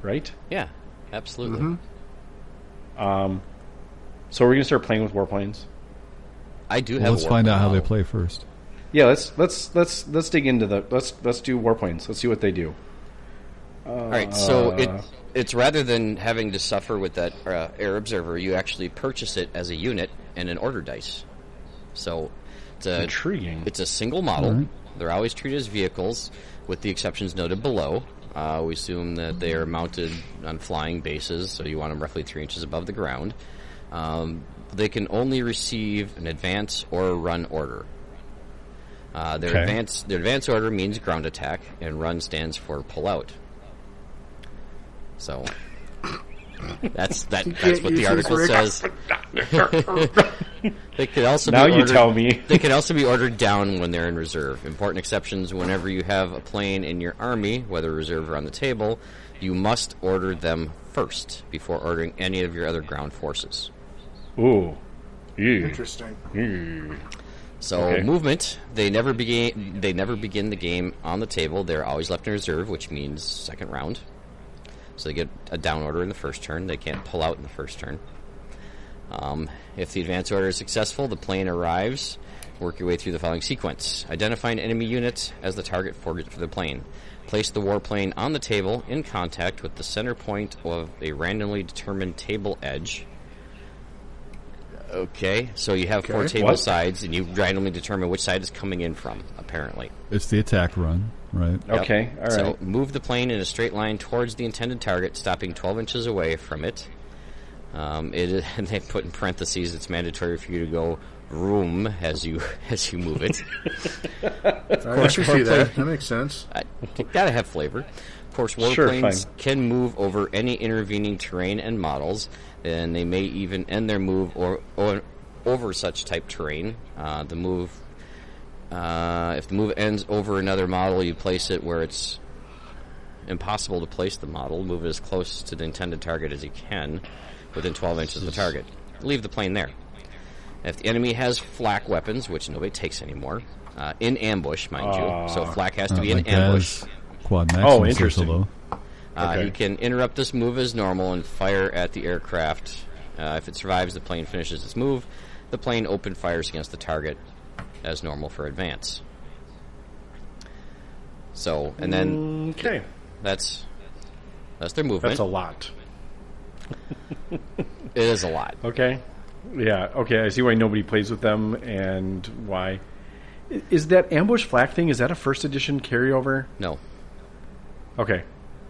Speaker 1: right?
Speaker 3: Yeah, absolutely.
Speaker 5: Mm-hmm.
Speaker 1: So we're gonna start playing with warplanes.
Speaker 3: I do
Speaker 5: Well,
Speaker 3: have.
Speaker 5: let's
Speaker 3: a
Speaker 5: find
Speaker 3: warplane
Speaker 5: out how they
Speaker 3: model.
Speaker 5: play first.
Speaker 1: Yeah, let's let's let's let's dig into the let's let's do warplanes. Let's see what they do.
Speaker 3: All right, so
Speaker 5: Uh,
Speaker 3: it it's rather than having to suffer with that uh, air observer, you actually purchase it as a unit and an order dice. So it's a
Speaker 1: Intriguing.
Speaker 3: it's a single model. They're always treated as vehicles, with the exceptions noted below. Uh, we assume that they are mounted on flying bases, so you want them roughly three inches above the ground. Um, they can only receive an advance or a run order. Uh, their
Speaker 1: Okay.
Speaker 3: advance their advance order means ground attack, and run stands for pull out. So that's that that's
Speaker 2: can't
Speaker 3: what the
Speaker 2: use this
Speaker 3: article
Speaker 2: rig.
Speaker 3: says. They could also
Speaker 1: Now
Speaker 3: be
Speaker 1: you
Speaker 3: ordered,
Speaker 1: tell me.
Speaker 3: they could also be ordered down when they're in reserve. Important exceptions: whenever you have a plane in your army, whether reserve or on the table, you must order them first before ordering any of your other ground forces.
Speaker 1: Ooh. Ew.
Speaker 2: Interesting.
Speaker 1: Ew.
Speaker 3: So
Speaker 1: Okay.
Speaker 3: movement, they never begin. They never begin the game on the table. They're always left in reserve, which means second round. So they get a down order in the first turn. They can't pull out in the first turn. Um, if the advance order is successful, the plane arrives. Work your way through the following sequence: identify an enemy unit as the target for, for the plane. Place the warplane on the table in contact with the center point of a randomly determined table edge. Okay, so you have four
Speaker 2: Okay.
Speaker 3: table
Speaker 1: What?
Speaker 3: sides, and you randomly determine which side is coming in from. Apparently,
Speaker 5: It's the attack run, right?
Speaker 3: Yep.
Speaker 1: Okay. All right.
Speaker 3: So move the plane in a straight line towards the intended target, stopping 12 inches away from it. Um, it is, and they put in parentheses, it's mandatory for you to go room as you as you move it.
Speaker 2: I can see that. That makes sense.
Speaker 3: I Uh, gotta have flavor. Of course,
Speaker 1: Sure,
Speaker 3: warplanes
Speaker 1: fine.
Speaker 3: can move over any intervening terrain and models, and they may even end their move or, or over such type terrain. Uh, the move, uh, if the move ends over another model, you place it where it's impossible to place the model. Move it as close to the intended target as you can, within 12 inches of the target. Leave the plane there. If the enemy has flak weapons, which nobody takes anymore, uh, in ambush, mind
Speaker 1: Ah.
Speaker 3: you, so flak has to be in
Speaker 5: Like
Speaker 3: ambush.
Speaker 5: Uh, Gaz, Quad Max.
Speaker 1: Oh,
Speaker 5: and
Speaker 1: interesting.
Speaker 5: Solo.
Speaker 3: Uh,
Speaker 1: Okay.
Speaker 3: He can interrupt this move as normal and fire at the aircraft. Uh, if it survives, the plane finishes its move. The plane open fires against the target as normal for advance. So, and then
Speaker 1: Okay.
Speaker 3: that's that's their movement.
Speaker 1: Mm. That's a lot.
Speaker 3: it is a lot.
Speaker 1: Okay. Yeah. Okay. I see why nobody plays with them and why. I- Is that ambush flak thing? Is that a first edition carryover?
Speaker 3: No,
Speaker 1: Okay.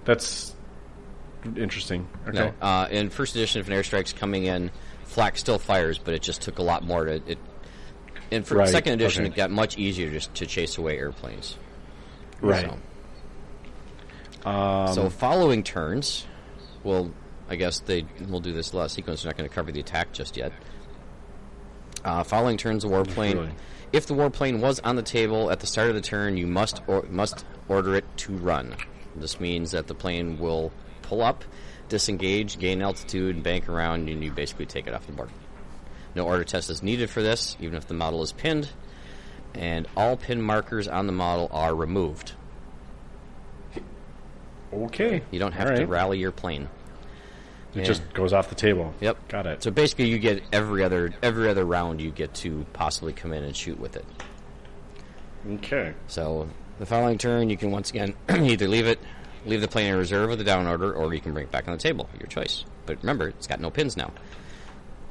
Speaker 1: That's interesting. Okay.
Speaker 3: no. Uh, in first edition, if an airstrike's coming in, flak still fires, but it just took a lot more to it. In for
Speaker 1: Right,
Speaker 3: second edition,
Speaker 1: okay.
Speaker 3: it got much easier just to chase away airplanes.
Speaker 1: Right. Um,
Speaker 3: So. So following turns, well, I guess they will do this last sequence. We're not going to cover the attack just yet. Uh, following turns, the warplane.
Speaker 1: Really?
Speaker 3: If the warplane was on the table at the start of the turn, you must or, must order it to run. This means that the plane will pull up, disengage, gain altitude, and bank around, and you basically take it off the board. No order test is needed for this, even if the model is pinned, and all pin markers on the model are removed.
Speaker 1: Okay.
Speaker 3: You don't have
Speaker 1: All
Speaker 3: to
Speaker 1: right.
Speaker 3: rally your plane.
Speaker 1: It just goes off the table.
Speaker 3: Yep.
Speaker 1: Got it.
Speaker 3: So basically, you get every other every other round you get to possibly come in and shoot with it.
Speaker 1: okay.
Speaker 3: So the following turn, you can once again either leave it, leave the plane in reserve with the down order, or you can bring it back on the table. Your choice. But remember, it's got no pins now.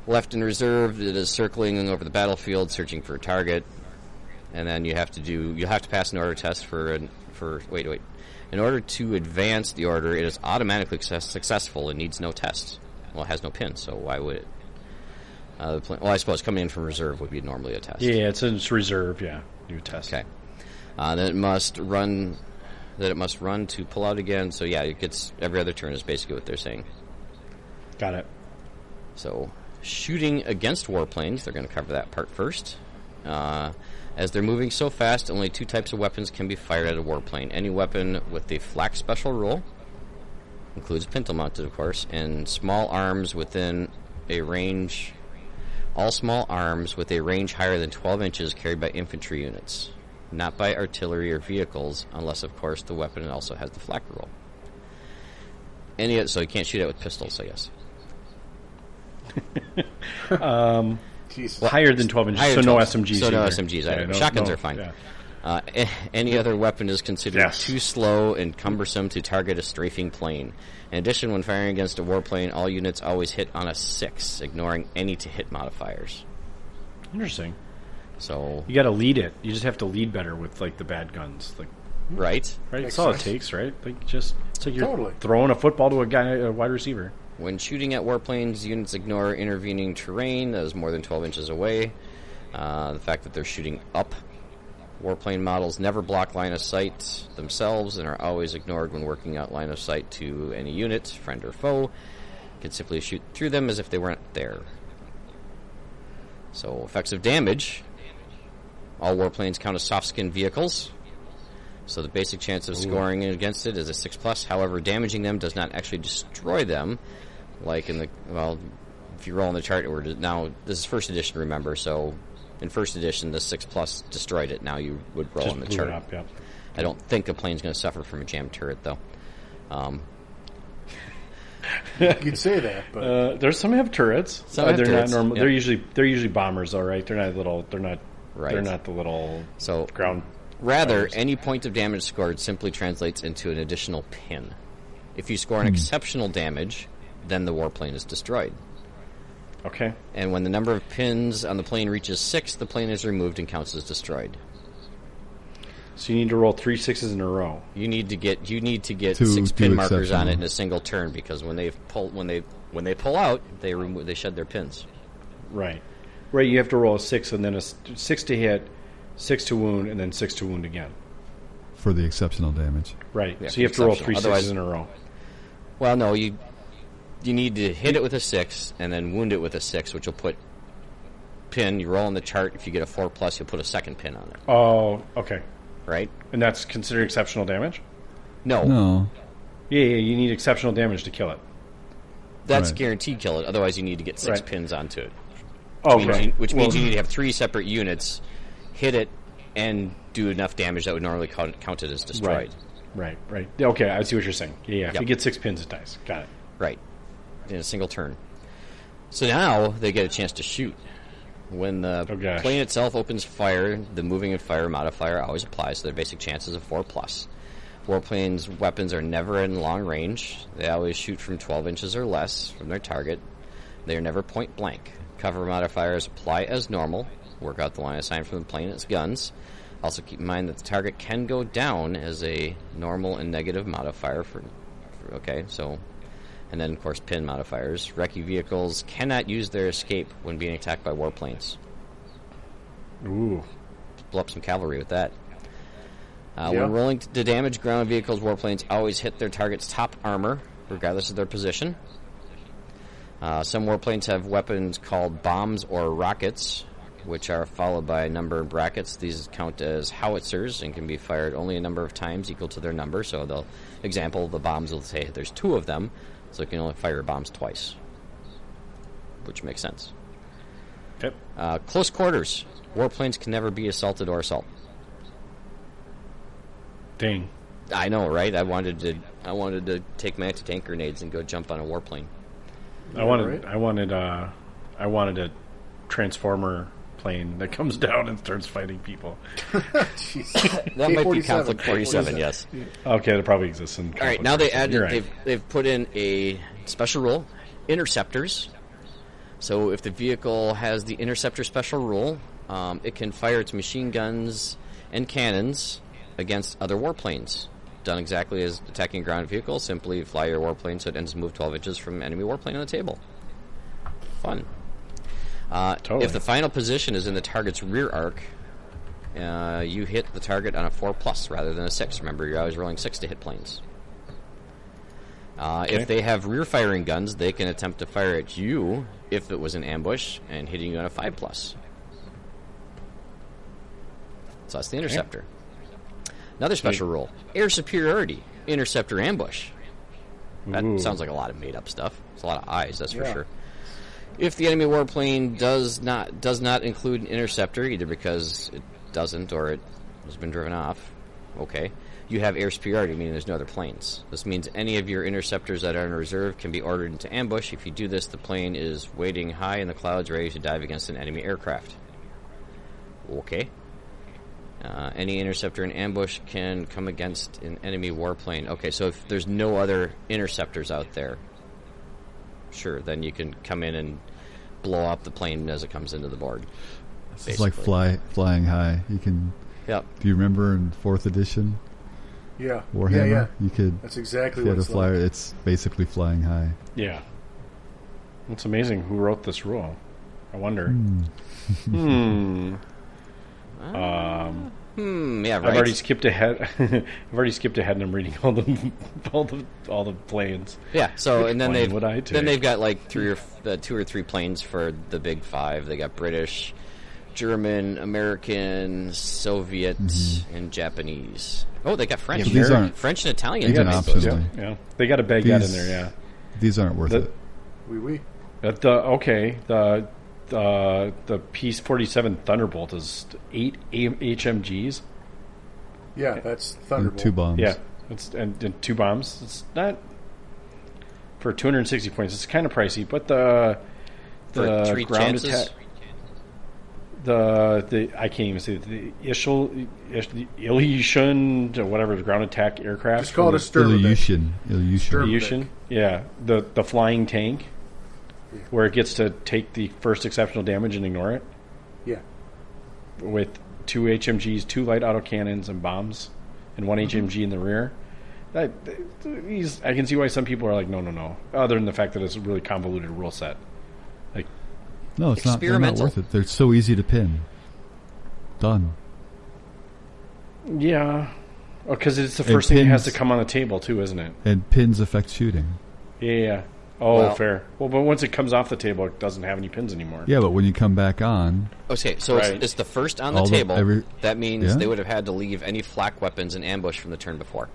Speaker 3: Left in reserve, it is circling over the battlefield, searching for a target, and then you have to do you have to pass an order test for an for wait wait. In order to advance the order, it is automatically success, successful and needs no test. Well, it has no pins, so why would it? Uh, the plane, well, I suppose coming in from reserve would be normally a test.
Speaker 1: Yeah. It's in its reserve. Yeah. New test.
Speaker 3: Okay. Uh, then it must run. That it must run to pull out again. So yeah, it gets every other turn is basically what they're saying.
Speaker 1: Got it.
Speaker 3: So shooting against warplanes, they're going to cover that part first. Uh, as they're moving so fast, only two types of weapons can be fired at a warplane. Any weapon with the flak special rule includes pintle mounted, of course, and small arms within a range. All small arms with a range higher than 12 inches carried by infantry units, not by artillery or vehicles, unless, of course, the weapon also has the flak rule. Any, so you can't shoot it with pistols, I guess.
Speaker 2: Jesus.
Speaker 1: higher than 12 inches.
Speaker 3: Higher
Speaker 1: so no
Speaker 3: 12.
Speaker 1: SMGs.
Speaker 3: So
Speaker 1: either.
Speaker 3: no SMGs either.
Speaker 1: Yeah, no-
Speaker 3: Shotguns
Speaker 1: no-
Speaker 3: are fine.
Speaker 1: yeah.
Speaker 3: Uh, a- any other weapon is considered
Speaker 1: Yes.
Speaker 3: too slow and cumbersome to target a strafing plane. In addition, when firing against a warplane, all units always hit on a six, ignoring any to hit modifiers.
Speaker 1: Interesting.
Speaker 3: So
Speaker 1: You got to lead it. You just have to lead better with like the bad guns. Like
Speaker 3: right
Speaker 1: Right,
Speaker 2: Makes
Speaker 1: that's all it
Speaker 2: sense.
Speaker 1: takes, right? Like just it's like you're
Speaker 2: Totally.
Speaker 1: throwing a football to a guy, a wide receiver.
Speaker 3: when shooting at warplanes, units ignore intervening terrain that is more than 12 inches away. Uh, the fact that they're shooting up. Warplane models never block line of sight themselves and are always ignored when working out line of sight to any unit, friend or foe. Can simply shoot through them as if they weren't there. So, effects of damage. All warplanes count as soft skinned vehicles. So, the basic chance of scoring against it is a 6 plus. However, damaging them does not actually destroy them. Like in the. Well, if you roll on the chart, or now. This is first edition, remember, so. In first edition, the 6 plus destroyed it. Now you would roll
Speaker 1: Just
Speaker 3: on the
Speaker 1: blew
Speaker 3: chart.
Speaker 1: it up. Yep.
Speaker 3: I don't think a plane's going to suffer from a jammed turret, though. Um,
Speaker 2: You'd say that, but
Speaker 1: Uh, there's some have turrets.
Speaker 3: Some
Speaker 1: Uh,
Speaker 3: have
Speaker 1: they're
Speaker 3: turrets,
Speaker 1: not normal.
Speaker 3: yeah.
Speaker 1: They're usually they're usually bombers. All right. They're not little. They're not.
Speaker 3: Right.
Speaker 1: They're not the little
Speaker 3: so
Speaker 1: ground.
Speaker 3: Rather, any point of damage scored simply translates into an additional pin. If you score an
Speaker 5: Hmm.
Speaker 3: exceptional damage, then the warplane is destroyed.
Speaker 1: Okay.
Speaker 3: And when the number of pins on the plane reaches six, the plane is removed and counts as destroyed.
Speaker 1: So you need to roll three sixes in a row.
Speaker 3: You need to get you need to get
Speaker 5: To
Speaker 3: six pin
Speaker 5: do
Speaker 3: markers on it in
Speaker 5: exceptional.
Speaker 3: a single turn because when they pull when they when they pull out, they remo- they shed their pins.
Speaker 1: Right. Right. You have to roll a six and then a s- six to hit, six to wound, and then six to wound again.
Speaker 5: for the exceptional damage.
Speaker 1: Right.
Speaker 3: Yeah,
Speaker 1: so you have to roll three
Speaker 3: exceptional.
Speaker 1: sixes
Speaker 3: Otherwise-
Speaker 1: in a row.
Speaker 3: Well, no, you you need to hit it with a six and then wound it with a six, which will put pin. You roll on the chart. If you get a four plus, you'll put a second pin on it.
Speaker 1: Oh, okay.
Speaker 3: Right?
Speaker 1: And that's considered exceptional damage.
Speaker 3: No,
Speaker 5: No,
Speaker 1: Yeah, yeah. You need exceptional damage to kill it.
Speaker 3: that's
Speaker 5: Right.
Speaker 3: guaranteed kill it. Otherwise, you need to get six
Speaker 1: Right.
Speaker 3: pins onto it,
Speaker 1: Oh,
Speaker 3: which,
Speaker 1: right.
Speaker 3: means, you, which means
Speaker 1: Well,
Speaker 3: you need to have three separate units hit it and do enough damage that would normally count, count it as destroyed.
Speaker 1: Right. Right. Right. Yeah, Okay. I see what you're saying. Yeah. Yeah. If
Speaker 3: Yep.
Speaker 1: you get six pins, it dies. Got it.
Speaker 3: Right. In a single turn. So now they get a chance to shoot. When the
Speaker 1: Oh, gosh.
Speaker 3: plane itself opens fire, the moving and fire modifier always applies to their basic chances of 4 plus. Warplanes' weapons are never in long range. They always shoot from 12 inches or less from their target. They are never point blank. Cover modifiers apply as normal. Work out the line assigned from the plane and its guns. Also keep in mind that the target can go down as a normal and negative modifier for, for okay, so and then of course pin modifiers. Recce vehicles cannot use their escape when being attacked by warplanes.
Speaker 1: Ooh.
Speaker 3: Blow up some cavalry with that. Uh,
Speaker 2: Yeah.
Speaker 3: When rolling to damage ground vehicles, warplanes always hit their target's top armor, regardless of their position. Uh, some warplanes have weapons called bombs or rockets, which are followed by a number in brackets. These count as howitzers and can be fired only a number of times equal to their number. So, the example, the bombs will say there's two of them, so you can only fire bombs twice, which makes sense.
Speaker 1: Yep.
Speaker 3: Uh, close quarters. Warplanes can never be assaulted or assault.
Speaker 1: Dang.
Speaker 3: I know, right? I wanted to. I wanted to take my anti-tank grenades and go jump on a warplane.
Speaker 1: I wanted,
Speaker 2: right?
Speaker 1: I wanted, uh, I wanted a transformer plane that comes down and starts fighting people.
Speaker 2: Jeez.
Speaker 3: That might be
Speaker 2: K-47.
Speaker 3: conflict forty-seven. Yes.
Speaker 1: Okay, that probably exists in.
Speaker 3: All right. Now they
Speaker 1: conflict.
Speaker 3: added.
Speaker 1: You're right.
Speaker 3: They've they've put in a special rule, interceptors. So if the vehicle has the interceptor special rule, um, it can fire its machine guns and cannons against other warplanes. Done exactly as attacking ground vehicle. Simply fly your warplane so it ends move twelve inches from enemy warplane on the table. Fun. Uh,
Speaker 1: Totally.
Speaker 3: If the final position is in the target's rear arc, uh, you hit the target on a four plus rather than a six. Remember, you're always rolling six to hit planes. Uh, If they have rear firing guns, they can attempt to fire at you if it was an ambush and hitting you on a five plus. So that's the interceptor. Another special rule: air superiority, interceptor ambush. That
Speaker 1: Ooh.
Speaker 3: sounds like a lot of made up stuff. It's a lot of eyes, that's for
Speaker 2: Yeah.
Speaker 3: sure. If the enemy warplane does not does not include an interceptor, either because it doesn't or it has been driven off, okay, you have air superiority, meaning there's no other planes. This means any of your interceptors that are in reserve can be ordered into ambush. If you do this, the plane is waiting high in the clouds, ready to dive against an enemy aircraft. Okay. Uh, any interceptor in ambush can come against an enemy warplane. Okay, so if there's no other interceptors out there, sure, then you can come in and blow up the plane as it comes into the board.
Speaker 5: it's like
Speaker 3: basically.
Speaker 5: fly flying high. You can.
Speaker 3: Yep.
Speaker 5: Do you remember in fourth edition
Speaker 2: yeah,
Speaker 5: Warhammer?
Speaker 2: yeah, yeah.
Speaker 5: You could.
Speaker 2: That's exactly
Speaker 5: If you
Speaker 2: what
Speaker 5: had a
Speaker 2: it's like.
Speaker 5: flyer, it's basically flying high.
Speaker 1: yeah. It's amazing who wrote this rule. I wonder. Hmm. um,
Speaker 3: Hmm, yeah, right.
Speaker 1: I've already skipped ahead. I've already skipped ahead, and I'm reading all the all the all the planes.
Speaker 3: Yeah. So and then
Speaker 1: plane
Speaker 3: they've
Speaker 1: would I take?
Speaker 3: then they've got like three or f- uh, two or three planes for the big five. They got British, German, American, Soviet, and Japanese. Oh, they got French.
Speaker 5: Mm-hmm. Yeah, but these aren't-
Speaker 3: French and Italian.
Speaker 5: these
Speaker 3: I
Speaker 5: aren't
Speaker 3: suppose.
Speaker 5: options.
Speaker 1: Yeah,
Speaker 5: Really?
Speaker 1: yeah. They got a baguette in
Speaker 5: These-
Speaker 1: there. Yeah.
Speaker 5: These aren't worth
Speaker 1: The-
Speaker 5: it.
Speaker 2: Wee wee.
Speaker 1: But the uh, okay the the the piece forty seven Thunderbolt is eight AM HMGs.
Speaker 2: Yeah, that's
Speaker 5: They're
Speaker 2: Thunderbolt.
Speaker 5: two bombs.
Speaker 1: Yeah, it's and, and two bombs. It's not for two hundred and sixty points. It's kind of pricey, but the the
Speaker 3: For three
Speaker 1: ground
Speaker 3: chances?
Speaker 1: attack. The, the I can't even say it, the Ishil, Ish, the Ilyushin or whatever the ground attack aircraft.
Speaker 2: Just call it a Sturmevik.
Speaker 5: Ilyushin. Ilyushin.
Speaker 2: Sturm-
Speaker 1: Ilyushin, yeah, the the flying tank, where it gets to take the first exceptional damage and ignore it.
Speaker 2: Yeah.
Speaker 1: with two HMGs, two light autocannons, and bombs, and one HMG in the rear. That, these, I can see why some people are like, no, no, no. Other than the fact that it's a really convoluted rule set.
Speaker 5: No, it's not. They're not
Speaker 3: Experimental.
Speaker 5: worth it. They're so easy to pin. Done.
Speaker 1: Yeah, because Oh, it's the first thing that has to
Speaker 5: pins-
Speaker 1: come on the table too, isn't it?
Speaker 5: And pins affect shooting.
Speaker 1: Yeah. yeah. Oh,
Speaker 3: Well-
Speaker 1: fair. Well, but once it comes off the table, it doesn't have any pins anymore.
Speaker 5: Yeah, but when you come back on,
Speaker 3: Okay, so
Speaker 1: Right.
Speaker 3: it's, it's the first on the
Speaker 5: All the-
Speaker 3: table.
Speaker 5: every-
Speaker 3: that means
Speaker 5: Yeah.
Speaker 3: they would have had to leave any flak weapons in ambush from the turn before.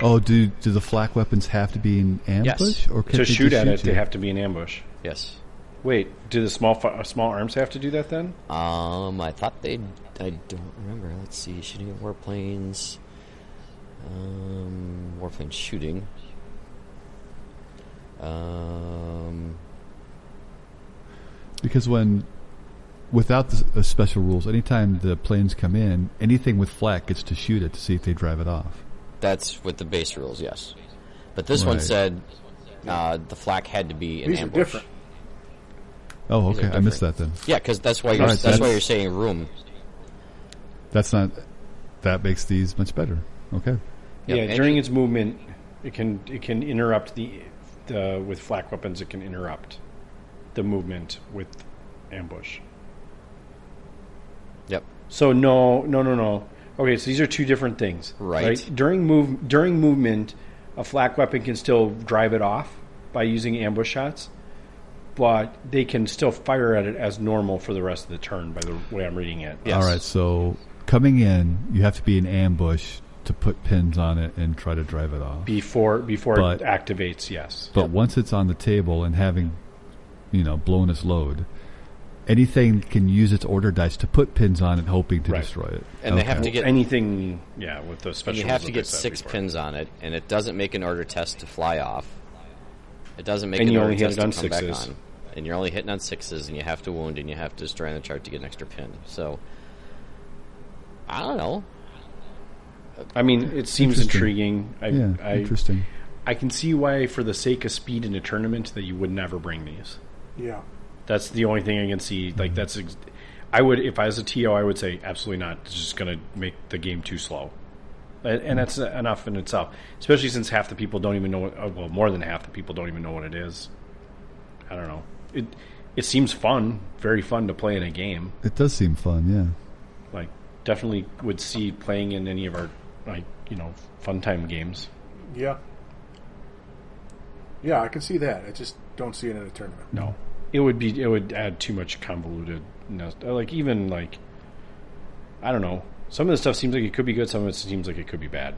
Speaker 5: oh, do do the flak weapons have to be in ambush or can
Speaker 1: To
Speaker 5: they
Speaker 1: shoot
Speaker 5: just
Speaker 1: at it,
Speaker 5: you?
Speaker 1: they have to be in ambush.
Speaker 3: Yes.
Speaker 1: Wait, do the small fi- small arms have to do that then?
Speaker 3: Um, I thought they. I don't remember. Let's see. Shooting at warplanes. Um, warplane shooting. Um,
Speaker 5: because when without the s- uh, special rules, anytime the planes come in, anything with flak gets to shoot it to see if they drive it off.
Speaker 3: that's with the base rules, yes. But this one
Speaker 5: Right.
Speaker 3: said uh, the flak had to be in
Speaker 2: These are
Speaker 3: ambush.
Speaker 2: different.
Speaker 5: Oh,
Speaker 3: are
Speaker 5: okay, I missed that then.
Speaker 3: Yeah, because that's why you're
Speaker 5: Alright,
Speaker 3: that's, why
Speaker 5: that's-
Speaker 3: you're saying room.
Speaker 5: That's not. That makes these much better. Okay.
Speaker 3: Yep,
Speaker 1: yeah,
Speaker 3: and-
Speaker 1: during its movement, it can it can interrupt the the with flak weapons. It can interrupt the movement with ambush.
Speaker 3: Yep.
Speaker 1: So no, no, no, no. Okay, so these are two different things,
Speaker 3: Right.
Speaker 1: During move during movement, a flak weapon can still drive it off by using ambush shots, but they can still fire at it as normal for the rest of the turn. By the way, I'm reading it.
Speaker 3: Yes.
Speaker 5: All right. So coming in, you have to be in ambush to put pins on it and try to drive it off.
Speaker 1: Before before
Speaker 5: But-
Speaker 1: it activates, yes.
Speaker 5: But once it's on the table and having, you know, blown its load, anything can use its order dice to put pins on it, hoping to
Speaker 1: Right.
Speaker 5: destroy it.
Speaker 3: And they have to get
Speaker 1: Anything, yeah, with those special.
Speaker 3: you have
Speaker 1: rules
Speaker 3: to
Speaker 1: that
Speaker 3: get
Speaker 1: they set
Speaker 3: six
Speaker 1: before.
Speaker 3: pins on it, and it doesn't make an order test to fly off. It doesn't make
Speaker 1: And
Speaker 3: an
Speaker 1: you
Speaker 3: order
Speaker 1: only hit
Speaker 3: test
Speaker 1: it on
Speaker 3: to come
Speaker 1: sixes.
Speaker 3: back on. And you're only hitting on sixes, and you have to wound, and you have to destroy on the chart to get an extra pin. So, I don't know.
Speaker 1: I mean, it seems
Speaker 5: Interesting.
Speaker 1: intriguing. I,
Speaker 5: Yeah,
Speaker 1: I,
Speaker 5: interesting.
Speaker 1: I can see why, for the sake of speed in a tournament, that you would never bring these.
Speaker 2: Yeah.
Speaker 1: That's the only thing I can see.
Speaker 5: Mm-hmm.
Speaker 1: Like that's, ex- I would if I was a TO, I would say absolutely not. It's just going to make the game too slow, and, and that's
Speaker 5: Mm-hmm.
Speaker 1: enough in itself. Especially since half the people don't even know. What, uh, well, more than half the people don't even know what it is. I don't know. It it seems fun, very fun to play in a game.
Speaker 5: It does seem fun. Yeah.
Speaker 1: Like definitely would see playing in any of our like you know fun time games.
Speaker 2: Yeah. Yeah, I can see that. I just don't see it in a tournament.
Speaker 1: No, it would be it would add too much convoluted. Like even like, I don't know. Some of the stuff seems like it could be good. Some of it seems like it could be bad.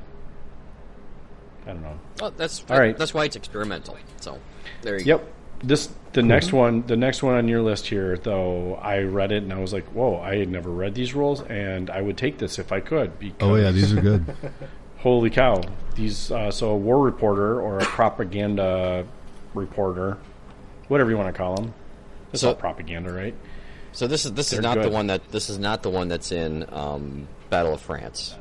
Speaker 1: I don't know.
Speaker 3: Well, that's
Speaker 1: All right.
Speaker 3: That's why it's experimental. So, there you go.
Speaker 1: Yep. This the next one. The next one on your list here, though. I read it and I was like, "Whoa! I had never read these rules, and I would take this if I could." Because
Speaker 5: Oh yeah, these are good.
Speaker 1: Holy cow! These uh, so a war reporter or a propaganda reporter, whatever you want to call them. It's
Speaker 3: So-
Speaker 1: all propaganda, right?
Speaker 3: So this is this is
Speaker 1: They're
Speaker 3: not the
Speaker 1: good.
Speaker 3: one that this is not the one that's in um, Battle of France.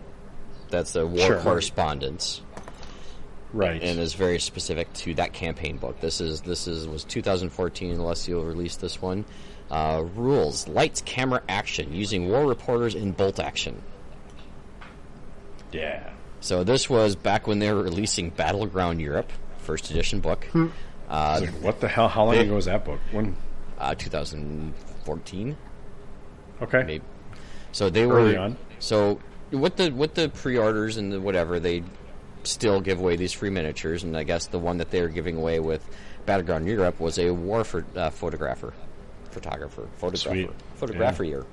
Speaker 3: That's the war
Speaker 1: Sure.
Speaker 3: correspondence.
Speaker 1: Right.
Speaker 3: and is very specific to that campaign book. This is this is was 2014. Alessio released this one. Uh, rules: lights, camera, action using war reporters in bolt action.
Speaker 1: yeah.
Speaker 3: So this was back when they were releasing Battleground Europe, first edition book,
Speaker 1: It's like, what the hell? How long ago was that book? When?
Speaker 3: uh, 2014.
Speaker 1: Okay.
Speaker 3: Maybe. So they
Speaker 1: Early
Speaker 3: were
Speaker 1: on.
Speaker 3: so with the with the pre-orders and the whatever they still give away these free miniatures, and I guess the one that they were giving away with Battleground Europe was a war for, uh, photographer, photographer, photographer,
Speaker 1: Sweet.
Speaker 3: photographer
Speaker 1: Yeah.
Speaker 3: year.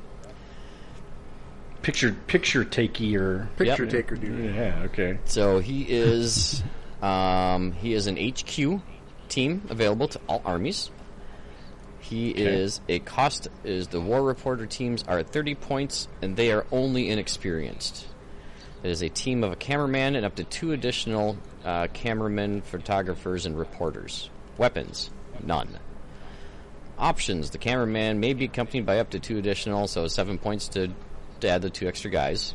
Speaker 1: Picture picture takey or
Speaker 2: Picture
Speaker 3: Yep.
Speaker 2: taker dude.
Speaker 1: yeah. Okay.
Speaker 3: So he is um, he is an HQ team available to all armies. He is a cost is the war reporter teams are at 30 points and they are only inexperienced. It is a team of a cameraman and up to two additional uh, cameramen, photographers, and reporters. Weapons none. Options: the cameraman may be accompanied by up to two additional, so seven points to, to add the two extra guys.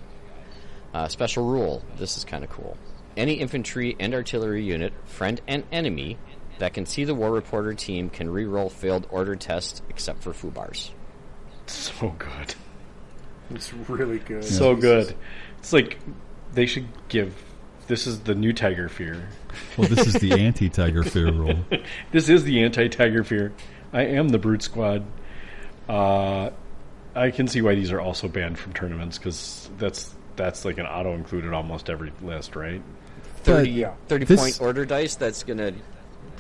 Speaker 3: Uh, special rule. This is kind of cool. Any infantry and artillery unit, friend and enemy, that can see the war reporter team can re-roll failed order tests except for foobars.
Speaker 1: So good.
Speaker 2: It's really good.
Speaker 1: So good. It's like they should give. This is the new Tiger Fear.
Speaker 5: Well, this is the anti-tiger fear rule.
Speaker 1: This is the anti-Tiger Fear. I am the Brute Squad. Uh, I can see why these are also banned from tournaments because that's that's like an auto included almost every list, right?
Speaker 3: 30,
Speaker 2: yeah.
Speaker 3: 30
Speaker 5: This-
Speaker 3: point order dice that's going to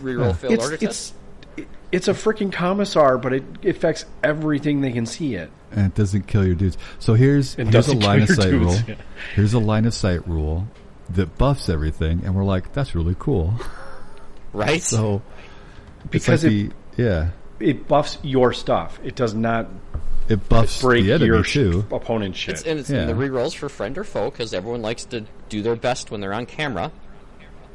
Speaker 3: re-roll failed
Speaker 1: it's
Speaker 3: order
Speaker 1: it's
Speaker 3: tests?
Speaker 1: it- it's a freaking commissar, but it affects everything they can see. It
Speaker 5: and it doesn't kill your dudes. So here's
Speaker 1: It
Speaker 5: here's a
Speaker 1: doesn't
Speaker 5: line of
Speaker 1: kill your
Speaker 5: sight
Speaker 1: dudes,
Speaker 5: rule.
Speaker 1: yeah.
Speaker 5: Here's a line of sight rule that buffs everything, and we're like, that's really cool.
Speaker 3: Right?
Speaker 5: So it's
Speaker 1: Because
Speaker 5: like
Speaker 1: it-
Speaker 5: the, yeah,
Speaker 1: it buffs your stuff. It does not
Speaker 5: it buffs
Speaker 1: break
Speaker 5: the enemy
Speaker 1: your sh-
Speaker 5: too.
Speaker 1: opponent's shit.
Speaker 3: It's- and it's
Speaker 5: Yeah.
Speaker 3: and the re-rolls for friend or foe because everyone likes to do their best when they're on camera.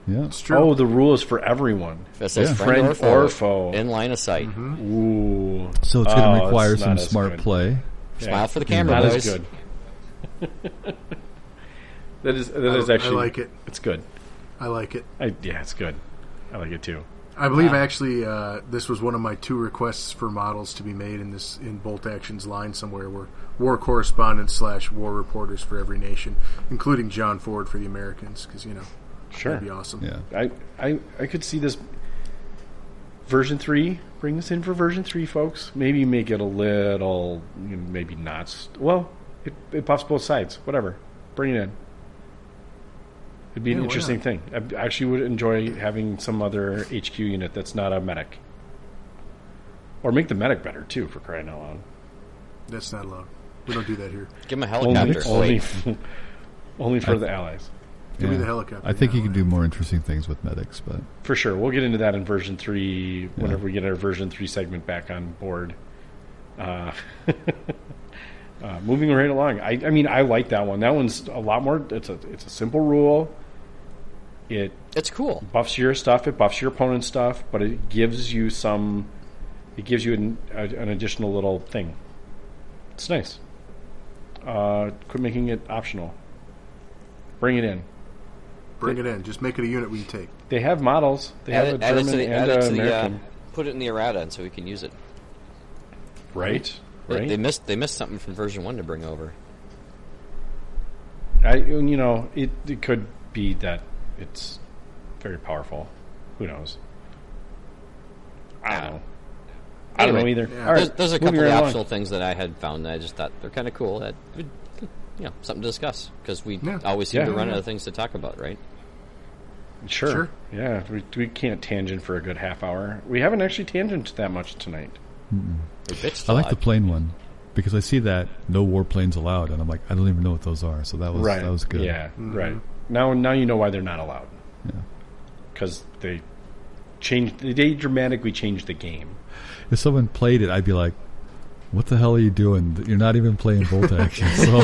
Speaker 5: Yeah,
Speaker 2: It's true.
Speaker 1: oh, the rule is for everyone.
Speaker 3: If it says
Speaker 5: Yeah.
Speaker 3: friend,
Speaker 1: Friend
Speaker 3: or, foe, Mm-hmm.
Speaker 1: or foe.
Speaker 3: in line of sight.
Speaker 1: Ooh,
Speaker 5: so it's going
Speaker 1: Oh,
Speaker 5: to
Speaker 1: it's
Speaker 5: require
Speaker 1: not
Speaker 5: some
Speaker 1: as
Speaker 5: smart
Speaker 1: good.
Speaker 5: play.
Speaker 3: Smile for the
Speaker 5: Mm,
Speaker 1: Not
Speaker 3: camera,
Speaker 1: as
Speaker 3: boys.
Speaker 1: good. that is that
Speaker 2: I-
Speaker 1: is
Speaker 2: I
Speaker 1: actually
Speaker 2: like it.
Speaker 1: It's good.
Speaker 2: I like it.
Speaker 1: I, yeah, it's good. I like it too.
Speaker 2: I believe actually uh, this was one of my two requests for models to be made in this in Bolt Action's line somewhere were war correspondents slash war reporters for every nation, including John Ford for the Americans, because you know
Speaker 1: Sure.
Speaker 2: that'd be awesome.
Speaker 5: Yeah,
Speaker 1: I, I I could see this version three. Bring this in for version three, folks. Maybe make it a little, you know, maybe not. s- Well, it, it buffs both sides. Whatever. Bring it in. It'd be
Speaker 2: Yeah,
Speaker 1: an
Speaker 2: why
Speaker 1: interesting
Speaker 2: not?
Speaker 1: thing. I b- actually would enjoy having some other HQ unit that's not a medic. Or make the medic better too, for crying out loud.
Speaker 2: That's not allowed. We don't do that here.
Speaker 3: Give him a
Speaker 1: Only,
Speaker 3: helicopter.
Speaker 1: only,
Speaker 3: Wait.
Speaker 1: f- only for the allies.
Speaker 2: Give me
Speaker 5: Yeah.
Speaker 2: the helicopter.
Speaker 5: I think
Speaker 2: now.
Speaker 5: you can do more interesting things with medics, but
Speaker 1: For sure. We'll get into that in version three whenever
Speaker 5: Yeah.
Speaker 1: we get our version three segment back on board. Uh, uh, moving right along. I, I mean, I like that one. That one's a lot more. It's a it's a simple rule. It
Speaker 3: It's cool.
Speaker 1: buffs your stuff. It buffs your opponent's stuff, but it gives you some. It gives you an, a, an additional little thing. It's nice. Uh, quit making it optional. Bring it in.
Speaker 2: Bring it in. Just make it a unit we can take.
Speaker 1: They have models. They
Speaker 3: Add
Speaker 1: have
Speaker 3: it,
Speaker 1: a
Speaker 3: add it
Speaker 1: German
Speaker 3: to the, add
Speaker 1: and
Speaker 3: it
Speaker 1: an
Speaker 3: to the uh,
Speaker 1: American.
Speaker 3: put it in the errata and so we can use it.
Speaker 1: right.
Speaker 3: They-
Speaker 1: Right.
Speaker 3: They missed they missed something from version one to bring over.
Speaker 1: I, and, you know, it, it could be that it's very powerful. Who knows? I don't know. I don't know
Speaker 3: Anyway,
Speaker 1: either.
Speaker 2: yeah.
Speaker 1: All right,
Speaker 3: there's, there's a
Speaker 1: moving
Speaker 3: couple of
Speaker 1: right along.
Speaker 3: optional things that I had found that I just thought they're kind of cool. That would, you know, something to discuss because we
Speaker 2: Yeah.
Speaker 3: always seem
Speaker 1: Yeah.
Speaker 3: to run
Speaker 1: Yeah,
Speaker 3: out of things to talk about, right?
Speaker 1: Sure.
Speaker 2: Sure.
Speaker 1: Yeah, we, we can't tangent for a good half hour. We haven't actually tangented that much tonight.
Speaker 3: We bitched
Speaker 5: I
Speaker 3: a
Speaker 5: like
Speaker 3: lot.
Speaker 5: the plane one because I see that no warplanes allowed, and I'm like, I don't even know what those are. So that was that was good.
Speaker 1: Yeah.
Speaker 3: Mm-hmm.
Speaker 1: Right. Now, now you know why they're not allowed. Because they changed. They dramatically changed the game.
Speaker 5: if someone played it, I'd be like, "What the hell are you doing? You're not even playing bolt action." So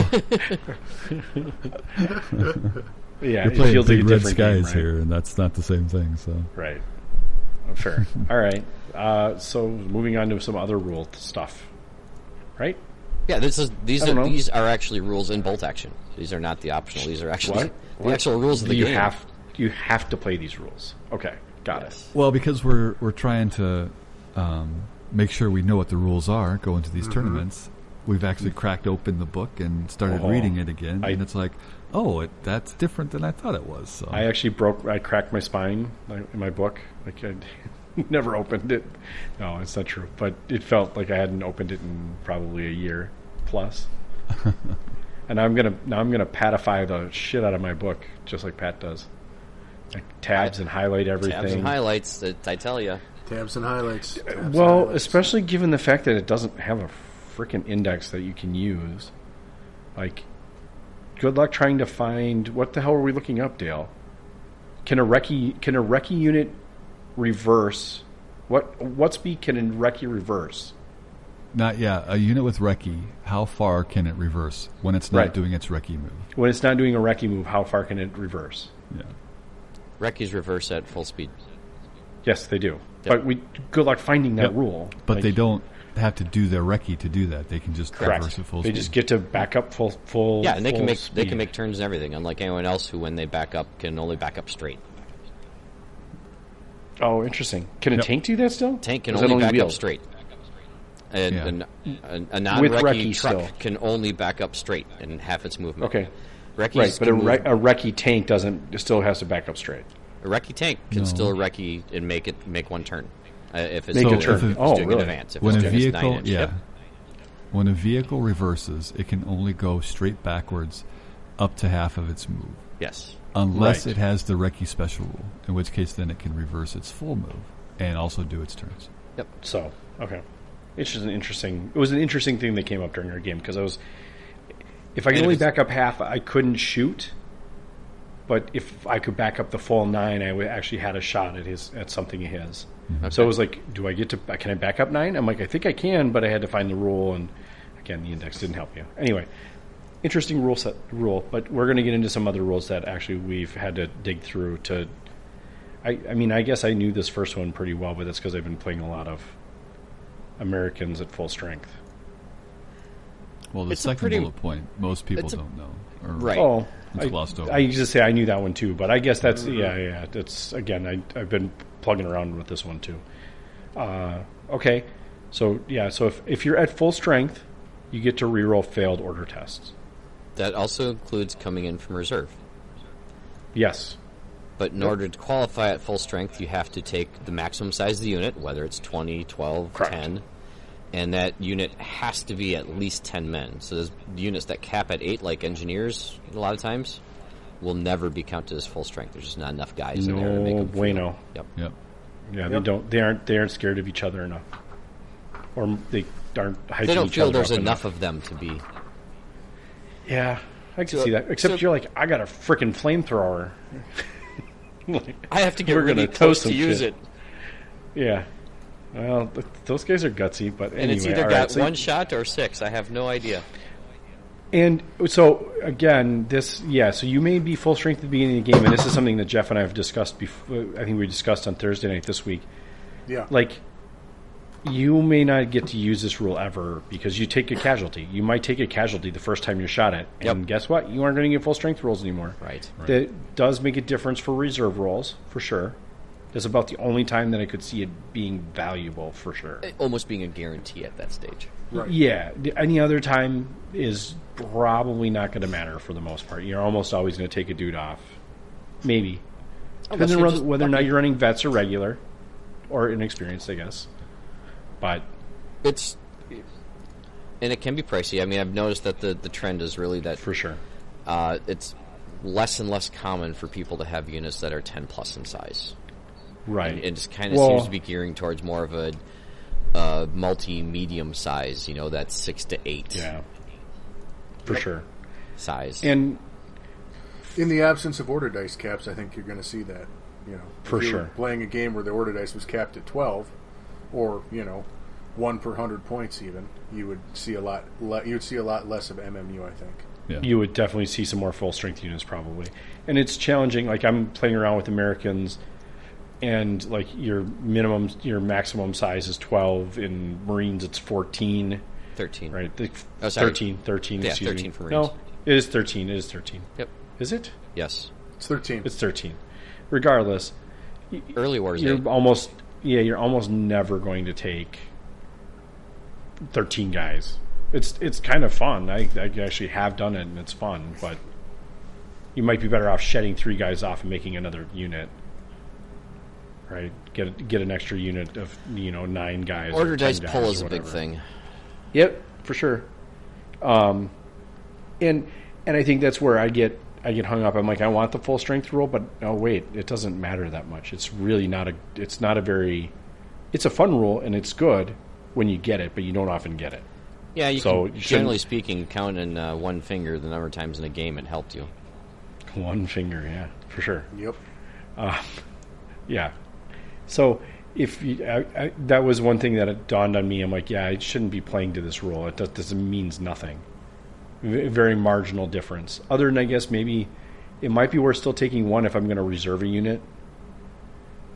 Speaker 1: Yeah,
Speaker 5: you're
Speaker 1: it
Speaker 5: playing
Speaker 1: feels like
Speaker 5: big
Speaker 1: a
Speaker 5: red
Speaker 1: different game,
Speaker 5: skies
Speaker 1: right?
Speaker 5: here, and that's not the same thing. So
Speaker 1: Right. Uh, Fair. All right. Uh, so moving on to some other rule t- stuff. Right?
Speaker 3: Yeah, this is these
Speaker 1: I
Speaker 3: are
Speaker 1: don't know.
Speaker 3: these are actually rules in bolt action. These are not the optional. These are actually
Speaker 1: What?
Speaker 3: the
Speaker 1: What?
Speaker 3: actual rules of the
Speaker 1: you
Speaker 3: game.
Speaker 1: have you have to play these rules. Okay, got it.
Speaker 5: well, because we're we're trying to um, make sure we know what the rules are going to these
Speaker 1: Mm-hmm.
Speaker 5: tournaments, we've actually cracked open the book and started
Speaker 1: Oh.
Speaker 5: reading it again,
Speaker 1: I-
Speaker 5: and it's like, oh, it, that's different than I thought it was. So
Speaker 1: I actually broke. I cracked my spine like, in my book. Like I never opened it. No, it's not true. But it felt like I hadn't opened it in probably a year. plus. and I'm gonna now I'm gonna patify the shit out of my book just like Pat does. Like tabs and highlight everything.
Speaker 3: Tabs and highlights. That I tell you,
Speaker 2: Tabs and highlights. Tabs and
Speaker 1: Well,
Speaker 2: highlights.
Speaker 1: especially given the fact that it doesn't have a freaking index that you can use. Like, good luck trying to find what the hell are we looking up, Dale? Can a recce can a recce unit reverse? What what speed can a recce reverse?
Speaker 5: Not yeah. A unit with recce. How far can it reverse when it's not
Speaker 1: Right.
Speaker 5: doing its recce move?
Speaker 1: When it's not doing a recce move, how far can it reverse?
Speaker 5: Yeah.
Speaker 3: Recce's reverse at full speed.
Speaker 1: Yes, they do. But we good luck finding that rule.
Speaker 5: But
Speaker 1: Like,
Speaker 5: they don't have to do their recce to do that. They can just
Speaker 1: correct.
Speaker 5: reverse at full
Speaker 1: they
Speaker 5: speed.
Speaker 1: just get to back up full full.
Speaker 3: Yeah, and they can
Speaker 1: full
Speaker 3: make they
Speaker 1: speed.
Speaker 3: can make turns and everything, unlike anyone else who, when they back up, can only back up straight.
Speaker 1: Oh, interesting. Can a
Speaker 5: Yep.
Speaker 1: tank do that still?
Speaker 3: Tank can
Speaker 1: Or is that
Speaker 3: only, back up
Speaker 1: wheels?
Speaker 3: straight. And
Speaker 5: Yeah.
Speaker 3: an, an, a non
Speaker 1: With
Speaker 3: recce
Speaker 1: recce
Speaker 3: truck
Speaker 1: still.
Speaker 3: can only back up straight and half its movement.
Speaker 1: Okay.
Speaker 3: Recce's
Speaker 1: Right, but a,
Speaker 3: can move-
Speaker 1: re- a recce tank doesn't. It still has to back up straight.
Speaker 3: a recce tank can
Speaker 5: No.
Speaker 3: still recce and make it make one turn uh, if it's
Speaker 1: Make
Speaker 5: a
Speaker 3: doing,
Speaker 5: turn.
Speaker 3: If it's
Speaker 1: Oh,
Speaker 3: doing
Speaker 1: really?
Speaker 3: an advance. If
Speaker 5: when
Speaker 3: it's
Speaker 5: a
Speaker 3: doing its nine
Speaker 5: vehicle
Speaker 3: inch.
Speaker 5: yeah
Speaker 3: Yep.
Speaker 5: when a vehicle reverses it can only go straight backwards up to half of its move
Speaker 3: Yes.
Speaker 5: unless
Speaker 1: Right.
Speaker 5: it has the recce special rule in which case then it can reverse its full move and also do its turns
Speaker 1: So okay, it's just an interesting. It was an interesting thing that came up during our game because I was, if I could
Speaker 3: And
Speaker 1: only
Speaker 3: if it's-
Speaker 1: back up half, I couldn't shoot. But if I could back up the full nine, I would actually had a shot at his at something of his. So it was like, do I get to? Can I back up nine? I'm like, I think I can, but I had to find the rule, and again, the index didn't help you. Anyway, interesting rule set rule, but we're going to get into some other rules that actually we've had to dig through to. I, I mean, I guess I knew this first one pretty well, but that's because I've been playing a lot of Americans at full strength.
Speaker 5: well the
Speaker 3: It's a
Speaker 5: second
Speaker 3: pretty-
Speaker 5: bullet point most people
Speaker 3: it's a-
Speaker 5: don't know or
Speaker 3: Right.
Speaker 1: Oh,
Speaker 5: It's
Speaker 1: I,
Speaker 5: glossed over.
Speaker 1: I used to say I knew that one too, but I guess that's yeah, yeah. That's again, I, I've been plugging around with this one too. Uh, okay, so yeah, so if if you're at full strength, you get to reroll failed order tests.
Speaker 3: That also includes coming in from reserve.
Speaker 1: Yes,
Speaker 3: But in order to qualify at full strength, you have to take the maximum size of the unit, whether it's 20, 12,
Speaker 1: Correct.
Speaker 3: 10. And that unit has to be at least 10 men. So those units that cap at 8, like engineers, a lot of times, will never be counted as full strength. There's just not enough guys in there to make
Speaker 1: no
Speaker 3: them. feel-
Speaker 1: bueno.
Speaker 3: Yep.
Speaker 5: yep
Speaker 1: Yeah, they don't. They aren't. They aren't scared of each other enough, or they aren't. Hyping
Speaker 3: They don't
Speaker 1: each
Speaker 3: feel
Speaker 1: other
Speaker 3: there's
Speaker 1: up
Speaker 3: enough of them to be.
Speaker 1: Yeah, I can
Speaker 3: So-
Speaker 1: see that. Except
Speaker 3: so-
Speaker 1: you're like, I got a freaking flamethrower. Like,
Speaker 3: I have to get
Speaker 1: We're gonna
Speaker 3: really
Speaker 1: toast
Speaker 3: close to
Speaker 1: some
Speaker 3: use
Speaker 1: shit.
Speaker 3: it.
Speaker 1: yeah. Well, th- those guys are gutsy, but
Speaker 3: And
Speaker 1: anyway,
Speaker 3: it's either
Speaker 1: all right,
Speaker 3: got
Speaker 1: so-
Speaker 3: one shot or six. I have no idea.
Speaker 1: And so again, this yeah. So you may be full strength at the beginning of the game, and this is something that Jeff and I have discussed before. I think we discussed on Thursday night this week.
Speaker 2: yeah,
Speaker 1: Like, you may not get to use this rule ever because you take a casualty. You might take a casualty the first time you're shot at, and
Speaker 3: Yep.
Speaker 1: guess what? You aren't going to get full strength rolls anymore.
Speaker 3: Right.
Speaker 1: That does make a difference for reserve rolls for sure. That's about the only time that I could see it being valuable for sure.
Speaker 3: Almost being a guarantee at that stage.
Speaker 1: Yeah, the- any other time is probably not going to matter for the most part. You're almost always going to take a dude off, maybe. Depends on
Speaker 3: you're
Speaker 1: whether,
Speaker 3: just
Speaker 1: whether or not you're running vets or regular, or inexperienced, I guess. But
Speaker 3: It's. And it can be pricey. I mean, I've noticed that the, the trend is really that
Speaker 1: for sure,
Speaker 3: uh, it's less and less common for people to have units that are 10 plus in size.
Speaker 1: right?
Speaker 3: It just kind of
Speaker 1: Well-
Speaker 3: seems to be gearing towards more of a uh, multi medium size, you know, that 6 to 8
Speaker 1: yeah, for sure.
Speaker 3: size.
Speaker 1: And
Speaker 2: in the absence of order dice caps, I think you're going to see that. You know, If
Speaker 1: For
Speaker 2: you were
Speaker 1: sure.
Speaker 2: Playing a game where the order dice was capped at twelve, or you know, one per hundred points, even you would see a lot. Le- you would see a lot less of MMU, I think.
Speaker 5: yeah
Speaker 1: you would definitely see some more full strength units probably. And it's challenging. Like I'm playing around with Americans, and like your minimum, your maximum size is 12. In Marines, it's 14.
Speaker 3: 13.
Speaker 1: Right. The,
Speaker 3: Oh, sorry.
Speaker 1: 13. 13.
Speaker 3: Yeah,
Speaker 1: excuse
Speaker 3: 13
Speaker 1: me.
Speaker 3: for Marines.
Speaker 1: No, it is 13. It is 13.
Speaker 3: Yep.
Speaker 1: Is it?
Speaker 3: Yes.
Speaker 2: It's thirteen.
Speaker 1: It's 13. Regardless,
Speaker 3: Early wars.
Speaker 1: you're
Speaker 3: eight.
Speaker 1: almost yeah, you're almost never going to take 13 guys. It's it's kind of fun. I, I actually have done it and it's fun, but you might be better off shedding three guys off and making another unit. Right? Get get an extra unit of, you know, 9 guys. or
Speaker 3: Order
Speaker 1: 10
Speaker 3: dice
Speaker 1: guys
Speaker 3: pull
Speaker 1: or
Speaker 3: is a big
Speaker 1: whatever.
Speaker 3: thing.
Speaker 1: Yep, for sure. Um, and and I think that's where I get I get hung up. I'm like, I want the full strength rule, but oh wait, it doesn't matter that much. It's really not a it's not a very it's a fun rule and it's good when you get it, but you don't often get it.
Speaker 3: Yeah, you
Speaker 1: So
Speaker 3: can,
Speaker 1: you shouldn't-
Speaker 3: generally speaking, count in uh, one finger the number of times in a game it helped you.
Speaker 1: One finger, yeah, for sure.
Speaker 2: Yep.
Speaker 1: Yeah. So if you, I, I, that was one thing that it dawned on me, I'm like, yeah, I shouldn't be playing to this rule. It does, this means nothing. V- very marginal difference. Other than I guess maybe it might be worth still taking one if I'm going to reserve a unit,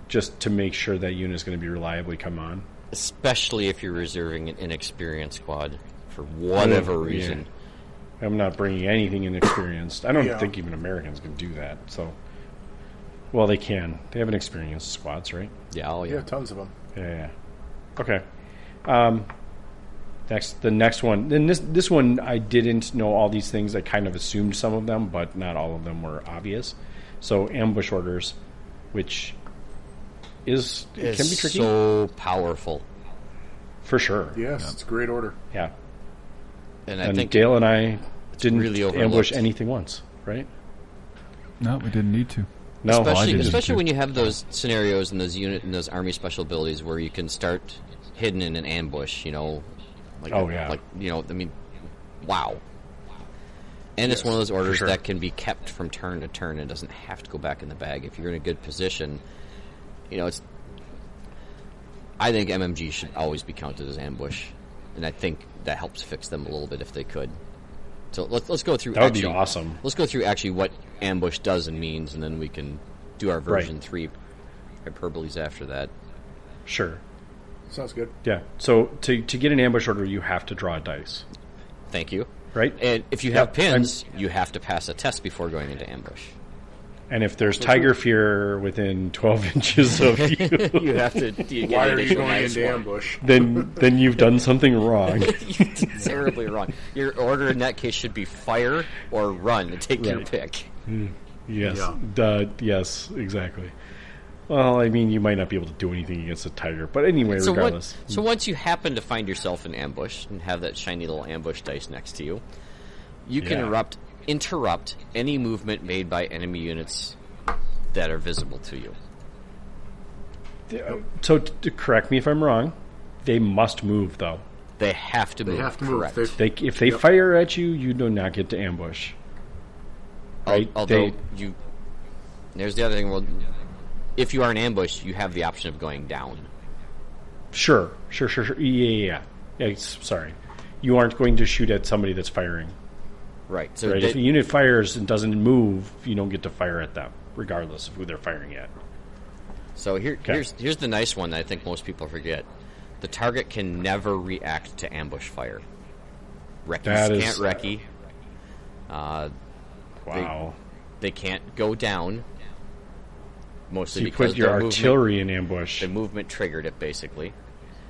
Speaker 1: just to make sure that unit is going to be reliably come on.
Speaker 3: Especially if you're reserving an inexperienced squad for whatever
Speaker 1: yeah.
Speaker 3: reason.
Speaker 1: I'm not bringing anything inexperienced. I don't
Speaker 2: Yeah.
Speaker 1: think even Americans can do that. So, well, they can. They have an experienced squads, right?
Speaker 3: Yeah, oh yeah.
Speaker 2: Yeah, tons of them.
Speaker 1: Yeah, yeah. Okay. Um, next, the next one. Then this this one, I didn't know all these things. I kind of assumed some of them, but not all of them were obvious. So ambush orders, which is it
Speaker 3: It's
Speaker 1: can be tricky
Speaker 3: so powerful.
Speaker 1: for sure. Yeah.
Speaker 2: Yes, it's a great order.
Speaker 3: And I
Speaker 1: And
Speaker 3: think
Speaker 1: Dale and I didn't
Speaker 3: really overlooked.
Speaker 1: ambush anything once, right?
Speaker 5: No, we didn't need to.
Speaker 1: No,
Speaker 5: I
Speaker 3: especially
Speaker 5: didn't
Speaker 3: especially
Speaker 5: too.
Speaker 3: when you have those scenarios and those unit and those army special abilities where you can start hidden in an ambush, you know, like
Speaker 1: Oh, yeah.
Speaker 3: like you know, I mean, wow. And it's one of those orders
Speaker 1: sure.
Speaker 3: that can be kept from turn to turn and doesn't have to go back in the bag if you're in a good position. You know, it's. I think MMG should always be counted as ambush, and I think that helps fix them a little bit if they could. So let's let's go through.
Speaker 1: That would be
Speaker 3: actually-
Speaker 1: awesome.
Speaker 3: Let's go through actually what ambush does and means, and then we can do our version three hyperboles after that.
Speaker 1: sure.
Speaker 2: Sounds good.
Speaker 1: Yeah. So to to get an ambush order, you have to draw a dice,
Speaker 3: Thank you.
Speaker 1: right?
Speaker 3: And if you
Speaker 1: Yep,
Speaker 3: have pins, you have to pass a test before going into ambush.
Speaker 1: And if there's tiger fear within 12 inches of you,
Speaker 3: You have to. You get
Speaker 2: Why
Speaker 3: an
Speaker 2: are you
Speaker 3: additional
Speaker 2: going
Speaker 3: minus
Speaker 2: into
Speaker 3: one.
Speaker 2: ambush?
Speaker 1: then then you've done something wrong.
Speaker 3: You did terribly wrong. Your order in that case should be fire or run. Take your
Speaker 1: Right.
Speaker 3: pick.
Speaker 1: Yes.
Speaker 2: Yeah.
Speaker 1: Duh, yes, exactly. Well, I mean, you might not be able to do anything against a tiger, but anyway,
Speaker 3: So, what,
Speaker 1: regardless.
Speaker 3: so once you happen to find yourself in ambush and have that shiny little ambush dice next to you, you can
Speaker 1: Yeah.
Speaker 3: erupt, interrupt any movement made by enemy units that are visible to you.
Speaker 1: So, t- to correct me if I'm wrong. They must move, though.
Speaker 3: They have to move.
Speaker 2: They have to move.
Speaker 3: Correct.
Speaker 2: They-
Speaker 1: They, if they
Speaker 2: Yep.
Speaker 1: fire at you, you do not get to ambush.
Speaker 3: Al-
Speaker 1: Right?
Speaker 3: Although
Speaker 1: They-
Speaker 3: you, there's the other thing. Well, if you are in ambush, you have the option of going down.
Speaker 1: Sure, sure, sure, sure. Yeah, yeah, yeah. yeah s- sorry. You aren't going to shoot at somebody that's firing.
Speaker 3: Right. So
Speaker 1: Right?
Speaker 3: they-
Speaker 1: if a unit fires and doesn't move, you don't get to fire at them, regardless of who they're firing at.
Speaker 3: So here,
Speaker 1: 'Kay.
Speaker 3: here's here's the nice one that I think most people forget: the target can never react to ambush fire. Reckies
Speaker 1: That
Speaker 3: can't
Speaker 1: is-
Speaker 3: recce.
Speaker 1: Wow.
Speaker 3: They can't go down. Mostly
Speaker 1: you
Speaker 3: because
Speaker 1: put your
Speaker 3: their
Speaker 1: artillery in
Speaker 3: movement,
Speaker 1: ambush.
Speaker 3: their movement triggered it basically.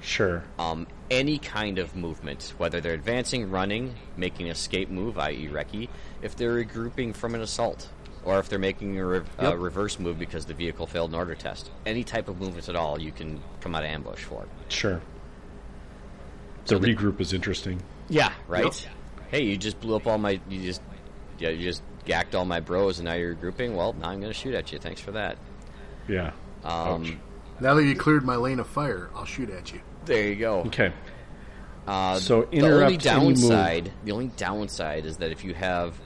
Speaker 1: Sure.
Speaker 3: Um, any kind of movement, whether they're advancing, running, making an escape move, i.e., recce, if they're regrouping from an assault, or if they're making a, re- a reverse move because the vehicle failed an order test, any type of movement at all, you can come out of ambush for.
Speaker 1: Sure. The regroup is interesting.
Speaker 3: Yeah, right. Hey, you just blew up all my. You just, yeah, you just gacked all my bros, and now you're grouping. Well, now I'm going to shoot at you. Thanks for that.
Speaker 1: Yeah. Um,
Speaker 2: Now that you cleared my lane of fire, I'll shoot at you.
Speaker 3: There you go.
Speaker 1: okay.
Speaker 3: Uh,
Speaker 1: So
Speaker 3: the only
Speaker 1: interrupt any move.
Speaker 3: downside, the only downside is that if you have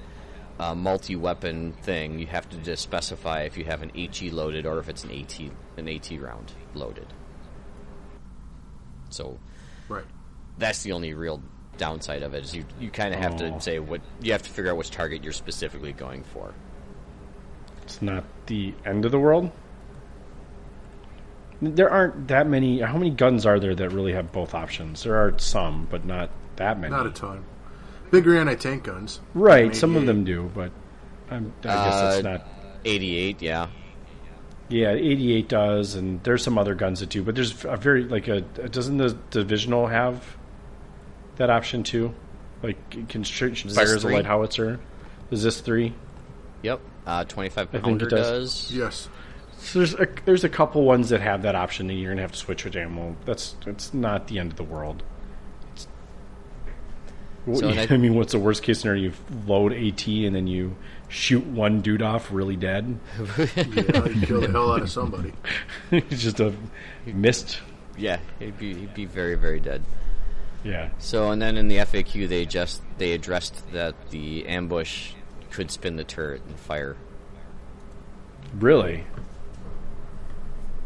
Speaker 3: a multi-weapon thing, you have to just specify if you have an HE loaded or if it's an AT an AT round loaded. So
Speaker 2: Right.
Speaker 3: that's the only real downside of it is you you kind of have
Speaker 1: Oh.
Speaker 3: to say what you have to figure out which target you're specifically going for.
Speaker 1: It's not the end of the world. There aren't that many. How many guns are there that really have both options? There are some, but not that many.
Speaker 2: Not a ton. Bigger anti-tank guns.
Speaker 1: right. Some of
Speaker 2: 88.
Speaker 1: them do, but I'm, I guess it's
Speaker 3: Uh,
Speaker 1: not.
Speaker 3: 88, yeah.
Speaker 1: Yeah, 88 does, and there's some other guns that do. But there's a very like a doesn't the divisional have that option too? Like it can sh- fires a
Speaker 3: three?
Speaker 1: light howitzer. Is this three?
Speaker 3: Yep. Uh, 25
Speaker 1: think it
Speaker 3: pounder
Speaker 1: does.
Speaker 3: does.
Speaker 2: Yes.
Speaker 1: So there's a, there's a couple ones that have that option, and you're gonna have to switch with ammo. That's that's not the end of the world. It's, What-
Speaker 3: So, and
Speaker 1: I,
Speaker 3: I-
Speaker 1: mean, what's the worst case scenario? You load AT and then you shoot one dude off really dead.
Speaker 2: Yeah, you kill the hell out of somebody.
Speaker 1: it's just a missed.
Speaker 3: Yeah, he'd be he'd be very very dead.
Speaker 1: Yeah.
Speaker 3: So and then in the FAQ they just they addressed that the ambush could spin the turret and fire.
Speaker 1: Really?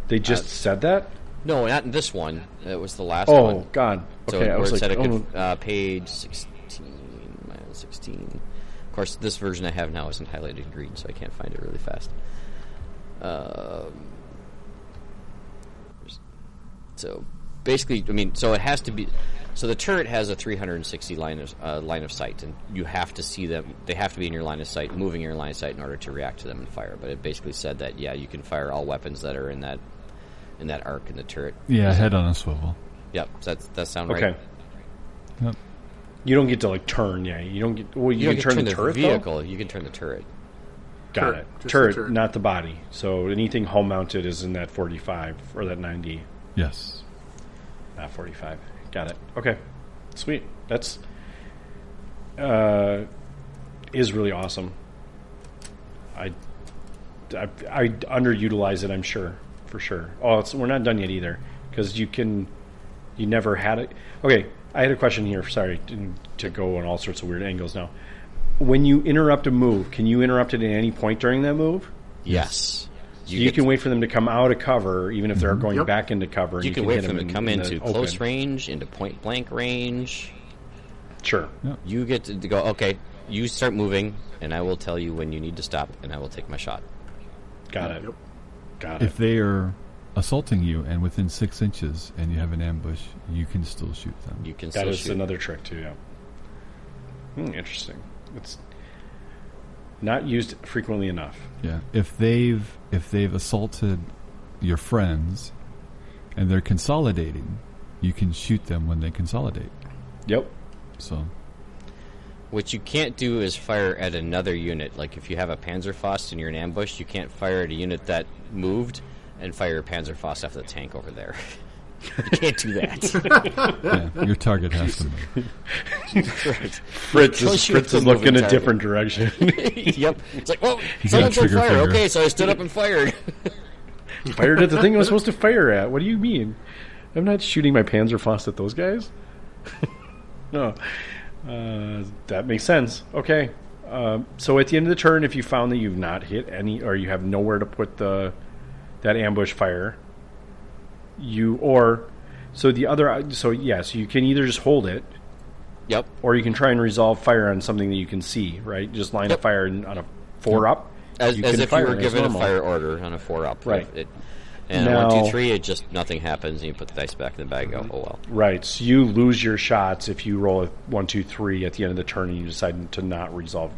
Speaker 1: They just said that?
Speaker 3: No, not in this one. It was the last
Speaker 1: Oh
Speaker 3: one.
Speaker 1: God.
Speaker 3: So
Speaker 1: Okay, I
Speaker 3: where
Speaker 1: was
Speaker 3: it
Speaker 1: like,
Speaker 3: said it
Speaker 1: oh,
Speaker 3: could, uh, page sixteen, minus sixteen. Of course, this version I have now isn't highlighted in green, so I can't find it really fast. Um, so basically, I mean, so it has to be. So the turret has a 360 line of uh, line of sight, and you have to see them. They have to be in your line of sight, moving in your line of sight in order to react to them and fire. But it basically said that yeah, you can fire all weapons that are in that in that arc in the turret.
Speaker 5: Yeah, head on a swivel.
Speaker 3: Yep, does that that sound
Speaker 1: okay.
Speaker 3: right?
Speaker 5: Yep.
Speaker 1: You don't get to like turn. Yeah, you don't get. Well, you,
Speaker 3: You,
Speaker 1: can
Speaker 3: can
Speaker 1: turn,
Speaker 3: turn,
Speaker 1: the turret. though?
Speaker 3: vehicle. You can turn the turret.
Speaker 1: Got
Speaker 2: Turret,
Speaker 1: it.
Speaker 2: just the
Speaker 1: Turret,
Speaker 2: turret.
Speaker 1: not the body. So anything home mounted is in that 45 or that 90,
Speaker 5: Yes.
Speaker 1: not 45. Ah, Got it. Okay, sweet. That's uh, is really awesome. I, I I underutilize it. I'm sure for sure. Oh, it's, we're not done yet either because you can you never had it. Okay, I had a question here. Sorry to, to go on all sorts of weird angles now. When you interrupt a move, can you interrupt it at any point during that move? you
Speaker 3: Yes. You, get- Mm-hmm.
Speaker 1: can wait for them to come out of cover, even if they're going
Speaker 2: Yep.
Speaker 1: back into cover. and
Speaker 3: You can wait
Speaker 1: hit
Speaker 3: for them to come
Speaker 1: in
Speaker 3: into
Speaker 1: the
Speaker 3: close
Speaker 1: open.
Speaker 3: range, into point blank range.
Speaker 1: Sure.
Speaker 3: You get to go. Okay, you start moving, and I will tell you when you need to stop, and I will take my shot.
Speaker 1: Got it.
Speaker 2: Yep.
Speaker 1: Got it.
Speaker 5: If they are assaulting you and within six inches and you have an ambush, you can still shoot them.
Speaker 3: You can
Speaker 1: That
Speaker 3: still
Speaker 1: is
Speaker 3: shoot.
Speaker 1: another trick too. Yeah. Hmm, interesting. It's not used frequently enough.
Speaker 5: Yeah. If they've if they've assaulted your friends and they're consolidating, you can shoot them when they consolidate.
Speaker 1: Yep.
Speaker 5: So
Speaker 3: What you can't do is fire at another unit. Like if you have a Panzerfaust and you're in ambush, you can't fire at a unit that moved and fire a Panzerfaust after the tank over there. you can't do that.
Speaker 5: yeah, your target has to move.
Speaker 1: Fritz
Speaker 3: Kill
Speaker 1: is,
Speaker 3: you with
Speaker 1: Fritz is
Speaker 3: the
Speaker 1: looking
Speaker 3: moving
Speaker 1: a
Speaker 3: target.
Speaker 1: different direction.
Speaker 3: yep. It's like, whoa,
Speaker 5: got a
Speaker 3: someone said
Speaker 5: trigger
Speaker 3: fire.
Speaker 5: finger.
Speaker 3: Okay, so I stood up and fired.
Speaker 1: Fired at the thing I was supposed to fire at. What do you mean? I'm not shooting my Panzerfaust at those guys. no. Uh, that makes sense. Okay. Um, so at the end of the turn, if you found that you've not hit any, or you have nowhere to put the that ambush fire, you or so the other. uh, So yes, you can either just hold it,
Speaker 3: yep.
Speaker 1: or you can try and resolve fire on something that you can see. Right, just line of
Speaker 3: Yep.
Speaker 1: fire on a four up.
Speaker 3: As,
Speaker 1: you
Speaker 3: as
Speaker 1: can
Speaker 3: if
Speaker 1: fire
Speaker 3: you were
Speaker 1: as
Speaker 3: given a
Speaker 1: normal.
Speaker 3: fire order on a four up.
Speaker 1: Right.
Speaker 3: It, and
Speaker 1: Now-
Speaker 3: one, two, three, it just nothing happens, and you put the dice back in the bag. and Go, oh well.
Speaker 1: Right. So you lose your shots if you roll a one, two, three at the end of the turn and you decide to not resolve.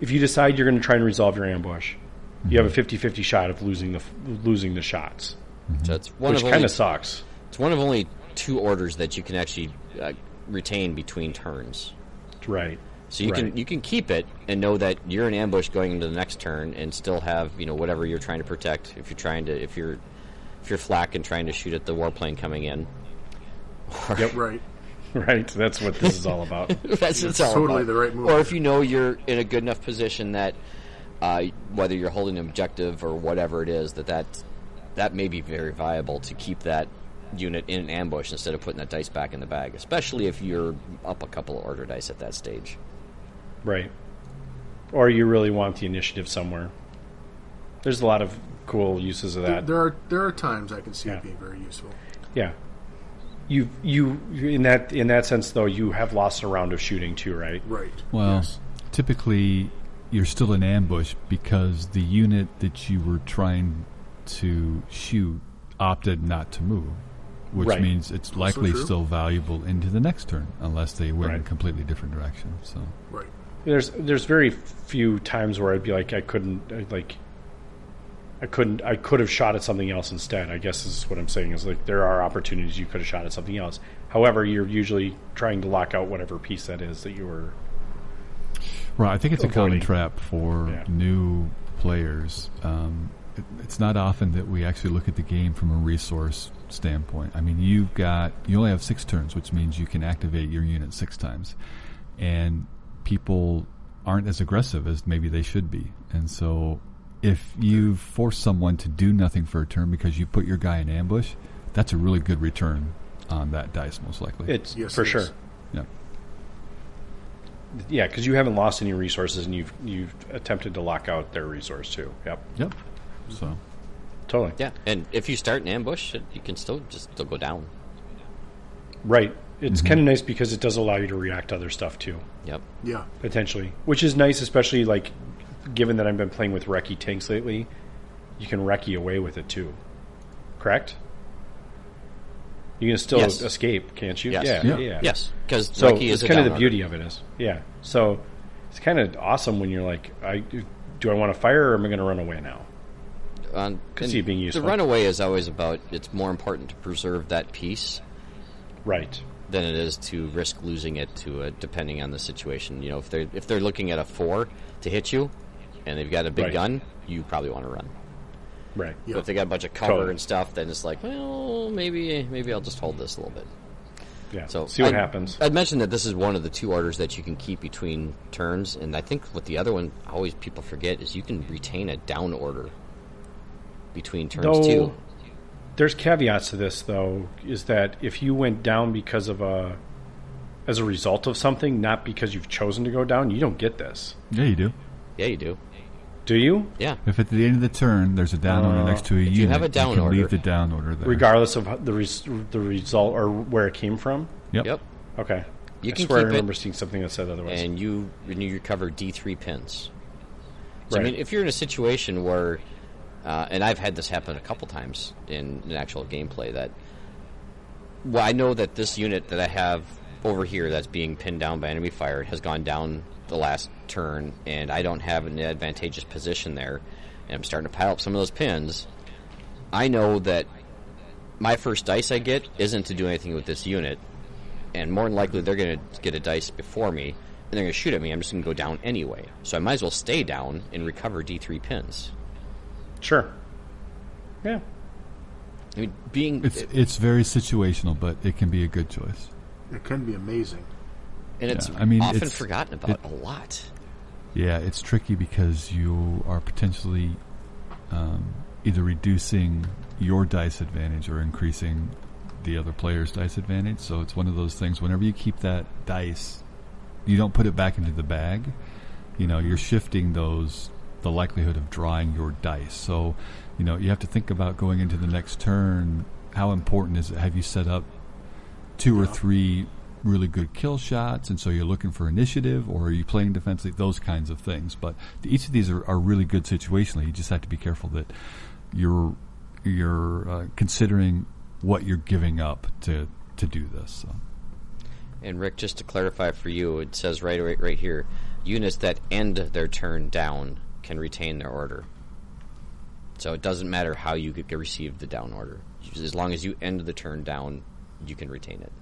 Speaker 1: If you decide you're going to try and resolve your ambush, you have a 50 50 shot of losing the losing the shots,
Speaker 3: So it's one
Speaker 1: which
Speaker 3: of
Speaker 1: kind
Speaker 3: only,
Speaker 1: of sucks.
Speaker 3: it's one of only two orders that you can actually uh, retain between turns.
Speaker 1: Right.
Speaker 3: So you
Speaker 1: Right.
Speaker 3: can you can keep it and know that you're in ambush going into the next turn, and still have you know whatever you're trying to protect. If you're trying to if you're if you're flak and trying to shoot at the warplane coming in,
Speaker 2: Right.
Speaker 1: Right. That's what this is all about.
Speaker 3: That's it's all
Speaker 2: totally
Speaker 3: about.
Speaker 2: the right move.
Speaker 3: Or if you know you're in a good enough position that uh, whether you're holding an objective or whatever it is, that that that may be very viable to keep that unit in an ambush instead of putting that dice back in the bag, especially if you're up a couple of order dice at that stage.
Speaker 1: right. Or you really want the initiative somewhere. There's a lot of cool uses of that.
Speaker 2: There are there are times I can see
Speaker 1: Yeah.
Speaker 2: it being very useful.
Speaker 1: Yeah. You you in that in that sense though you have lost a round of shooting too right
Speaker 2: Right.
Speaker 5: Well,
Speaker 2: Yes.
Speaker 5: typically you're still in ambush because the unit that you were trying to shoot opted not to move, which
Speaker 1: Right.
Speaker 5: means it's likely
Speaker 2: true.
Speaker 5: still valuable into the next turn unless they went in a
Speaker 1: Right.
Speaker 5: completely different direction. So
Speaker 2: Right.
Speaker 1: there's there's very few times where I'd be like I couldn't I'd like I couldn't I could have shot at something else instead. I guess is what I'm saying is like there are opportunities you could have shot at something else. However, you're usually trying to lock out whatever piece that is that you were
Speaker 5: Right, I think it's a common
Speaker 1: Avoiding.
Speaker 5: trap for
Speaker 1: Yeah.
Speaker 5: new players. Um, it, it's not often that we actually look at the game from a resource standpoint. I mean, you've got you only have six turns, which means you can activate your unit six times. and people aren't as aggressive as maybe they should be. And so, if you force someone to do nothing for a turn because you put your guy in ambush, that's a really good return on that dice, most likely.
Speaker 1: It's
Speaker 2: Yes,
Speaker 1: for
Speaker 2: it
Speaker 1: sure.
Speaker 2: is.
Speaker 5: yeah.
Speaker 1: Yeah, because you haven't lost any resources, and you've you've attempted to lock out their resource too. Yep,
Speaker 5: Yep. So,
Speaker 1: totally.
Speaker 3: Yeah, and if you start an ambush, it, you can still just still go down.
Speaker 1: Right. It's
Speaker 2: Mm-hmm.
Speaker 1: kind of nice because it does allow you to react to other stuff too,
Speaker 3: Yep.
Speaker 2: Yeah.
Speaker 1: potentially, which is nice, especially like given that I've been playing with recce tanks lately. You can recce away with it too, correct? You can still
Speaker 3: Yes.
Speaker 1: escape, can't you?
Speaker 3: Yes.
Speaker 1: Yeah,
Speaker 5: Yeah.
Speaker 1: yeah.
Speaker 3: Yes, because
Speaker 1: So
Speaker 3: is
Speaker 1: it's
Speaker 3: a
Speaker 1: kind of
Speaker 3: down
Speaker 1: the
Speaker 3: order.
Speaker 1: beauty of it is, yeah. So it's kind of awesome when you're like, I do I want to fire or am I going to run away now?
Speaker 3: on
Speaker 1: Could
Speaker 3: and
Speaker 1: see it being useful.
Speaker 3: The runaway is always about it's more important to preserve that piece
Speaker 1: Right.
Speaker 3: than it is to risk losing it to it depending on the situation. You know, if they're if they're looking at a four to hit you and they've got a big
Speaker 1: Right.
Speaker 3: gun, you probably want to run.
Speaker 1: Right.
Speaker 2: Yeah.
Speaker 3: But if they got a bunch of cover
Speaker 1: Totally.
Speaker 3: and stuff, then it's like, well, maybe maybe I'll just hold this a little bit.
Speaker 1: Yeah.
Speaker 3: So
Speaker 1: see what
Speaker 3: I'd-
Speaker 1: happens.
Speaker 3: I'd mentioned that this is one of the two orders that you can keep between turns, and I think what the other one always people forget is you can retain a down order between turns
Speaker 1: Though-
Speaker 3: too.
Speaker 1: There's caveats to this, though, is that if you went down because of a, as a result of something, not because you've chosen to go down, you don't get this.
Speaker 5: yeah, you do.
Speaker 3: Yeah, you do.
Speaker 1: Do you?
Speaker 3: Yeah.
Speaker 5: If at the end of the turn there's a down order next to a unit,
Speaker 3: Uh, you have a down
Speaker 5: can
Speaker 3: order-
Speaker 5: leave the down order there.
Speaker 1: Regardless of how- the res- the result or where it came from.
Speaker 5: Yep.
Speaker 3: Yep.
Speaker 1: Okay.
Speaker 3: You
Speaker 1: I
Speaker 3: can
Speaker 1: swear I
Speaker 3: keep it-
Speaker 1: remember seeing something that said otherwise.
Speaker 3: and you renew your cover D3 pins. So, I
Speaker 1: Right.
Speaker 3: mean, if you're in a situation where, uh, and I've had this happen a couple times in an actual gameplay, that, well, I know that this unit that I have over here that's being pinned down by enemy fire has gone down the last turn, and I don't have an advantageous position there, and I'm starting to pile up some of those pins. I know that my first dice I get isn't to do anything with this unit, and more than likely they're going to get a dice before me, and they're going to shoot at me. I'm just going to go down anyway, so I might as well stay down and recover D3 pins.
Speaker 1: sure. Yeah.
Speaker 3: I mean, being
Speaker 5: It's it's very situational, but it can be a good choice.
Speaker 2: It can be amazing.
Speaker 3: and it's
Speaker 5: yeah, I mean,
Speaker 3: often
Speaker 5: it's-
Speaker 3: forgotten about
Speaker 5: it-
Speaker 3: a lot.
Speaker 5: Yeah, it's tricky because you are potentially um, either reducing your dice advantage or increasing the other player's dice advantage. So it's one of those things. Whenever you keep that dice, you don't put it back into the bag. You know, you're shifting those the likelihood of drawing your dice. So, you know, you have to think about going into the next turn. How important is it? Have you set up two or three really good kill shots, and so you're looking for initiative, or are you playing defensively? Those kinds of things. But the, each of these are, are really good situationally. You just have to be careful that you're you're uh, considering what you're giving up to to do this. So.
Speaker 3: And Rick, just to clarify for you, it says right right, right here, units that end their turn down can retain their order. So it doesn't matter how you could receive the down order, Just as long as you end the turn down, you can retain it.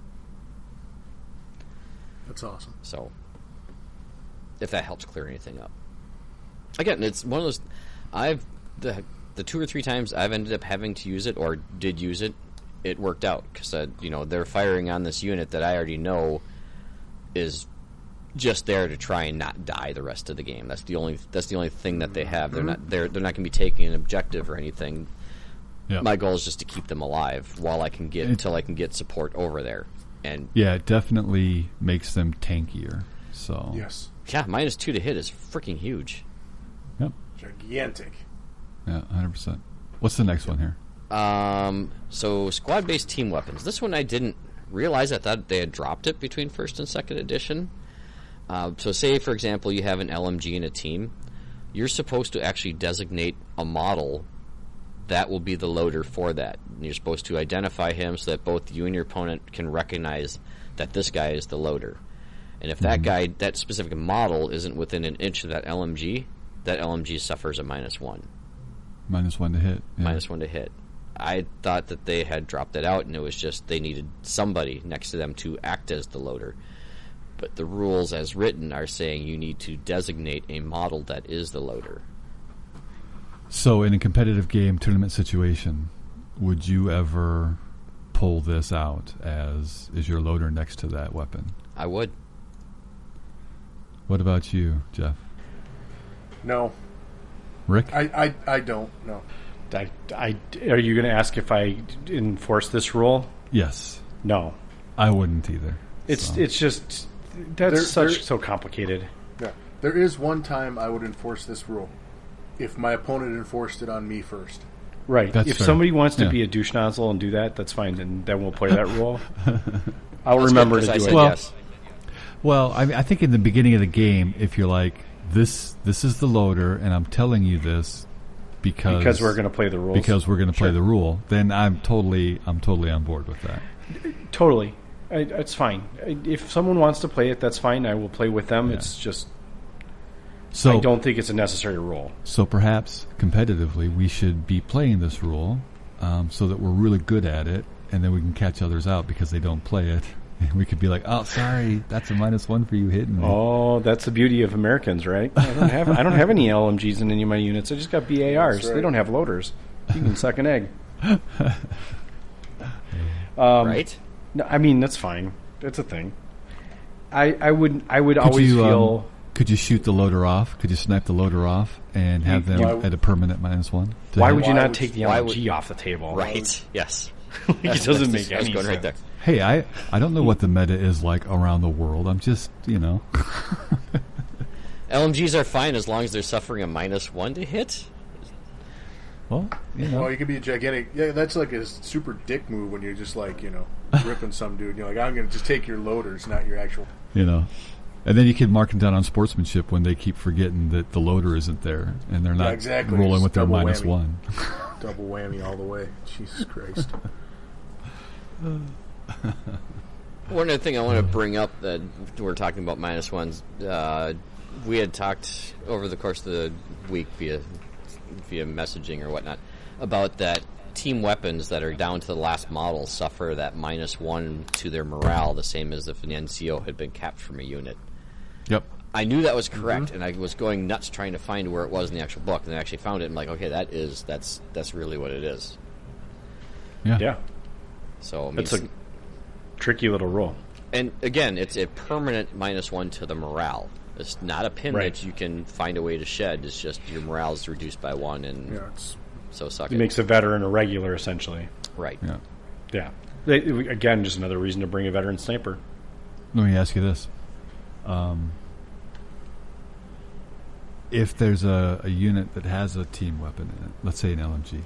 Speaker 2: That's awesome.
Speaker 3: So, if that helps clear anything up. Again, it's one of those. I've the the two or three times I've ended up having to use it or did use it, it worked out because you know they're firing on this unit that I already know is just there to try and not die the rest of the game. That's the only that's the only thing that they have. They're not they're they're not going to be taking an objective or anything.
Speaker 5: Yeah.
Speaker 3: My goal is just to keep them alive while I can get until I can get support over there. And
Speaker 5: yeah, it definitely makes them tankier. So
Speaker 2: Yes.
Speaker 3: yeah, minus two to hit is freaking huge.
Speaker 5: Yep.
Speaker 2: Gigantic.
Speaker 5: Yeah, hundred percent. What's the next one here?
Speaker 3: Um, so squad based team weapons. This one I didn't realize. I thought they had dropped it between first and second edition. Uh, so, say for example, you have an LMG in a team, you're supposed to actually designate a model that will be the loader for that. And you're supposed to identify him so that both you and your opponent can recognize that this guy is the loader. And if that guy, that specific model, isn't within an inch of that LMG, that LMG suffers a minus one
Speaker 5: Minus one to hit. Yeah.
Speaker 3: minus one to hit. I thought that they had dropped it out, and it was just they needed somebody next to them to act as the loader. But the rules, as written, are saying you need to designate a model that is the loader.
Speaker 5: So, in a competitive game tournament situation, would you ever pull this out as is your loader next to that weapon?
Speaker 3: I would.
Speaker 5: What about you, Jeff?
Speaker 2: No,
Speaker 5: Rick?
Speaker 2: I, I, I don't. No.
Speaker 1: I, I, are you going to ask if I enforce this rule?
Speaker 5: yes.
Speaker 1: No.
Speaker 5: I wouldn't either.
Speaker 1: It's
Speaker 5: So,
Speaker 1: it's just that's
Speaker 2: There-
Speaker 1: such
Speaker 2: there-
Speaker 1: so complicated.
Speaker 2: Yeah. There is one time I would enforce this rule if my opponent enforced it on me first.
Speaker 1: Right.
Speaker 5: That's
Speaker 1: if
Speaker 5: fair.
Speaker 1: somebody wants to
Speaker 5: Yeah.
Speaker 1: be a douche nozzle and do that, that's fine, and then we'll play that rule. I'll remember to
Speaker 3: Because I
Speaker 1: do
Speaker 3: said
Speaker 1: it.
Speaker 5: Well-
Speaker 3: yes.
Speaker 5: Well, I, mean, I think in the beginning of the game, if you're like this, this is the loader, and I'm telling you this because
Speaker 1: because we're going to play the rules.
Speaker 5: because we're going to play the rule, then I'm totally I'm totally on board with that.
Speaker 1: totally, I, it's fine. I- If someone wants to play it, that's fine. I will play with them. It's just
Speaker 5: So
Speaker 1: I
Speaker 5: Oh.
Speaker 1: don't think it's a necessary rule.
Speaker 5: So perhaps competitively, we should be playing this rule um, so that we're really good at it, and then we can catch others out because they don't play it. And we could be like, "Oh, sorry, that's a minus one for you hitting me."
Speaker 1: Oh, that's the beauty of Americans, right? I don't have I don't have any LMGs in any of my units. I just got BARs.
Speaker 2: That's
Speaker 1: They
Speaker 2: right.
Speaker 1: don't have loaders. You can suck an egg. Um,
Speaker 3: right?
Speaker 1: No, I mean that's fine. That's a thing. I I would I would
Speaker 5: Could
Speaker 1: always
Speaker 5: you, um,
Speaker 1: feel
Speaker 5: could you shoot the loader off? Could you snipe the loader off and have them
Speaker 2: Why-
Speaker 5: at a permanent minus one? to
Speaker 1: why
Speaker 5: hit?
Speaker 1: would you
Speaker 2: why
Speaker 1: not
Speaker 2: would-
Speaker 1: take the
Speaker 3: why
Speaker 1: LMG off the table?
Speaker 3: Right. Yes.
Speaker 1: it doesn't make
Speaker 3: I was
Speaker 1: any
Speaker 3: going
Speaker 1: sense.
Speaker 3: right there.
Speaker 5: Hey, I I don't know what the meta is like around the world. I'm just you know.
Speaker 3: LMGs are fine as long as they're suffering a minus one to hit.
Speaker 5: Well, you know.
Speaker 2: Well, Oh, you could be a gigantic. Yeah, that's like a super dick move when you're just like, you know, ripping some dude. You're like, I'm going to just take your loaders, not your actual.
Speaker 5: you know. And then you can mark them down on sportsmanship when they keep forgetting that the loader isn't there and they're not
Speaker 2: exactly.
Speaker 5: rolling
Speaker 2: It's
Speaker 5: with their
Speaker 2: double
Speaker 5: minus
Speaker 2: whammy.
Speaker 5: one.
Speaker 2: Double whammy all the way. Jesus Christ.
Speaker 3: One other thing I want to bring up that we're talking about minus ones. Uh, we had talked over the course of the week via via messaging or whatnot about that team weapons that are down to the last model suffer that minus one to their morale, the same as if an NCO had been capped from a unit.
Speaker 5: Yep.
Speaker 3: I knew that was correct, and I was going nuts trying to find where it was in the actual book, and I actually found it. And I'm like, okay, that is that's that's really what it is.
Speaker 5: Yeah.
Speaker 1: Yeah,
Speaker 3: So I mean,
Speaker 1: that's a tricky little rule.
Speaker 3: And again, it's a permanent minus one to the morale. It's not a pin
Speaker 1: Right.
Speaker 3: that you can find a way to shed. It's just your morale is reduced by one, and
Speaker 2: Yeah, it's
Speaker 3: so suck
Speaker 1: It
Speaker 3: it.
Speaker 1: makes a veteran a regular essentially.
Speaker 3: right.
Speaker 5: Yeah.
Speaker 1: Yeah. They, again, just another reason to bring a veteran sniper.
Speaker 5: Let me ask you this. Um, if there's a, a unit that has a team weapon in it, let's say an LMG,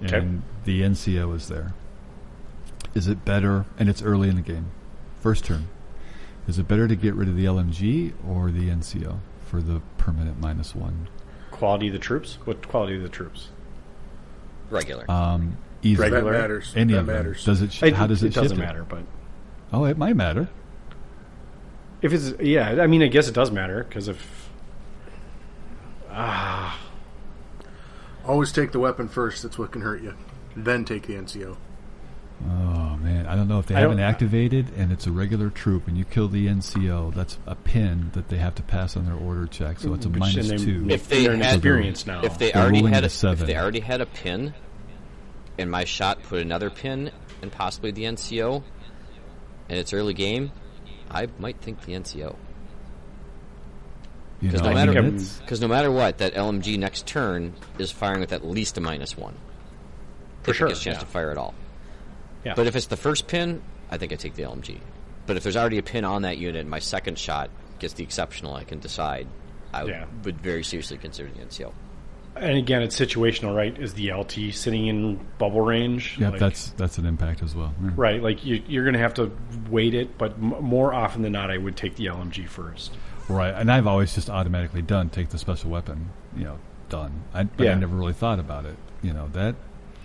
Speaker 5: and
Speaker 1: Okay.
Speaker 5: the NCO is there, is it better, and it's early in the game, first turn, is it better to get rid of the LMG or the NCO for the permanent minus one?
Speaker 1: Quality of the troops. What quality of the troops?
Speaker 3: Regular.
Speaker 5: Um, Either.
Speaker 1: Right.
Speaker 2: that
Speaker 1: Regular.
Speaker 2: matters.
Speaker 5: Any
Speaker 2: that
Speaker 5: of them.
Speaker 2: matters.
Speaker 5: Does it? Sh- how does it? shift
Speaker 1: doesn't matter, but
Speaker 5: Oh, it might matter.
Speaker 1: if it's yeah, I mean, I guess it does matter because if
Speaker 2: Always take the weapon first. That's what can hurt you. Then take the NCO.
Speaker 5: Oh man, I don't know if they
Speaker 1: I don't-
Speaker 5: haven't activated and it's a regular troop and you kill the NCO. That's a pin that they have to pass on their order check, so it's a
Speaker 1: which-
Speaker 5: minus
Speaker 1: and they
Speaker 5: two.
Speaker 1: make-
Speaker 3: If they
Speaker 1: they're an
Speaker 3: had-
Speaker 1: experience now,
Speaker 3: if they
Speaker 5: They're
Speaker 3: already
Speaker 5: rolling
Speaker 3: had a,
Speaker 5: a
Speaker 3: if
Speaker 5: seven.
Speaker 3: they already had a pin, and my shot put another pin, and possibly the NCO, and it's early game, I might think the NCO.
Speaker 5: you know,
Speaker 3: Because no
Speaker 5: I
Speaker 3: matter
Speaker 5: mean,
Speaker 1: I'm-
Speaker 5: it's-
Speaker 3: because no matter what, that LMG next turn is firing with at least a minus one.
Speaker 1: for
Speaker 3: If
Speaker 1: sure,
Speaker 3: it gets a chance
Speaker 1: yeah.
Speaker 3: to fire at all.
Speaker 1: Yeah.
Speaker 3: But if it's the first pin, I think I take the LMG. But if there's already a pin on that unit, and my second shot gets the exceptional. I can decide. I would,
Speaker 1: Yeah.
Speaker 3: would very seriously consider the NCO.
Speaker 1: and again, it's situational, right? Is the LT sitting in bubble range?
Speaker 5: yeah,
Speaker 1: Like-
Speaker 5: that's that's an impact as well. Yeah.
Speaker 1: right. Like you, you're going to have to wait it, but m- more often than not, I would take the LMG first.
Speaker 5: Right, and I've always just automatically done take the special weapon. You know, done. I, but I
Speaker 1: Yeah.
Speaker 5: never really thought about it. You know that.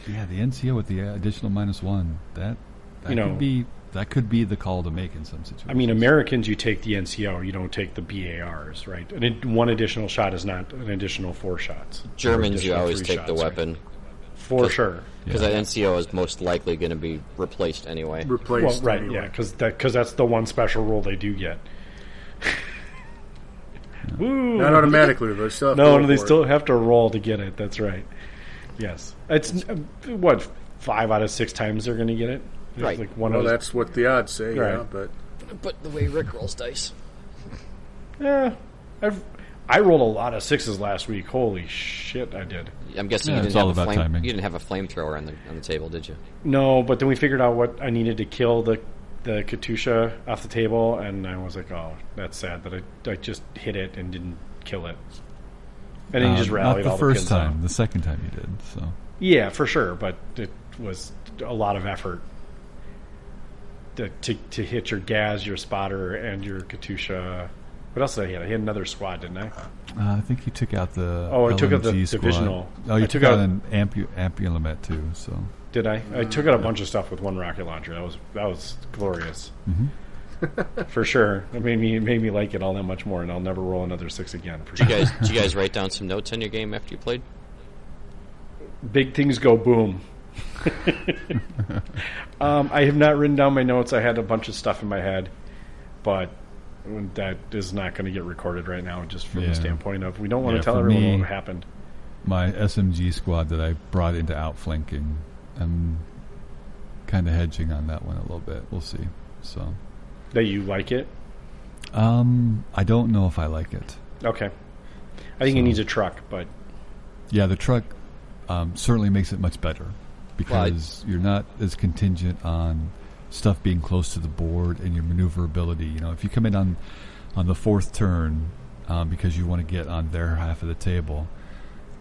Speaker 5: Yeah, the NCO with the uh, additional minus one. That that
Speaker 1: You know-
Speaker 5: could be that could be the call to make in some situations.
Speaker 1: I mean, Americans, you take the NCO, you don't take the BARs, right? And it, one additional shot is not an additional four shots.
Speaker 3: Germans, you
Speaker 1: additional
Speaker 3: always
Speaker 1: three
Speaker 3: take the
Speaker 1: shots, right?
Speaker 3: weapon
Speaker 1: for sure.
Speaker 3: because that NCO is most likely going to be replaced anyway.
Speaker 1: Well,
Speaker 2: Replace.
Speaker 1: right, yeah, because that's the one special rule they do get. Woo!
Speaker 2: Not automatically, but still. have to
Speaker 1: No,
Speaker 2: look
Speaker 1: no, they
Speaker 2: for it.
Speaker 1: still have to roll to get it. That's right. Yes, it's uh, what five out of six times they're going to get it. It's
Speaker 3: Right.
Speaker 1: like one
Speaker 2: Well,
Speaker 1: of those-
Speaker 2: that's what the odds say, yeah,
Speaker 1: Right.
Speaker 2: but
Speaker 3: But the way Rick rolls dice,
Speaker 1: Eh, I've, I rolled a lot of sixes last week. Holy shit, I did.
Speaker 3: I'm guessing
Speaker 5: Yeah,
Speaker 3: you
Speaker 5: it's
Speaker 3: didn't
Speaker 5: all
Speaker 3: have a
Speaker 5: about
Speaker 3: flame.
Speaker 5: timing.
Speaker 3: You didn't have a flamethrower on the on the table, did you?
Speaker 1: No, but then we figured out what I needed to kill the the Katusha off the table, and I was like, oh, that's sad that I, I just hit it and didn't kill it. And then you just
Speaker 5: Um,
Speaker 1: rallied
Speaker 5: not the
Speaker 1: all
Speaker 5: first
Speaker 1: the pins
Speaker 5: time,
Speaker 1: out.
Speaker 5: the second time you did. So
Speaker 1: Yeah, for sure, but it was a lot of effort to, to, to hit your Gaz, your Spotter, and your Katusha. What else did I hit? I hit another squad, didn't I?
Speaker 5: uh, I think you took out the
Speaker 1: Oh, I took out the
Speaker 5: LMG squad.
Speaker 1: divisional.
Speaker 5: Oh, you
Speaker 1: I
Speaker 5: took,
Speaker 1: took
Speaker 5: out,
Speaker 1: out-
Speaker 5: an ampu- ampulement too. So
Speaker 1: Did I? I took out a bunch of stuff with one rocket launcher. That was that was glorious,
Speaker 5: Mm-hmm.
Speaker 1: for sure. It made me it made me like it all that much more, and I'll never roll another six again. For sure.
Speaker 3: You guys, did you guys write down some notes on your game after you played?
Speaker 1: Big things go boom. um, I have not written down my notes. I had a bunch of stuff in my head, but that is not going to get recorded right now. Just from
Speaker 5: Yeah.
Speaker 1: the standpoint of we don't want to
Speaker 5: Yeah,
Speaker 1: tell
Speaker 5: for
Speaker 1: everyone
Speaker 5: me-
Speaker 1: what happened.
Speaker 5: my SMG squad that I brought into outflanking, I'm kind of hedging on that one a little bit. We'll see. So
Speaker 1: That you like it?
Speaker 5: um, I don't know if I like it.
Speaker 1: Okay. I think it needs a truck, but
Speaker 5: Yeah, the truck um, certainly makes it much better because you're not as contingent on stuff being close to the board and your maneuverability. You know, if you come in on on the fourth turn um, because you want to get on their half of the table,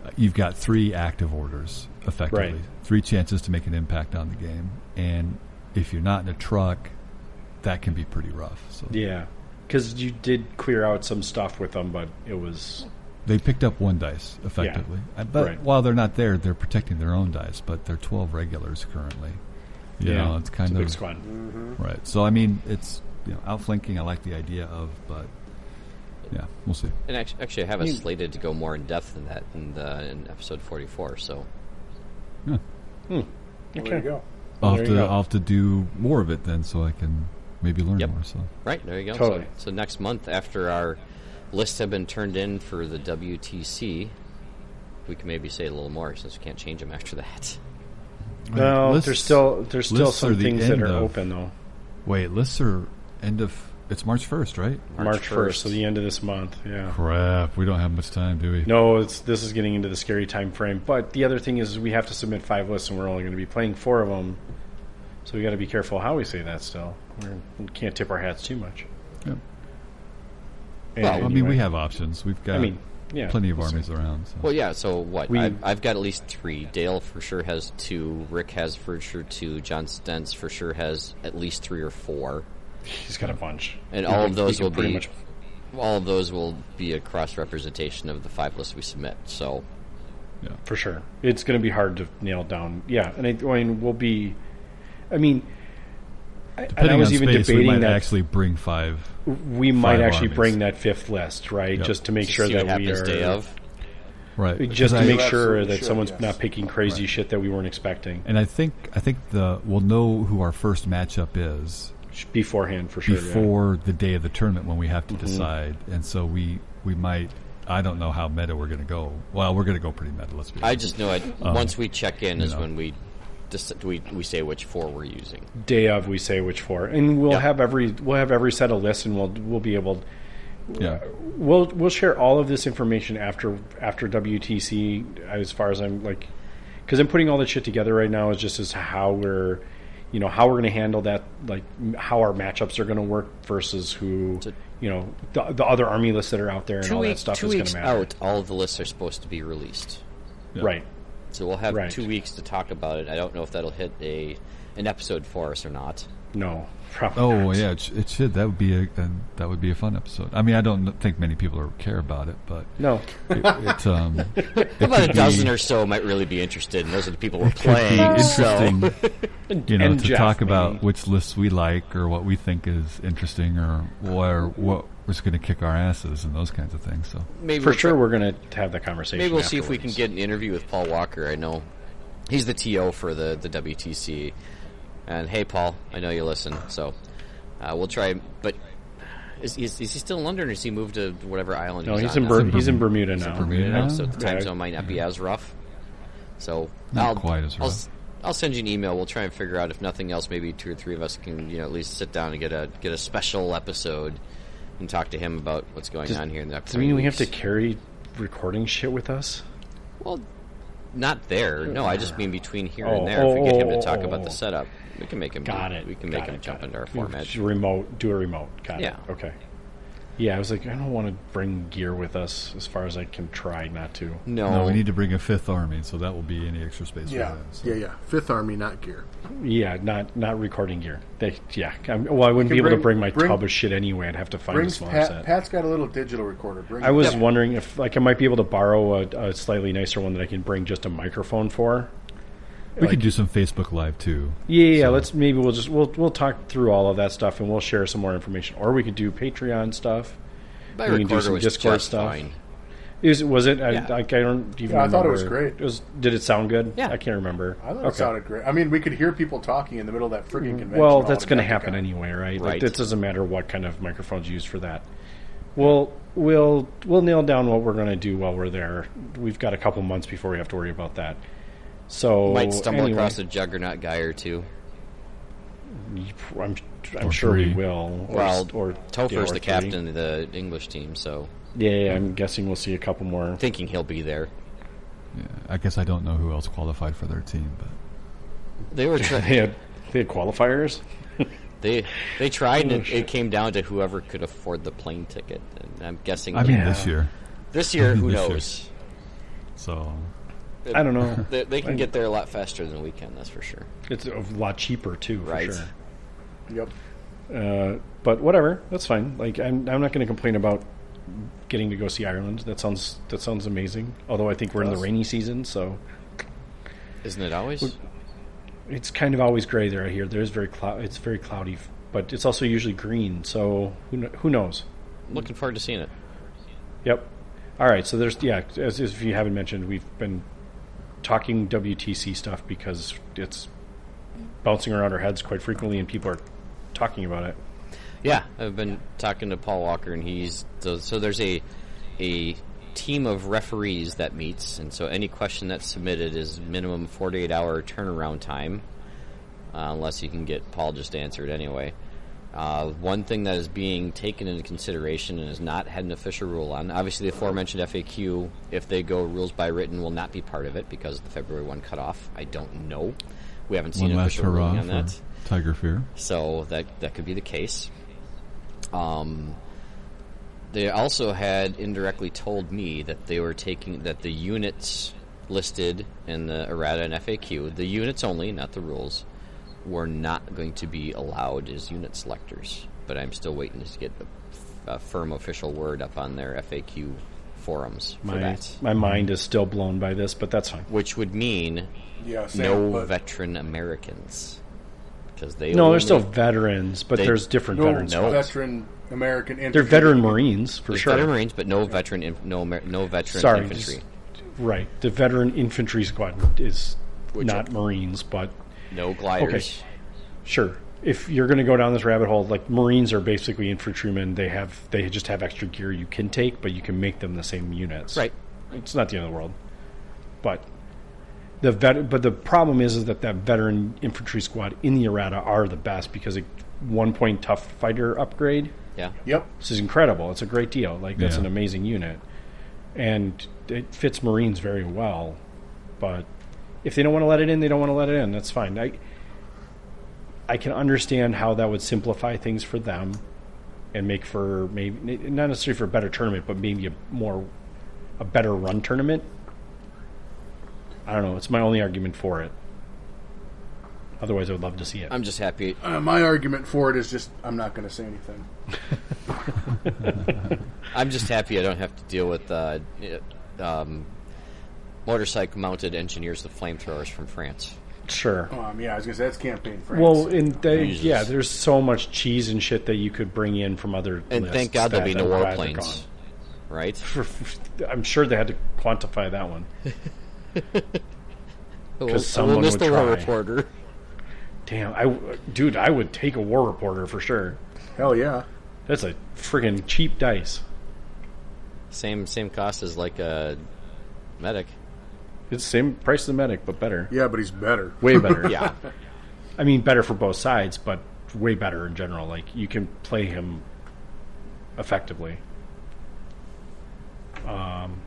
Speaker 5: uh, you've got three active orders effectively,
Speaker 1: Right.
Speaker 5: three chances to make an impact on the game, and if you're not in a truck, that can be pretty rough. So
Speaker 1: yeah, because you did clear out some stuff with them, but it was
Speaker 5: They picked up one dice effectively, Uh, but
Speaker 1: Right.
Speaker 5: while they're not there, they're protecting their own dice. But they're twelve regulars currently. You know, it's kind
Speaker 1: a
Speaker 5: of
Speaker 1: big squad.
Speaker 5: right. So I mean, it's you know, outflanking. I like the idea of, but yeah, we'll see.
Speaker 3: And actually, actually I have us slated to go more in depth than that in the, in episode 44. So
Speaker 2: Well, there you go.
Speaker 5: I'll
Speaker 1: there
Speaker 5: have
Speaker 1: you
Speaker 5: to
Speaker 1: go.
Speaker 5: I'll have to do more of it then, so I can maybe learn
Speaker 3: Yep.
Speaker 5: more. So
Speaker 3: right there you go.
Speaker 1: Totally.
Speaker 3: So, so next month, after our lists have been turned in for the WTC, we can maybe say a little more since we can't change them after that.
Speaker 1: No,
Speaker 5: Lists-
Speaker 1: there's still there's still
Speaker 5: lists are
Speaker 1: some
Speaker 5: the
Speaker 1: things that
Speaker 5: end
Speaker 1: are
Speaker 5: of-
Speaker 1: open though.
Speaker 5: wait, lists are end of it's March first, right?
Speaker 1: March first, so the end of this month. Yeah.
Speaker 5: Crap, we don't have much time, do we?
Speaker 1: No, it's this is getting into the scary time frame. But the other thing is we have to submit five lists, and we're only going to be playing four of them. So we got to be careful how we say that. Still, We're, we can't tip our hats too much.
Speaker 5: Yep.
Speaker 1: And
Speaker 5: Well, I mean,
Speaker 1: anyway,
Speaker 5: we have options. We've got
Speaker 1: I mean, yeah,
Speaker 5: plenty of armies around. So.
Speaker 3: Well, yeah. So what?
Speaker 1: We-
Speaker 3: I've, I've got at least three. Dale for sure has two. Rick has for sure two. John Stentz for sure has at least three or four.
Speaker 1: he's got a bunch,
Speaker 3: And
Speaker 1: We
Speaker 3: all
Speaker 1: could-
Speaker 3: of those
Speaker 1: we could
Speaker 3: will
Speaker 1: pretty
Speaker 3: be
Speaker 1: much-
Speaker 3: all of those will be a cross representation of the five lists we submit. So
Speaker 1: for sure. It's going to be hard to nail down. Yeah, and I, I mean, we'll be. I mean, I- and I
Speaker 5: Depending
Speaker 1: was
Speaker 5: on
Speaker 1: even
Speaker 5: space, we
Speaker 1: debating
Speaker 5: might
Speaker 1: that
Speaker 5: actually bring five
Speaker 1: we might
Speaker 5: five
Speaker 1: actually
Speaker 5: armies.
Speaker 1: bring that fifth list, right?
Speaker 5: Yep.
Speaker 1: Just to make
Speaker 3: to
Speaker 1: sure
Speaker 3: see
Speaker 1: that
Speaker 3: what
Speaker 1: we
Speaker 3: happens
Speaker 1: are
Speaker 3: day of.
Speaker 5: right.
Speaker 1: just to
Speaker 5: Because I-
Speaker 1: make sure
Speaker 2: absolutely
Speaker 1: that
Speaker 2: should,
Speaker 1: someone's
Speaker 2: yes.
Speaker 1: not picking crazy shit that we weren't expecting
Speaker 5: And I think I think the we'll know who our first matchup is
Speaker 1: Sh- beforehand for sure. yeah. Mm-hmm.
Speaker 5: before the day of the tournament when we have to decide. And so we we might I don't know how meta we're going to go. Well, we're going to go pretty meta. Let's be.
Speaker 3: I
Speaker 5: honest.
Speaker 3: just know it.
Speaker 1: Uh-huh.
Speaker 3: once we check in is
Speaker 5: know.
Speaker 3: when we dec- we we say which four we're using.
Speaker 1: Day of, we say which four, and we'll
Speaker 3: Yeah.
Speaker 1: have every we'll have every set of lists, and we'll we'll be able
Speaker 5: yeah.
Speaker 1: we'll we'll share all of this information after after WTC as far as I'm like because I'm putting all that shit together right now is just as how we're you know how we're going to handle that like m- how our matchups are going to work versus who you know the, the other army lists that are out there and all
Speaker 3: week-
Speaker 1: that stuff
Speaker 3: two
Speaker 1: is going
Speaker 3: weeks
Speaker 1: to matter
Speaker 3: out, all of the lists are supposed to be released.
Speaker 1: right
Speaker 3: So we'll have
Speaker 1: Right.
Speaker 3: two weeks to talk about it. I don't know if that'll hit a an episode for us or not.
Speaker 1: no probably
Speaker 5: Oh
Speaker 1: not.
Speaker 5: yeah, it, sh- it should. That would be a and that would be a fun episode. I mean, I don't think many people are, care about it, but
Speaker 1: no
Speaker 5: it, it um it
Speaker 3: About
Speaker 5: could
Speaker 3: a
Speaker 5: be-
Speaker 3: dozen or so might really be interested, and those are the people we're
Speaker 5: could be
Speaker 3: playing.
Speaker 5: interesting. you know,
Speaker 1: and
Speaker 5: to
Speaker 1: Jeff,
Speaker 5: talk about
Speaker 1: maybe.
Speaker 5: which lists we like or what we think is interesting or or what was going to kick our asses and those kinds of things. So
Speaker 3: So maybe
Speaker 1: for
Speaker 3: we'll
Speaker 1: sure we're going to have that conversation
Speaker 3: Maybe we'll see if we can
Speaker 1: afterwards.
Speaker 3: get an interview with Paul Walker. I know he's the TO for the, the WTC. And hey, Paul, I know you listen, so uh, we'll try. But is, is, is he still in London, or has he moved to whatever island?
Speaker 1: no he's
Speaker 3: on
Speaker 1: in,
Speaker 3: now?
Speaker 1: Bur- he's in Bermuda now
Speaker 5: Bermuda
Speaker 3: Yeah,
Speaker 5: now?
Speaker 3: so the time
Speaker 1: Yeah.
Speaker 3: zone might not be as rough. So
Speaker 5: Not
Speaker 3: I'll,
Speaker 5: quite as
Speaker 3: I'll
Speaker 5: rough.
Speaker 3: s- I'll send you an email. We'll try and figure out if nothing else, maybe two or three of us can you know at least sit down and get a get a special episode and talk to him about what's going on here in the
Speaker 1: Does it
Speaker 3: upcoming
Speaker 1: mean we have to
Speaker 3: weeks.
Speaker 1: carry recording shit with us?
Speaker 3: Well, not there. No, I just mean between here
Speaker 1: Oh,
Speaker 3: and there. if we get him
Speaker 1: oh,
Speaker 3: to
Speaker 1: oh,
Speaker 3: talk
Speaker 1: oh,
Speaker 3: about
Speaker 1: oh.
Speaker 3: the setup, we can make him. do-
Speaker 1: Got it.
Speaker 3: We can
Speaker 1: Got
Speaker 3: make him
Speaker 1: it,
Speaker 3: jump
Speaker 1: got it.
Speaker 3: into our
Speaker 1: We
Speaker 3: format.
Speaker 1: should Remote. Do a remote. Got
Speaker 3: Yeah.
Speaker 1: it. Okay. Yeah, I was like, I don't want to bring gear with us as far as I can try not to.
Speaker 3: No,
Speaker 5: No, we need to bring a fifth army, so that will be any extra space
Speaker 2: Yeah,
Speaker 5: we have. so.
Speaker 2: yeah, yeah. Fifth Army, not gear.
Speaker 1: Yeah, not not recording gear. They, yeah. I'm, well, I wouldn't
Speaker 2: can
Speaker 1: be able to bring
Speaker 2: bring-
Speaker 1: my
Speaker 2: bring-
Speaker 1: tub of shit anyway. I'd have to find a
Speaker 2: Brings
Speaker 1: smaller
Speaker 2: Pat,
Speaker 1: set.
Speaker 2: Pat's got a little digital recorder. Bring
Speaker 1: I was
Speaker 2: it.
Speaker 1: wondering if like I might be able to borrow a, a slightly nicer one that I can bring just a microphone for.
Speaker 5: We
Speaker 1: Like-
Speaker 5: could do some Facebook Live too.
Speaker 1: Yeah, yeah. Let's maybe we'll just we'll we'll talk through all of that stuff and we'll share some more information, or we could do Patreon stuff.
Speaker 3: my
Speaker 1: we can do
Speaker 3: recorder
Speaker 1: some
Speaker 3: was
Speaker 1: Discord
Speaker 3: just
Speaker 1: stuff.
Speaker 3: fine.
Speaker 1: Is was it? I,
Speaker 3: Yeah.
Speaker 1: like, I don't even.
Speaker 2: Yeah, I thought it was
Speaker 1: remember.
Speaker 2: great.
Speaker 1: It was. Did it sound good?
Speaker 3: Yeah.
Speaker 1: I can't remember.
Speaker 2: I thought it sounded great. I mean, we could hear people talking in the middle of that frigging convention.
Speaker 1: Mm-hmm. Well,
Speaker 2: all
Speaker 1: that's
Speaker 2: in
Speaker 1: going to
Speaker 2: Mexico.
Speaker 1: happen anyway, right?
Speaker 3: Right.
Speaker 1: Like, it doesn't matter what kind of microphones you use for that. We'll we'll we'll nail down what we're going to do while we're there. We've got a couple months before we have to worry about that. So
Speaker 3: Might stumble
Speaker 1: anyway,
Speaker 3: across a juggernaut guy or two.
Speaker 1: I'm I'm
Speaker 5: Or
Speaker 1: sure
Speaker 5: three.
Speaker 1: we will. Or,
Speaker 3: Well,
Speaker 1: or
Speaker 3: Topher's
Speaker 1: yeah, or
Speaker 3: the
Speaker 1: three.
Speaker 3: captain of the English team, so
Speaker 1: Yeah, yeah, I'm guessing we'll see a couple more.
Speaker 3: thinking he'll be there.
Speaker 5: Yeah, I guess I don't know who else qualified for their team, but
Speaker 3: They were
Speaker 1: They
Speaker 3: try
Speaker 1: had they had qualifiers.
Speaker 3: they they tried, and it, it came down to whoever could afford the plane ticket. And I'm guessing
Speaker 5: I mean
Speaker 1: Yeah.
Speaker 5: this year.
Speaker 3: this year, who
Speaker 5: This year.
Speaker 3: knows?
Speaker 5: So
Speaker 1: I don't know.
Speaker 3: They, they can get there a lot faster than we can. That's for sure.
Speaker 1: It's a lot cheaper too, for
Speaker 3: Right.
Speaker 1: sure.
Speaker 2: Yep.
Speaker 1: Uh, but whatever, that's fine. Like I'm, I'm not going to complain about getting to go see Ireland. That sounds that sounds amazing. Although I think we're in the rainy season, so
Speaker 3: Isn't it always?
Speaker 1: it's kind of always gray there. I hear there's very clou- it's very cloudy, f- but it's also usually green. So who kn- who knows?
Speaker 3: Looking forward to seeing it.
Speaker 1: Yep. All right. So there's yeah. As, as if you haven't mentioned, we've been talking WTC stuff because it's bouncing around our heads quite frequently, and people are talking about it.
Speaker 3: Yeah, I've been talking to Paul Walker, and he's so, so there's a a team of referees that meets, and so any question that's submitted is minimum 48 hour turnaround time, uh, unless you can get Paul just answered anyway. Uh, one thing that is being taken into consideration and has not had an official rule on, obviously the aforementioned FAQ, if they go rules by written, will not be part of it because of the February 1 cutoff. I don't know. We haven't seen
Speaker 5: one
Speaker 3: an
Speaker 5: last
Speaker 3: official ruling
Speaker 5: hurrah
Speaker 3: on
Speaker 5: for
Speaker 3: that.
Speaker 5: Tiger Fear.
Speaker 3: So that that could be the case. Um, they also had indirectly told me that they were taking that the units listed in the errata and FAQ, the units only, not the rules, were not going to be allowed as unit selectors. But I'm still waiting to get a, a firm official word up on their FAQ forums for
Speaker 1: My
Speaker 3: that,
Speaker 1: my mind is still blown by this, but that's fine.
Speaker 3: which would mean
Speaker 2: Yeah. Sam,
Speaker 3: no
Speaker 2: but-
Speaker 3: veteran Americans because they
Speaker 1: No,
Speaker 3: only-
Speaker 1: they're still veterans, but
Speaker 3: They-
Speaker 1: there's different
Speaker 2: no
Speaker 1: veterans.
Speaker 3: No.
Speaker 2: veteran American.
Speaker 1: They're
Speaker 2: infantry.
Speaker 1: veteran Marines for
Speaker 3: There's
Speaker 1: sure.
Speaker 3: veteran Marines, but no veteran, inf- no Amer- no veteran
Speaker 1: Sorry,
Speaker 3: infantry.
Speaker 1: just- right. The veteran infantry squad is
Speaker 3: Which-
Speaker 1: not Marines, but
Speaker 3: no gliders.
Speaker 1: sure. If you're going to go down this rabbit hole, like Marines are basically infantrymen. They have they just have extra gear you can take, but you can make them the same units.
Speaker 3: Right.
Speaker 1: It's not the end of the world. But the vet, but the problem is, is that that veteran infantry squad in the errata are the best because it one point tough fighter upgrade.
Speaker 3: Yeah.
Speaker 2: Yep.
Speaker 1: This is incredible. It's a great deal. Like that's
Speaker 5: Yeah.
Speaker 1: an amazing unit, and it fits Marines very well. But if they don't want to let it in, they don't want to let it in. That's fine. I I can understand how that would simplify things for them, and make for maybe not necessarily for a better tournament, but maybe a more a better run tournament. I don't know. It's my only argument for it. Otherwise, I would love to see it.
Speaker 3: I'm just happy.
Speaker 2: Uh, my argument for it is just I'm not going to say anything.
Speaker 3: I'm just happy I don't have to deal with uh, uh, um, motorcycle-mounted engineers with flamethrowers from France.
Speaker 1: sure.
Speaker 2: Um, yeah, I was going to say that's campaign France.
Speaker 1: Well, and they,
Speaker 3: Jesus.
Speaker 1: yeah, there's so much cheese and shit that you could bring in from other.
Speaker 3: And
Speaker 1: lists
Speaker 3: thank God there'll
Speaker 1: that
Speaker 3: be no
Speaker 1: I'm glad they're
Speaker 3: warplanes, right?
Speaker 1: gone. I'm sure they had to quantify that one.
Speaker 3: We'll,
Speaker 1: someone
Speaker 3: miss
Speaker 1: would
Speaker 3: the war
Speaker 1: try.
Speaker 3: reporter.
Speaker 1: Damn, I, dude, I would take a war reporter for sure.
Speaker 2: hell yeah.
Speaker 1: That's a friggin' cheap dice.
Speaker 3: Same same cost as like a medic.
Speaker 1: It's the same price as the medic, but better.
Speaker 2: Yeah, but he's better.
Speaker 1: Way better.
Speaker 3: Yeah.
Speaker 1: I mean, better for both sides, but way better in general. Like you can play him effectively. Um,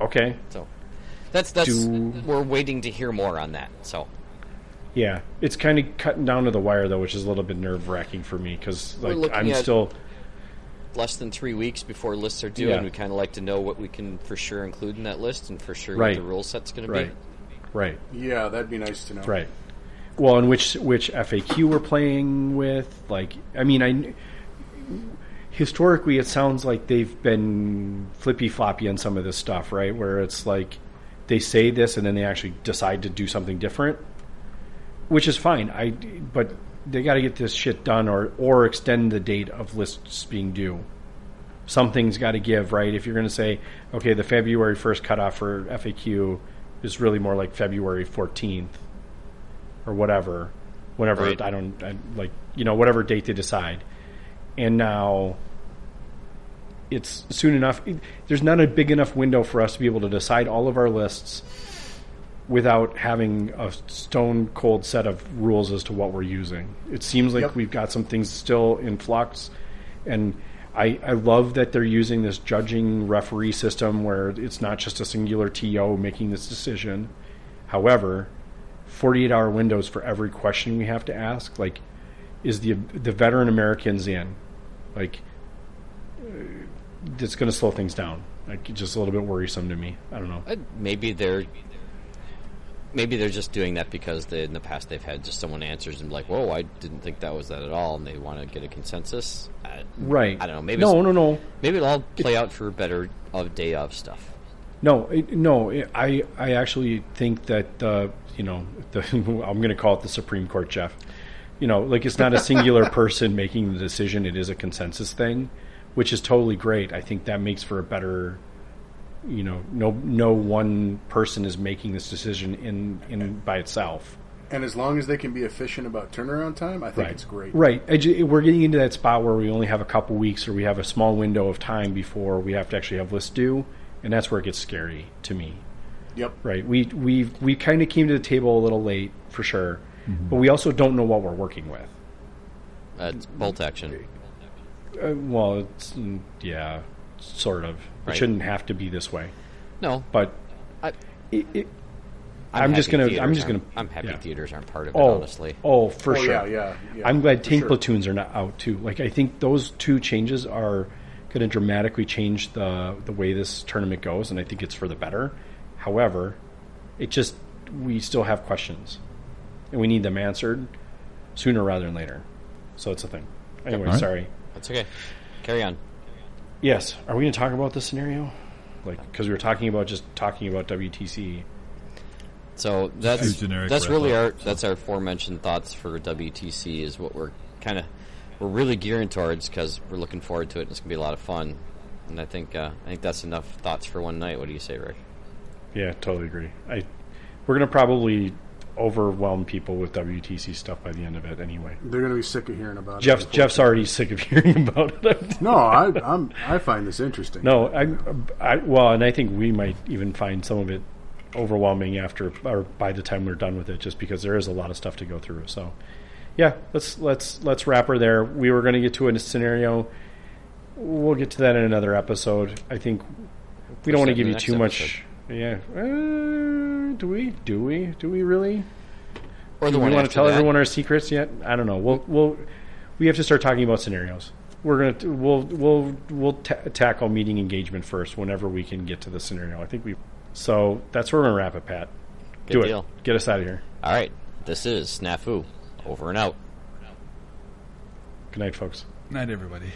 Speaker 1: okay.
Speaker 3: So that's that's
Speaker 1: Do-
Speaker 3: we're waiting to hear more on that. So
Speaker 1: Yeah, it's kind of cutting down to the wire though, which is a little bit nerve wracking for me because
Speaker 3: We're
Speaker 1: like
Speaker 3: looking
Speaker 1: I'm
Speaker 3: at-
Speaker 1: still
Speaker 3: less than three weeks before lists are due,
Speaker 1: Yeah.
Speaker 3: and we kind of like to know what we can for sure include in that list, and for sure
Speaker 1: Right.
Speaker 3: what the rule set's going to
Speaker 1: right,
Speaker 3: be.
Speaker 1: right,
Speaker 2: Yeah, that'd be nice to know.
Speaker 1: right. Well, and which which FAQ we're playing with? Like, I mean, I kn- historically it sounds like they've been flippy floppy on some of this stuff, right? Where it's like they say this and then they actually decide to do something different, which is fine. I but they got to get this shit done or or extend the date of lists being due. something's got to give, right? If you're going to say, okay, the February 1st cutoff for FAQ is really more like February 14th or whatever, whenever
Speaker 3: Right.
Speaker 1: I don't I, like, you know, whatever date they decide. And now it's soon enough. It- There's not a big enough window for us to be able to decide all of our lists without having a stone cold set of rules as to what we're using. It seems like
Speaker 2: Yep.
Speaker 1: we've got some things still in flux, and I, I love that they're using this judging referee system where it's not just a singular TO making this decision. However, 48 hour windows for every question we have to ask. Like, is the the veteran Americans in? Like, uh, it's going to slow things down. Like, it's just a little bit worrisome to me. I don't know.
Speaker 3: Uh, Maybe they're maybe they're just doing that because they, in the past they've had just someone answers and like, whoa, I didn't think that was that at all, and they want to get a consensus. I,
Speaker 1: Right.
Speaker 3: I don't know. Maybe
Speaker 1: no,
Speaker 3: it's-
Speaker 1: no, no.
Speaker 3: Maybe it'll all play out for better of day of stuff.
Speaker 1: No, it, no, it, I I actually think that uh, you know the, I'm going to call it the Supreme Court, Jeff. You know, like it's not a singular person making the decision; it is a consensus thing, which is totally great. I think that makes for a better, you know, no no one person is making this decision in in by itself.
Speaker 2: And as long as they can be efficient about turnaround time, I think
Speaker 1: Right.
Speaker 2: it's great.
Speaker 1: Right. I ju- We're getting into that spot where we only have a couple weeks or we have a small window of time before we have to actually have lists due, and that's where it gets scary to me.
Speaker 2: Yep.
Speaker 1: Right. We we we kind of came to the table a little late for sure,
Speaker 3: Mm-hmm.
Speaker 1: but we also don't know what we're working with.
Speaker 3: That's bolt action.
Speaker 1: Uh, well, it's mm, yeah, sort of.
Speaker 3: Right.
Speaker 1: It shouldn't have to be this way,
Speaker 3: No,
Speaker 1: but
Speaker 3: I,
Speaker 1: it, it, I'm just
Speaker 3: happy
Speaker 1: gonna- I'm
Speaker 3: theaters
Speaker 1: just
Speaker 3: aren't-
Speaker 1: gonna-
Speaker 3: I'm happy
Speaker 1: yeah.
Speaker 3: theaters aren't part of it.
Speaker 1: oh
Speaker 3: honestly,
Speaker 1: oh for
Speaker 2: Oh,
Speaker 1: sure
Speaker 2: yeah, yeah, yeah.
Speaker 1: I'm glad
Speaker 2: For
Speaker 1: tank
Speaker 2: sure.
Speaker 1: platoons are not out too. Like I think those two changes are going to dramatically change the the way this tournament goes, and I think it's for the better. However, it just we still have questions, and we need them answered sooner rather than later. So it's a thing. Anyway,
Speaker 5: All right.
Speaker 1: sorry.
Speaker 3: that's okay. Carry on.
Speaker 1: Yes, are we going to talk about this scenario? Like because we were talking about just talking about WTC.
Speaker 3: So that's
Speaker 5: two generic
Speaker 3: that's
Speaker 5: red
Speaker 3: really our
Speaker 5: lights,
Speaker 3: that's our aforementioned thoughts for WTC is what we're kind of we're really gearing towards because we're looking forward to it. and It's gonna be a lot of fun, and I think uh, I think that's enough thoughts for one night. What do you say, Rick?
Speaker 1: Yeah, totally agree. I we're going to probably overwhelm people with WTC stuff by the end of it anyway.
Speaker 2: They're going to be sick of hearing about it.
Speaker 1: Jeff Jeff's already sick of hearing about it.
Speaker 2: No, I, I'm. I find this interesting.
Speaker 1: no, I, I well, and I think we might even find some of it overwhelming after or by the time we're done with it, just because there is a lot of stuff to go through. So, yeah, let's let's let's wrap her there. We were going to get to a scenario. We'll get to that in another episode. I think we don't want to
Speaker 3: that
Speaker 1: give you
Speaker 3: in the next
Speaker 1: too much. Yeah, uh, do we? Do we? Do we really?
Speaker 3: Or the
Speaker 1: Do we want to
Speaker 3: after
Speaker 1: tell
Speaker 3: that?
Speaker 1: everyone our secrets yet? I don't know. We'll, we'll we have to start talking about scenarios. We're gonna t- we'll we'll we'll ta tackle meeting engagement first whenever we can get to the scenario. I think we so that's where we're gonna wrap it, Pat.
Speaker 3: Good
Speaker 1: Do
Speaker 3: deal.
Speaker 1: it. Get us out of here.
Speaker 3: All right, this is Snafu. Over and out.
Speaker 1: Good night, folks.
Speaker 5: Night, everybody.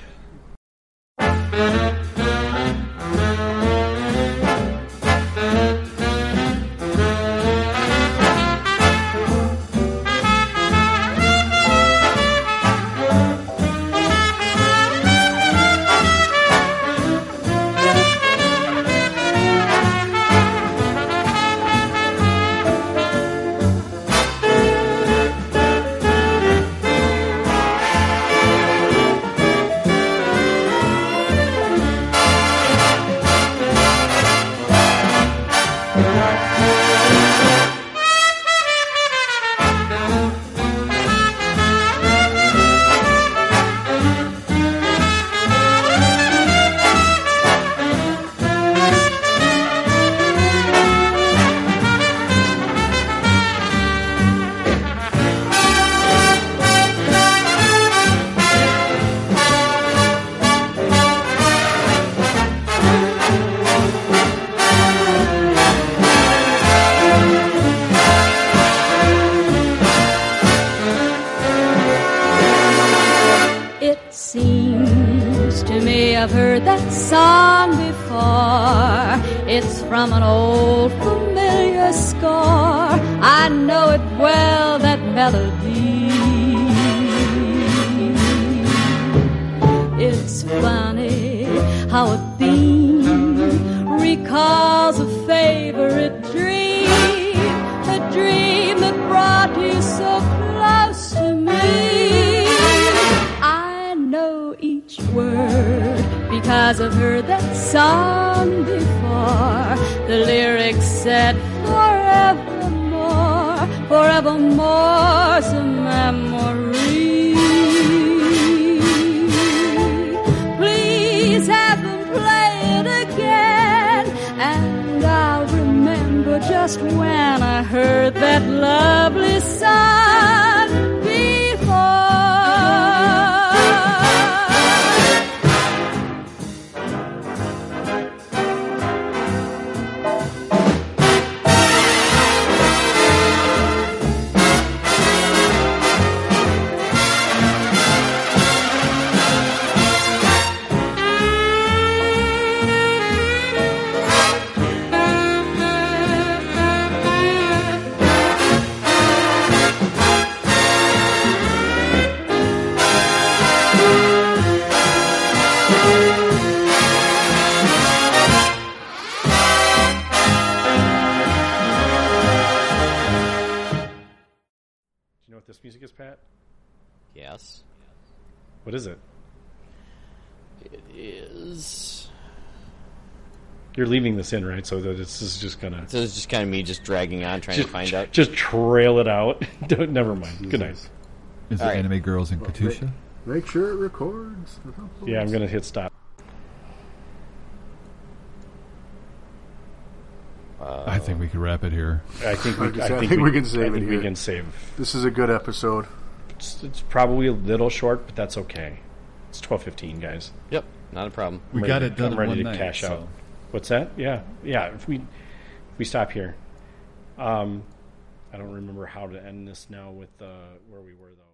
Speaker 7: Thank It seems to me I've heard that song before. It's from an old familiar score. I know it well, that melody. It's funny how a beam recalls a favorite dream, a dream that brought you so close to me. I know each word because I've heard that song before. The lyrics said forevermore, forevermore's a memory. Please have them play it again, and I'll remember just when I heard that lovely song before.
Speaker 1: you know what this music is, Pat?
Speaker 3: Yes.
Speaker 1: What is it?
Speaker 3: It is.
Speaker 1: You're leaving this in, right? So that it's, this is just gonna
Speaker 3: So it's just kind of me just dragging on, trying
Speaker 1: just,
Speaker 3: to find out.
Speaker 1: just trail it out. Don't, never mind. Good night.
Speaker 5: Is it
Speaker 3: All right.
Speaker 5: Anime Girls in Katusha?
Speaker 2: Make sure it records.
Speaker 1: Yeah, I'm gonna hit stop.
Speaker 5: I think we could wrap it here.
Speaker 1: I think we,
Speaker 2: I think we can save
Speaker 1: I think
Speaker 2: it
Speaker 1: we
Speaker 2: here.
Speaker 1: can save.
Speaker 2: This is a good episode.
Speaker 1: It's, it's probably a little short, but that's okay. It's 12:15, guys.
Speaker 3: Yep, not a problem.
Speaker 5: We
Speaker 1: I'm
Speaker 5: got
Speaker 1: ready-
Speaker 5: it done
Speaker 1: I'm
Speaker 5: in
Speaker 1: ready
Speaker 5: one
Speaker 1: to
Speaker 5: night.
Speaker 1: cash
Speaker 5: so.
Speaker 1: out. What's that? Yeah, yeah. If we if we stop here, um, I don't remember how to end this now with uh, where we were though.